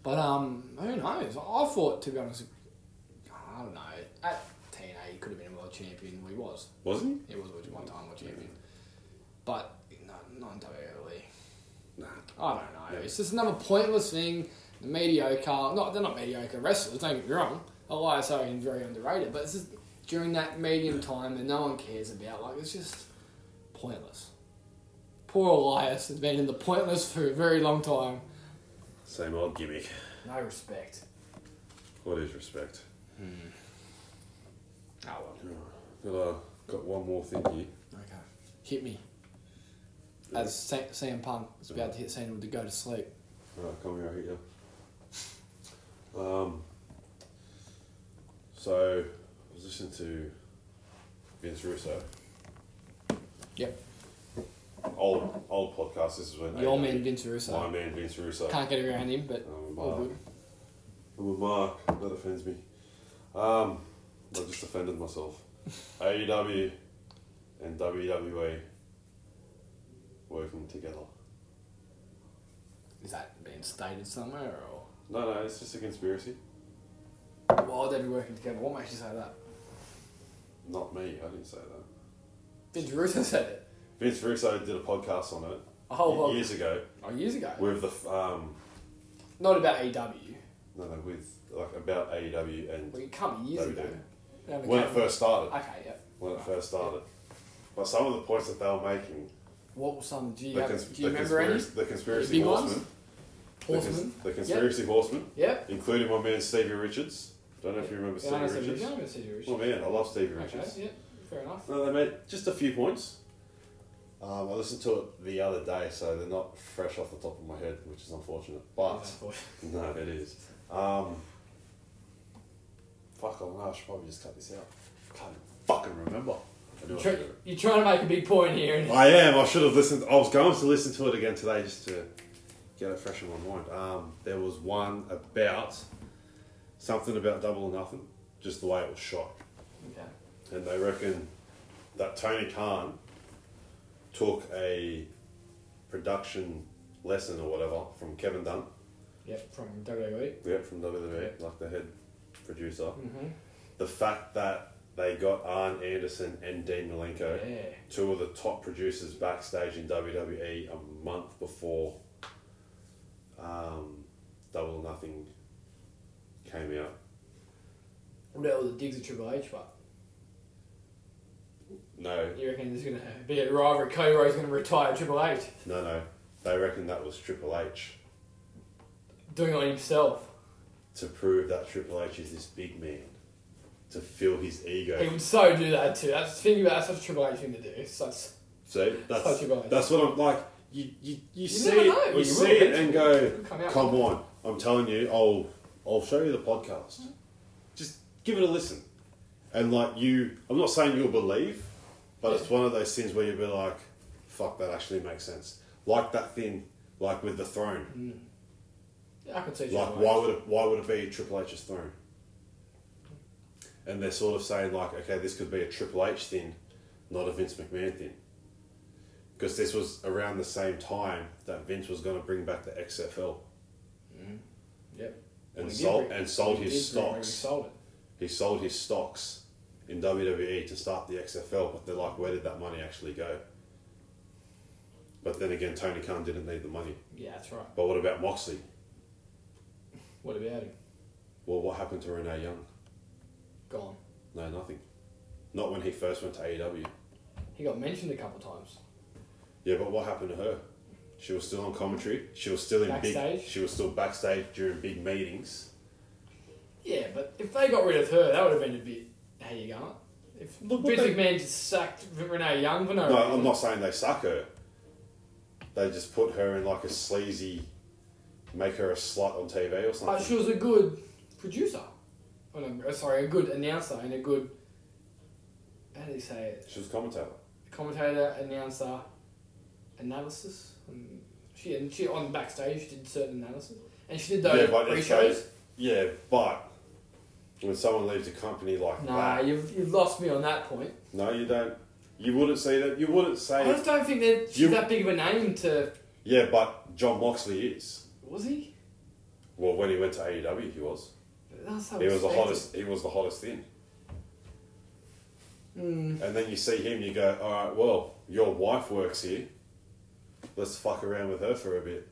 S2: But um, who knows? I thought, to be honest, I don't know. At TNA, he could have been a world champion. Well, he was.
S1: Wasn't
S2: He was one time world champion. But not, not in WWE.
S1: he? Nah.
S2: I don't know. It's just another pointless thing. The mediocre. Not they're not mediocre wrestlers. Don't get me wrong. Elias Owen very underrated, but it's just during that medium time that no one cares about. Like it's just pointless. Poor Elias has been in the pointless for a very long time.
S1: Same old gimmick.
S2: No respect.
S1: What is respect?
S2: Oh well.
S1: Got, uh, got one more thing here.
S2: Okay. Hit me. As Sa- Sam Punk is about to hit Sandal to go to sleep.
S1: Alright, come here, I'll hit you. Um, so, I was listening to Vince Russo.
S2: Yep.
S1: Old old podcast, this is when... uh,
S2: Your
S1: AEW
S2: man Vince Russo.
S1: My man Vince Russo.
S2: Can't get around him, but
S1: Um,
S2: all
S1: uh,
S2: good.
S1: With Mark, that offends me. Um, I just offended myself. AEW and WWE working together.
S2: Is that being stated somewhere or?
S1: No, no, it's just a conspiracy.
S2: Well, they'd be working together. What makes you say that?
S1: Not me, I didn't say that.
S2: Vince Russo said it.
S1: Vince Russo did a podcast on it
S2: Oh,
S1: ye-
S2: well.
S1: years ago
S2: Oh, years ago.
S1: with the f- um,
S2: Not about AEW.
S1: no, no, with like about AEW
S2: Well,
S1: and
S2: it come years
S1: No, we
S2: ago.
S1: didn't.
S2: They haven't
S1: when it
S2: come-
S1: first started.
S2: Okay, yeah.
S1: When it first started, but some of the points that they were making,
S2: What was some? Do you,
S1: the,
S2: have,
S1: cons-
S2: do you
S1: the,
S2: remember any?
S1: conspiracy, the conspiracy
S2: Big ones?
S1: horsemen, the cons-
S2: Horseman.
S1: the conspiracy horsemen,
S2: Yep.
S1: including my man Stevie Richards. Don't know if you remember
S2: Yeah, I know
S1: Stevie Richards.
S2: Stevie Richards. Stevie Richards.
S1: Oh man, I love Stevie
S2: Okay,
S1: Richards.
S2: yeah. Fair enough.
S1: No, they made just a few points. Um, I listened to it the other day, so they're not fresh off the top of my head, which is unfortunate. But no, it is. Um, fuck, I'm I should probably just cut this out. Can't fucking remember. I, do
S2: You're,
S1: have
S2: try-
S1: to do it.
S2: you're trying to make a big point here. And
S1: I am. I should have listened. I was going to listen to it again today just to get it fresh in my mind. Um, there was one about something about double or nothing, just the way it was shot.
S2: Okay.
S1: and they reckon that Tony Khan took a production lesson or whatever from Kevin Dunn,
S2: Yep, from E. WWE.
S1: yeah, from WWE, like the head producer.
S2: Mm-hmm.
S1: The fact that they got Arn Anderson and Dean Malenko,
S2: Yeah.
S1: two of the top producers backstage in WWE, a month before um, Double or Nothing came out.
S2: What about all the digs at Triple H? But
S1: No,
S2: you reckon there's going to be a rivalry? Cody Rhodes going to retire Triple H?
S1: no, no. They reckon that was Triple H.
S2: Doing it on himself.
S1: to prove that Triple H is this big man, to fill his
S2: He
S1: ego.
S2: would so do that too. That's thinking about that's such a Triple H thing to do. It's such
S1: So that's
S2: Touch your eyes.
S1: that's what I'm like. You you, you see
S2: never
S1: it,
S2: know,
S1: you,
S2: you
S1: see
S2: will
S1: it
S2: eventually.
S1: and
S2: It
S1: go,
S2: could come out.
S1: come on! I'm telling you, I'll I'll show you the podcast.
S2: Hmm.
S1: Just give it a listen, and like you, I'm not saying you'll believe, But it's one of those things where you'd be like, fuck, that actually makes sense. Like that thing, like with the throne.
S2: I could see.
S1: Like,
S2: Triple H.
S1: why would it, why would it be Triple H's throne? And they're sort of saying like, okay, this could be a Triple H thing, not a Vince McMahon thing, because this was around the same time that Vince was going to bring back the XFL
S2: Yep.
S1: and
S2: Well, he did
S1: sold
S2: bring-
S1: and sold
S2: he
S1: his
S2: did bring- he
S1: stocks.
S2: Sold it.
S1: He sold his stocks in WWE to start the XFL, but they're like, where did that money actually go? But then again, Tony Khan didn't need the money.
S2: Yeah, that's right.
S1: But what about Moxley?
S2: What about him?
S1: Well, what happened to Renee Young?
S2: Gone.
S1: No, nothing. Not when he first went to E AEW.
S2: He got mentioned a couple times.
S1: Yeah, but what happened to her? She was still on commentary. She was still in
S2: Backstage?
S1: big. She was still backstage during big meetings.
S2: Yeah, but if they got rid of her, that would have been a bit. How you going? If
S1: Look what
S2: Vince
S1: they-
S2: McMahon just sacked Renee Young for no,
S1: No,
S2: reason.
S1: I'm not saying they suck her. They just put her in like a sleazy, make her a slut on TV or
S2: But she
S1: something.
S2: was a good producer. Oh, no, sorry, a good announcer and a good. How do you say it?
S1: She was a commentator.
S2: Commentator, announcer, analysis. And she and she on backstage she did certain analysis, and she did
S1: yeah,
S2: those
S1: but if
S2: pre-shows.
S1: they- yeah, but when someone leaves a company like
S2: Nah,
S1: that,
S2: you've, you've lost me on that point.
S1: no, you don't. You wouldn't say that. You wouldn't
S2: I
S1: say.
S2: just don't think that she's
S1: You-
S2: that big of a name to.
S1: Yeah, but John Moxley is.
S2: Was he?
S1: Well, when he went to AEW, he was.
S2: That's so
S1: He was the
S2: expected.
S1: hottest. He was the hottest thing.
S2: Mm,
S1: And then you see him, you go, all right, well, your wife works here. Let's fuck around with her for a bit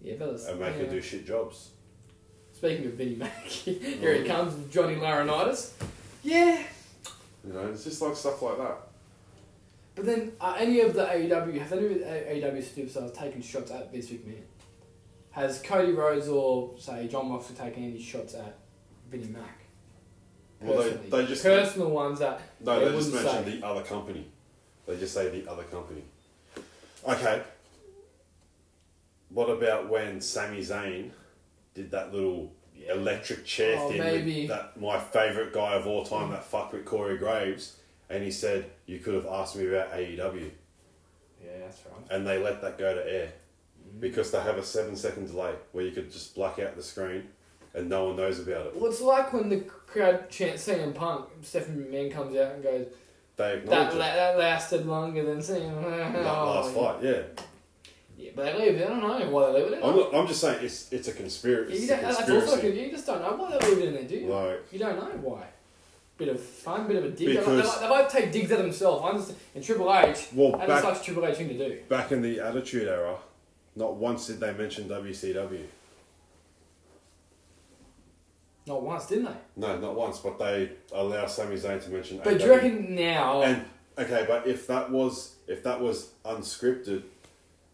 S2: yeah, that was.
S1: and make
S2: yeah.
S1: her do shit jobs.
S2: Speaking of Vinnie Mac, here
S1: Oh.
S2: he comes with Johnny Laurinaitis. Yeah,
S1: You know, it's just like stuff like that.
S2: but then are any of the AEW have any of the E AEW superstars taken shots at Vince McMahon? Has Cody Rhodes or say John Moxley taken any shots at Vinnie Mac?
S1: Well, they-
S2: Personally.
S1: they just-
S2: personal ones that
S1: No,
S2: they,
S1: they just
S2: wouldn't
S1: mentioned
S2: say.
S1: the other company. They just say the other company. Okay. What about when Sami Zayn did that little
S2: Yeah.
S1: electric chair
S2: Oh,
S1: thing
S2: maybe.
S1: with that my favourite guy of all time, that fuck with Corey Graves, and he said, You could have asked me about AEW.
S2: Yeah, that's right.
S1: and they let that go to air because they have a seven second delay where you could just black out the screen and no one knows about it.
S2: Well, it's like when the crowd chants CM Punk, Stephen McMahon comes out and goes,
S1: They
S2: that,
S1: acknowledge
S2: la-
S1: that,
S2: that lasted longer than CM
S1: that last fight, yeah.
S2: Yeah, but they leave it. I don't know why they leave it.
S1: I'm, not, I'm just saying it's it's a, conspira-
S2: you,
S1: it's
S2: don't,
S1: a
S2: that's also,
S1: conspiracy.
S2: you just don't know why they leave it in there, do you?
S1: Like,
S2: You don't know why. Bit of fun, bit of a dig. they,
S1: Because-
S2: like, they like to take digs at themselves. I understand. And Triple H,
S1: well,
S2: that
S1: back,
S2: is such a Triple H thing to do.
S1: back in the Attitude Era, not once did they mention WCW.
S2: Not once, didn't they?
S1: No, not once, but they allow Sami Zayn to mention E
S2: But do
S1: AEW.
S2: you reckon now?
S1: And okay, but if that was if that was unscripted,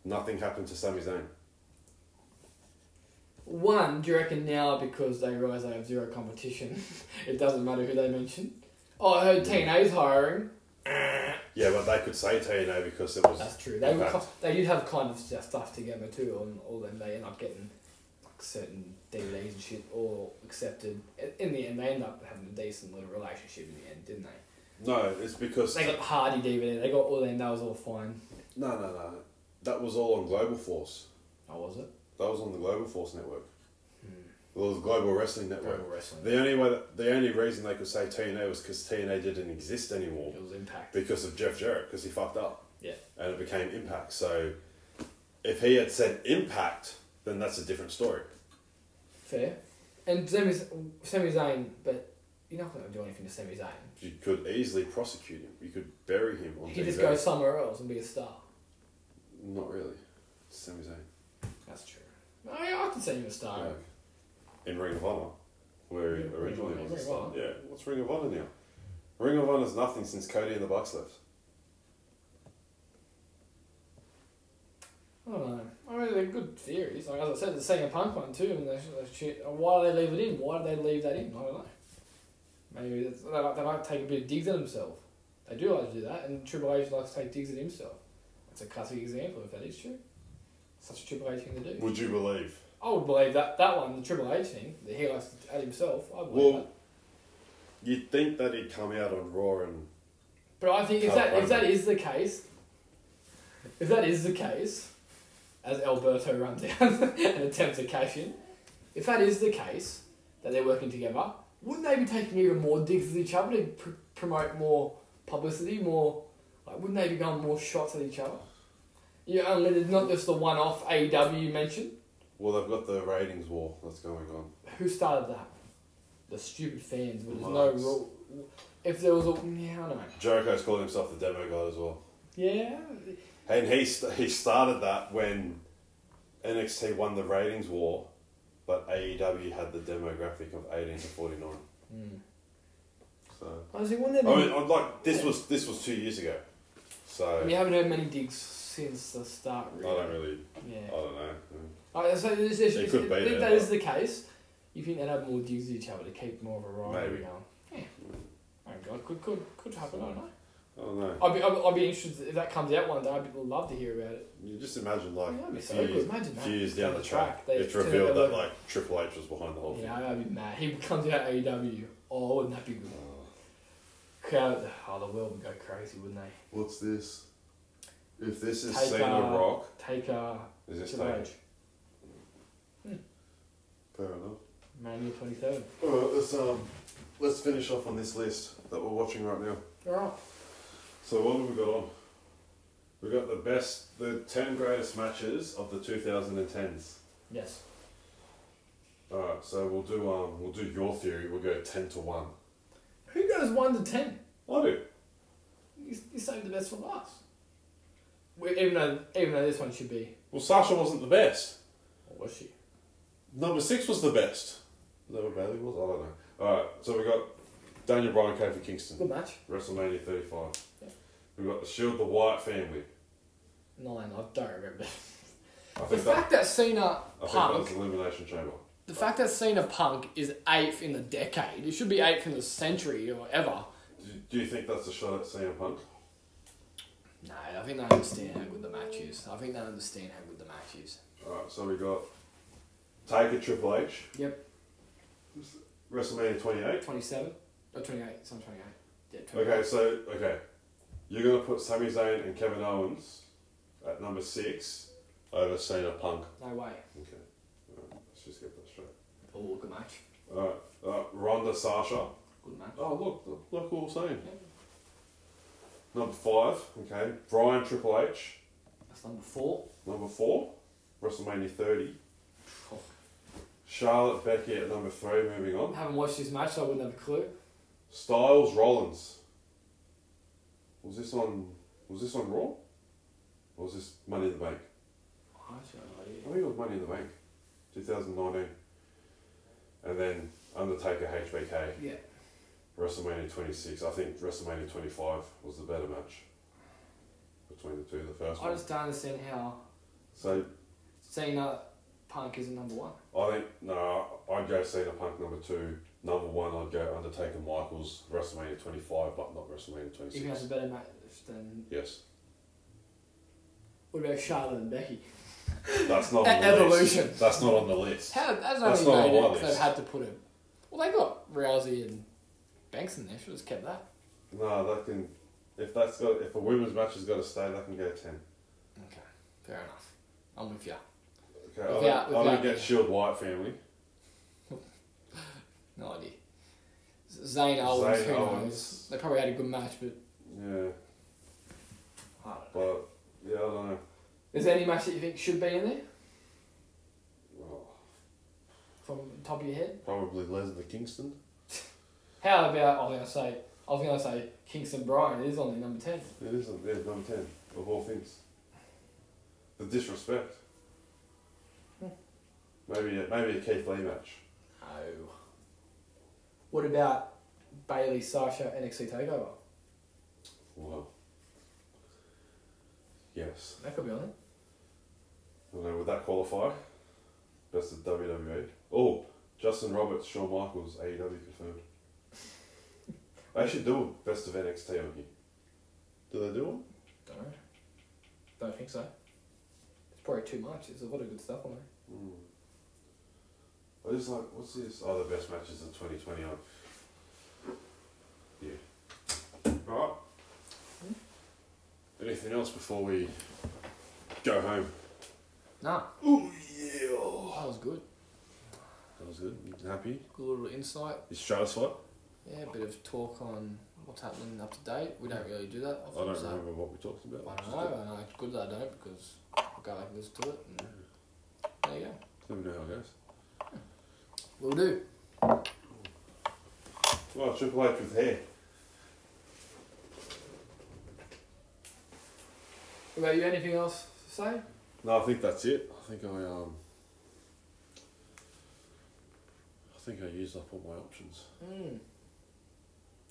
S1: nothing happened to Sami Zayn.
S2: One, do you reckon now because they realise they have zero competition, it doesn't matter who they mention? Oh, I heard TNA's hiring.
S1: Yeah, but they could say TNA because it was
S2: That's true. They were,
S1: Okay.
S2: co- they did have kind of stuff stuff together too, and all them they end up getting like certain DVDs and shit all accepted. In- In the end, they end up having a decent little relationship in the end, didn't they?
S1: No, it's because
S2: They got Hardy DVD. They got all them. That was all fine.
S1: no, no, no. That was all on Global Force.
S2: Oh, was it?
S1: That was on the Global Force network.
S2: Hmm.
S1: Well, it was Global Wrestling Network.
S2: Global Wrestling.
S1: The only way, that, the only reason they could say TNA was because TNA didn't exist anymore
S2: It was Impact.
S1: because of Jeff Jarrett because he fucked up
S2: Yeah.
S1: and it became Impact. So, if he had said Impact, then that's a different story.
S2: Fair. And Sami, Sami Zayn, but you're not going to do anything to Sami Zayn.
S1: You could easily prosecute him. You could bury him on
S2: He
S1: TV.
S2: just goes somewhere else and be a star.
S1: Not really. Sami Zayn.
S2: That's true. I, I can see him a star.
S1: Yeah. In Ring of Honor, where he
S2: Yeah,
S1: originally
S2: Ring of
S1: was.
S2: Honor.
S1: Yeah, what's Ring of Honor now? Ring of Honor's nothing since Cody and the Bucks left.
S2: I don't know. I mean, they're good theories. Like, as I said, the CM Punk one too. And they, they shit. Why do they leave it in? Why do they leave that in? I don't know. Maybe it's, they, like, they like to take a bit of digs at themselves. They do like to do that, and Triple H likes to take digs at himself. That's a classic example if that is true. Such a Triple H thing to do.
S1: Would you believe?
S2: I would believe that that one, the Triple H thing, that he likes to at himself. I believe
S1: Well,
S2: that.
S1: you'd think that he'd come out on Raw and
S2: But I think if
S1: Can't
S2: that
S1: run
S2: if that is the case, if that is the case, as Alberto runs down and attempts to cash in, if that is the case that they're working together, wouldn't they be taking even more digs at each other to pr- promote more publicity, more? Like, wouldn't they be going more shots at each other? You know, and it's not just the one-off E AEW mention.
S1: Well, they've got the ratings war that's going on.
S2: Who started that? The stupid fans. But there's no
S1: Marks.
S2: rule. If there was a, yeah, I don't know.
S1: Jericho's calling himself the demo god as well.
S2: Yeah,
S1: And he, st- he started that when NXT won the ratings war, but AEW had the demographic of 18 to 49. So,
S2: I was like, wouldn't
S1: I mean, I'm like, this was, this was two years ago. So,
S2: we haven't had many digs since the start,
S1: I
S2: really.
S1: don't really, I
S2: Yeah.
S1: don't know.
S2: Alright, so this, this,
S1: It could be
S2: if
S1: there,
S2: that
S1: but-
S2: is the case, you think they'd have more digs at each other to keep more of a rivalry
S1: Maybe.
S2: going? Yeah. Oh God, could could could happen. I don't know.
S1: I don't know.
S2: I'd be I'd, I'd be interested if that comes out one day. I'd be, would love to hear about it.
S1: You just imagine, like,
S2: Yeah, that'd be
S1: a
S2: so
S1: few
S2: good.
S1: years-
S2: Imagine that.
S1: few years down the track,
S2: They
S1: it's
S2: turn it
S1: revealed that,
S2: over.
S1: like, Triple H was behind the whole thing.
S2: Yeah, I'd be mad. He comes out AEW. Oh, wouldn't that be good?
S1: Uh,
S2: Crowd, oh, the world would go crazy, wouldn't they?
S1: What's this? If this is
S2: Take,
S1: Cena
S2: uh,
S1: Rock,
S2: Take a
S1: is this
S2: Triple
S1: Taker?
S2: H,
S1: Fair enough.
S2: Mania twenty third.
S1: Alright, let's um, let's finish off on this list that we're watching right now.
S2: All right.
S1: So what have we got on? We got the best, the ten greatest matches of the 2010s.
S2: Yes.
S1: All right, so we'll do um, we'll do your theory. We'll go ten to one.
S2: Who goes one to ten?
S1: I do.
S2: You, you saved the best for last. We, even though, even though this one should be,
S1: Well, Sasha wasn't the best.
S2: or was she?
S1: Number six was the best. Is that what Bailey was? I don't know. All right, so we got Daniel Bryan, Kofi Kingston,
S2: Good match.
S1: WrestleMania 35.
S2: Yeah.
S1: We got the Shield, the Wyatt family.
S2: Nine. I don't remember.
S1: I
S2: the
S1: think that,
S2: fact that Cena
S1: I think that was
S2: Punk,
S1: the Elimination Chamber.
S2: the fact that Cena Punk is eighth in the decade. It should be eighth in the century or ever.
S1: Do, do you think that's a shot at CM Punk?
S2: No, I think they understand how good the match is. I think they understand how good the match is.
S1: All right, so we got Taker, Triple H,
S2: Yep.
S1: WrestleMania 28.
S2: Twenty-seven or twenty-eight. Some twenty-eight. Yeah. 28.
S1: Okay, so okay, you're gonna put Sami Zayn and Kevin Owens at number six over Cena Punk.
S2: No way.
S1: Okay, all right, let's just get that straight.
S2: Oh, good match.
S1: All right, uh, Ronda, Sasha.
S2: Good match.
S1: Oh, look, look, look what we're saying.
S2: Yeah.
S1: Number five, okay, Brian Triple H.
S2: That's number four.
S1: Number four, WrestleMania 30.
S2: Oh,
S1: Charlotte Becky at number three, moving
S2: I
S1: on.
S2: haven't watched this match, so I wouldn't have a clue.
S1: Styles Rollins. Was this on was this on Raw? Or was this Money in the Bank?
S2: I actually have no idea.
S1: I think it was Money in the Bank. 2019. And then Undertaker HBK,
S2: Yeah.
S1: WrestleMania 26. I think WrestleMania 25 was the better match between the two, the first
S2: I
S1: one.
S2: just don't understand how
S1: So
S2: Cena Punk isn't number one.
S1: I think no, I'd go Cena Punk number two. Number one, I'd go Undertaker Michaels WrestleMania 25, but not WrestleMania
S2: Even has
S1: 26.
S2: a better match than
S1: Yes,
S2: what about Charlotte and Becky?
S1: that's not on the
S2: E- Evolution.
S1: List. That's not on the list.
S2: How that's
S1: That's
S2: only
S1: not
S2: made
S1: on my
S2: it 'cause they've
S1: list.
S2: had to put him. Well, they got Rousey and Banks in there. Should have just kept that.
S1: No, that can. If that's got, if a women's match has got to stay, that can go ten.
S2: Okay, fair enough. I'm with you.
S1: Okay, I,
S2: Without-
S1: don't, I don't
S2: without-
S1: get Shield White family.
S2: No idea. Z- Zayn Owens,
S1: Zayn
S2: who knows?
S1: Owens.
S2: They probably had a good match, but
S1: Yeah,
S2: I don't know.
S1: but yeah, I don't know.
S2: Is there any match that you think should be in there
S1: Well,
S2: from the top of your head?
S1: probably Lesnar Kingston.
S2: How about I was gonna say I was gonna say Kingston Bryan is only number ten.
S1: It isn't. There's number ten of all things. The disrespect. Maybe a, maybe a Keith Lee match.
S2: No. Oh. What about Bailey, Sasha, NXT Takeover?
S1: Wow. Yes.
S2: That could be on it.
S1: I don't know, would that qualify? Best of WWE. Oh, Justin Roberts, Shawn Michaels, AEW confirmed. They should do a best of NXT on here. Do they do one?
S2: Don't know. Don't think so. It's probably too much. There's a lot of good stuff on there.
S1: I just Mm. like, what's this? Oh, the best matches of 2020 on. Yeah. Alright. Hmm? anything else before we go home?
S2: Nah,
S1: Ooh, yeah.
S2: that was good.
S1: That was good. You happy?
S2: Good little insight.
S1: You satisfied?
S2: Yeah, a bit of talk on what's happening up to date. We don't really do that.
S1: I
S2: think
S1: don't
S2: so.
S1: remember what we talked about.
S2: I don't know, and I- it's good that I don't because I'll go back and listen to it. And there you go.
S1: Let me know how it goes.
S2: Will do.
S5: Well, Triple H with hair.
S2: What about you? Anything else to say?
S1: No, I think that's it. I think I um. I think I used up all my options.
S2: Mm.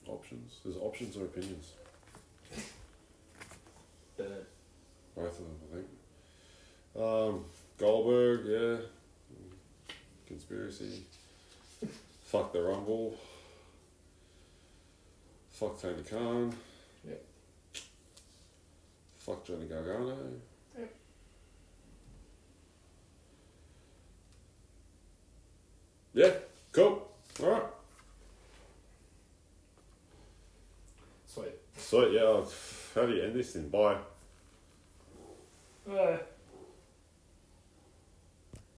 S1: Options? There's options or opinions. Both of them, I think. Um, Goldberg, yeah. Conspiracy. Fuck the Rumble. Fuck Tony Khan.
S2: Yep.
S1: Fuck Johnny Gargano.
S2: Yep.
S1: Yeah, cool. Alright.
S2: Sweet.
S1: So, yeah, how do you end this thing? Bye.
S2: Uh,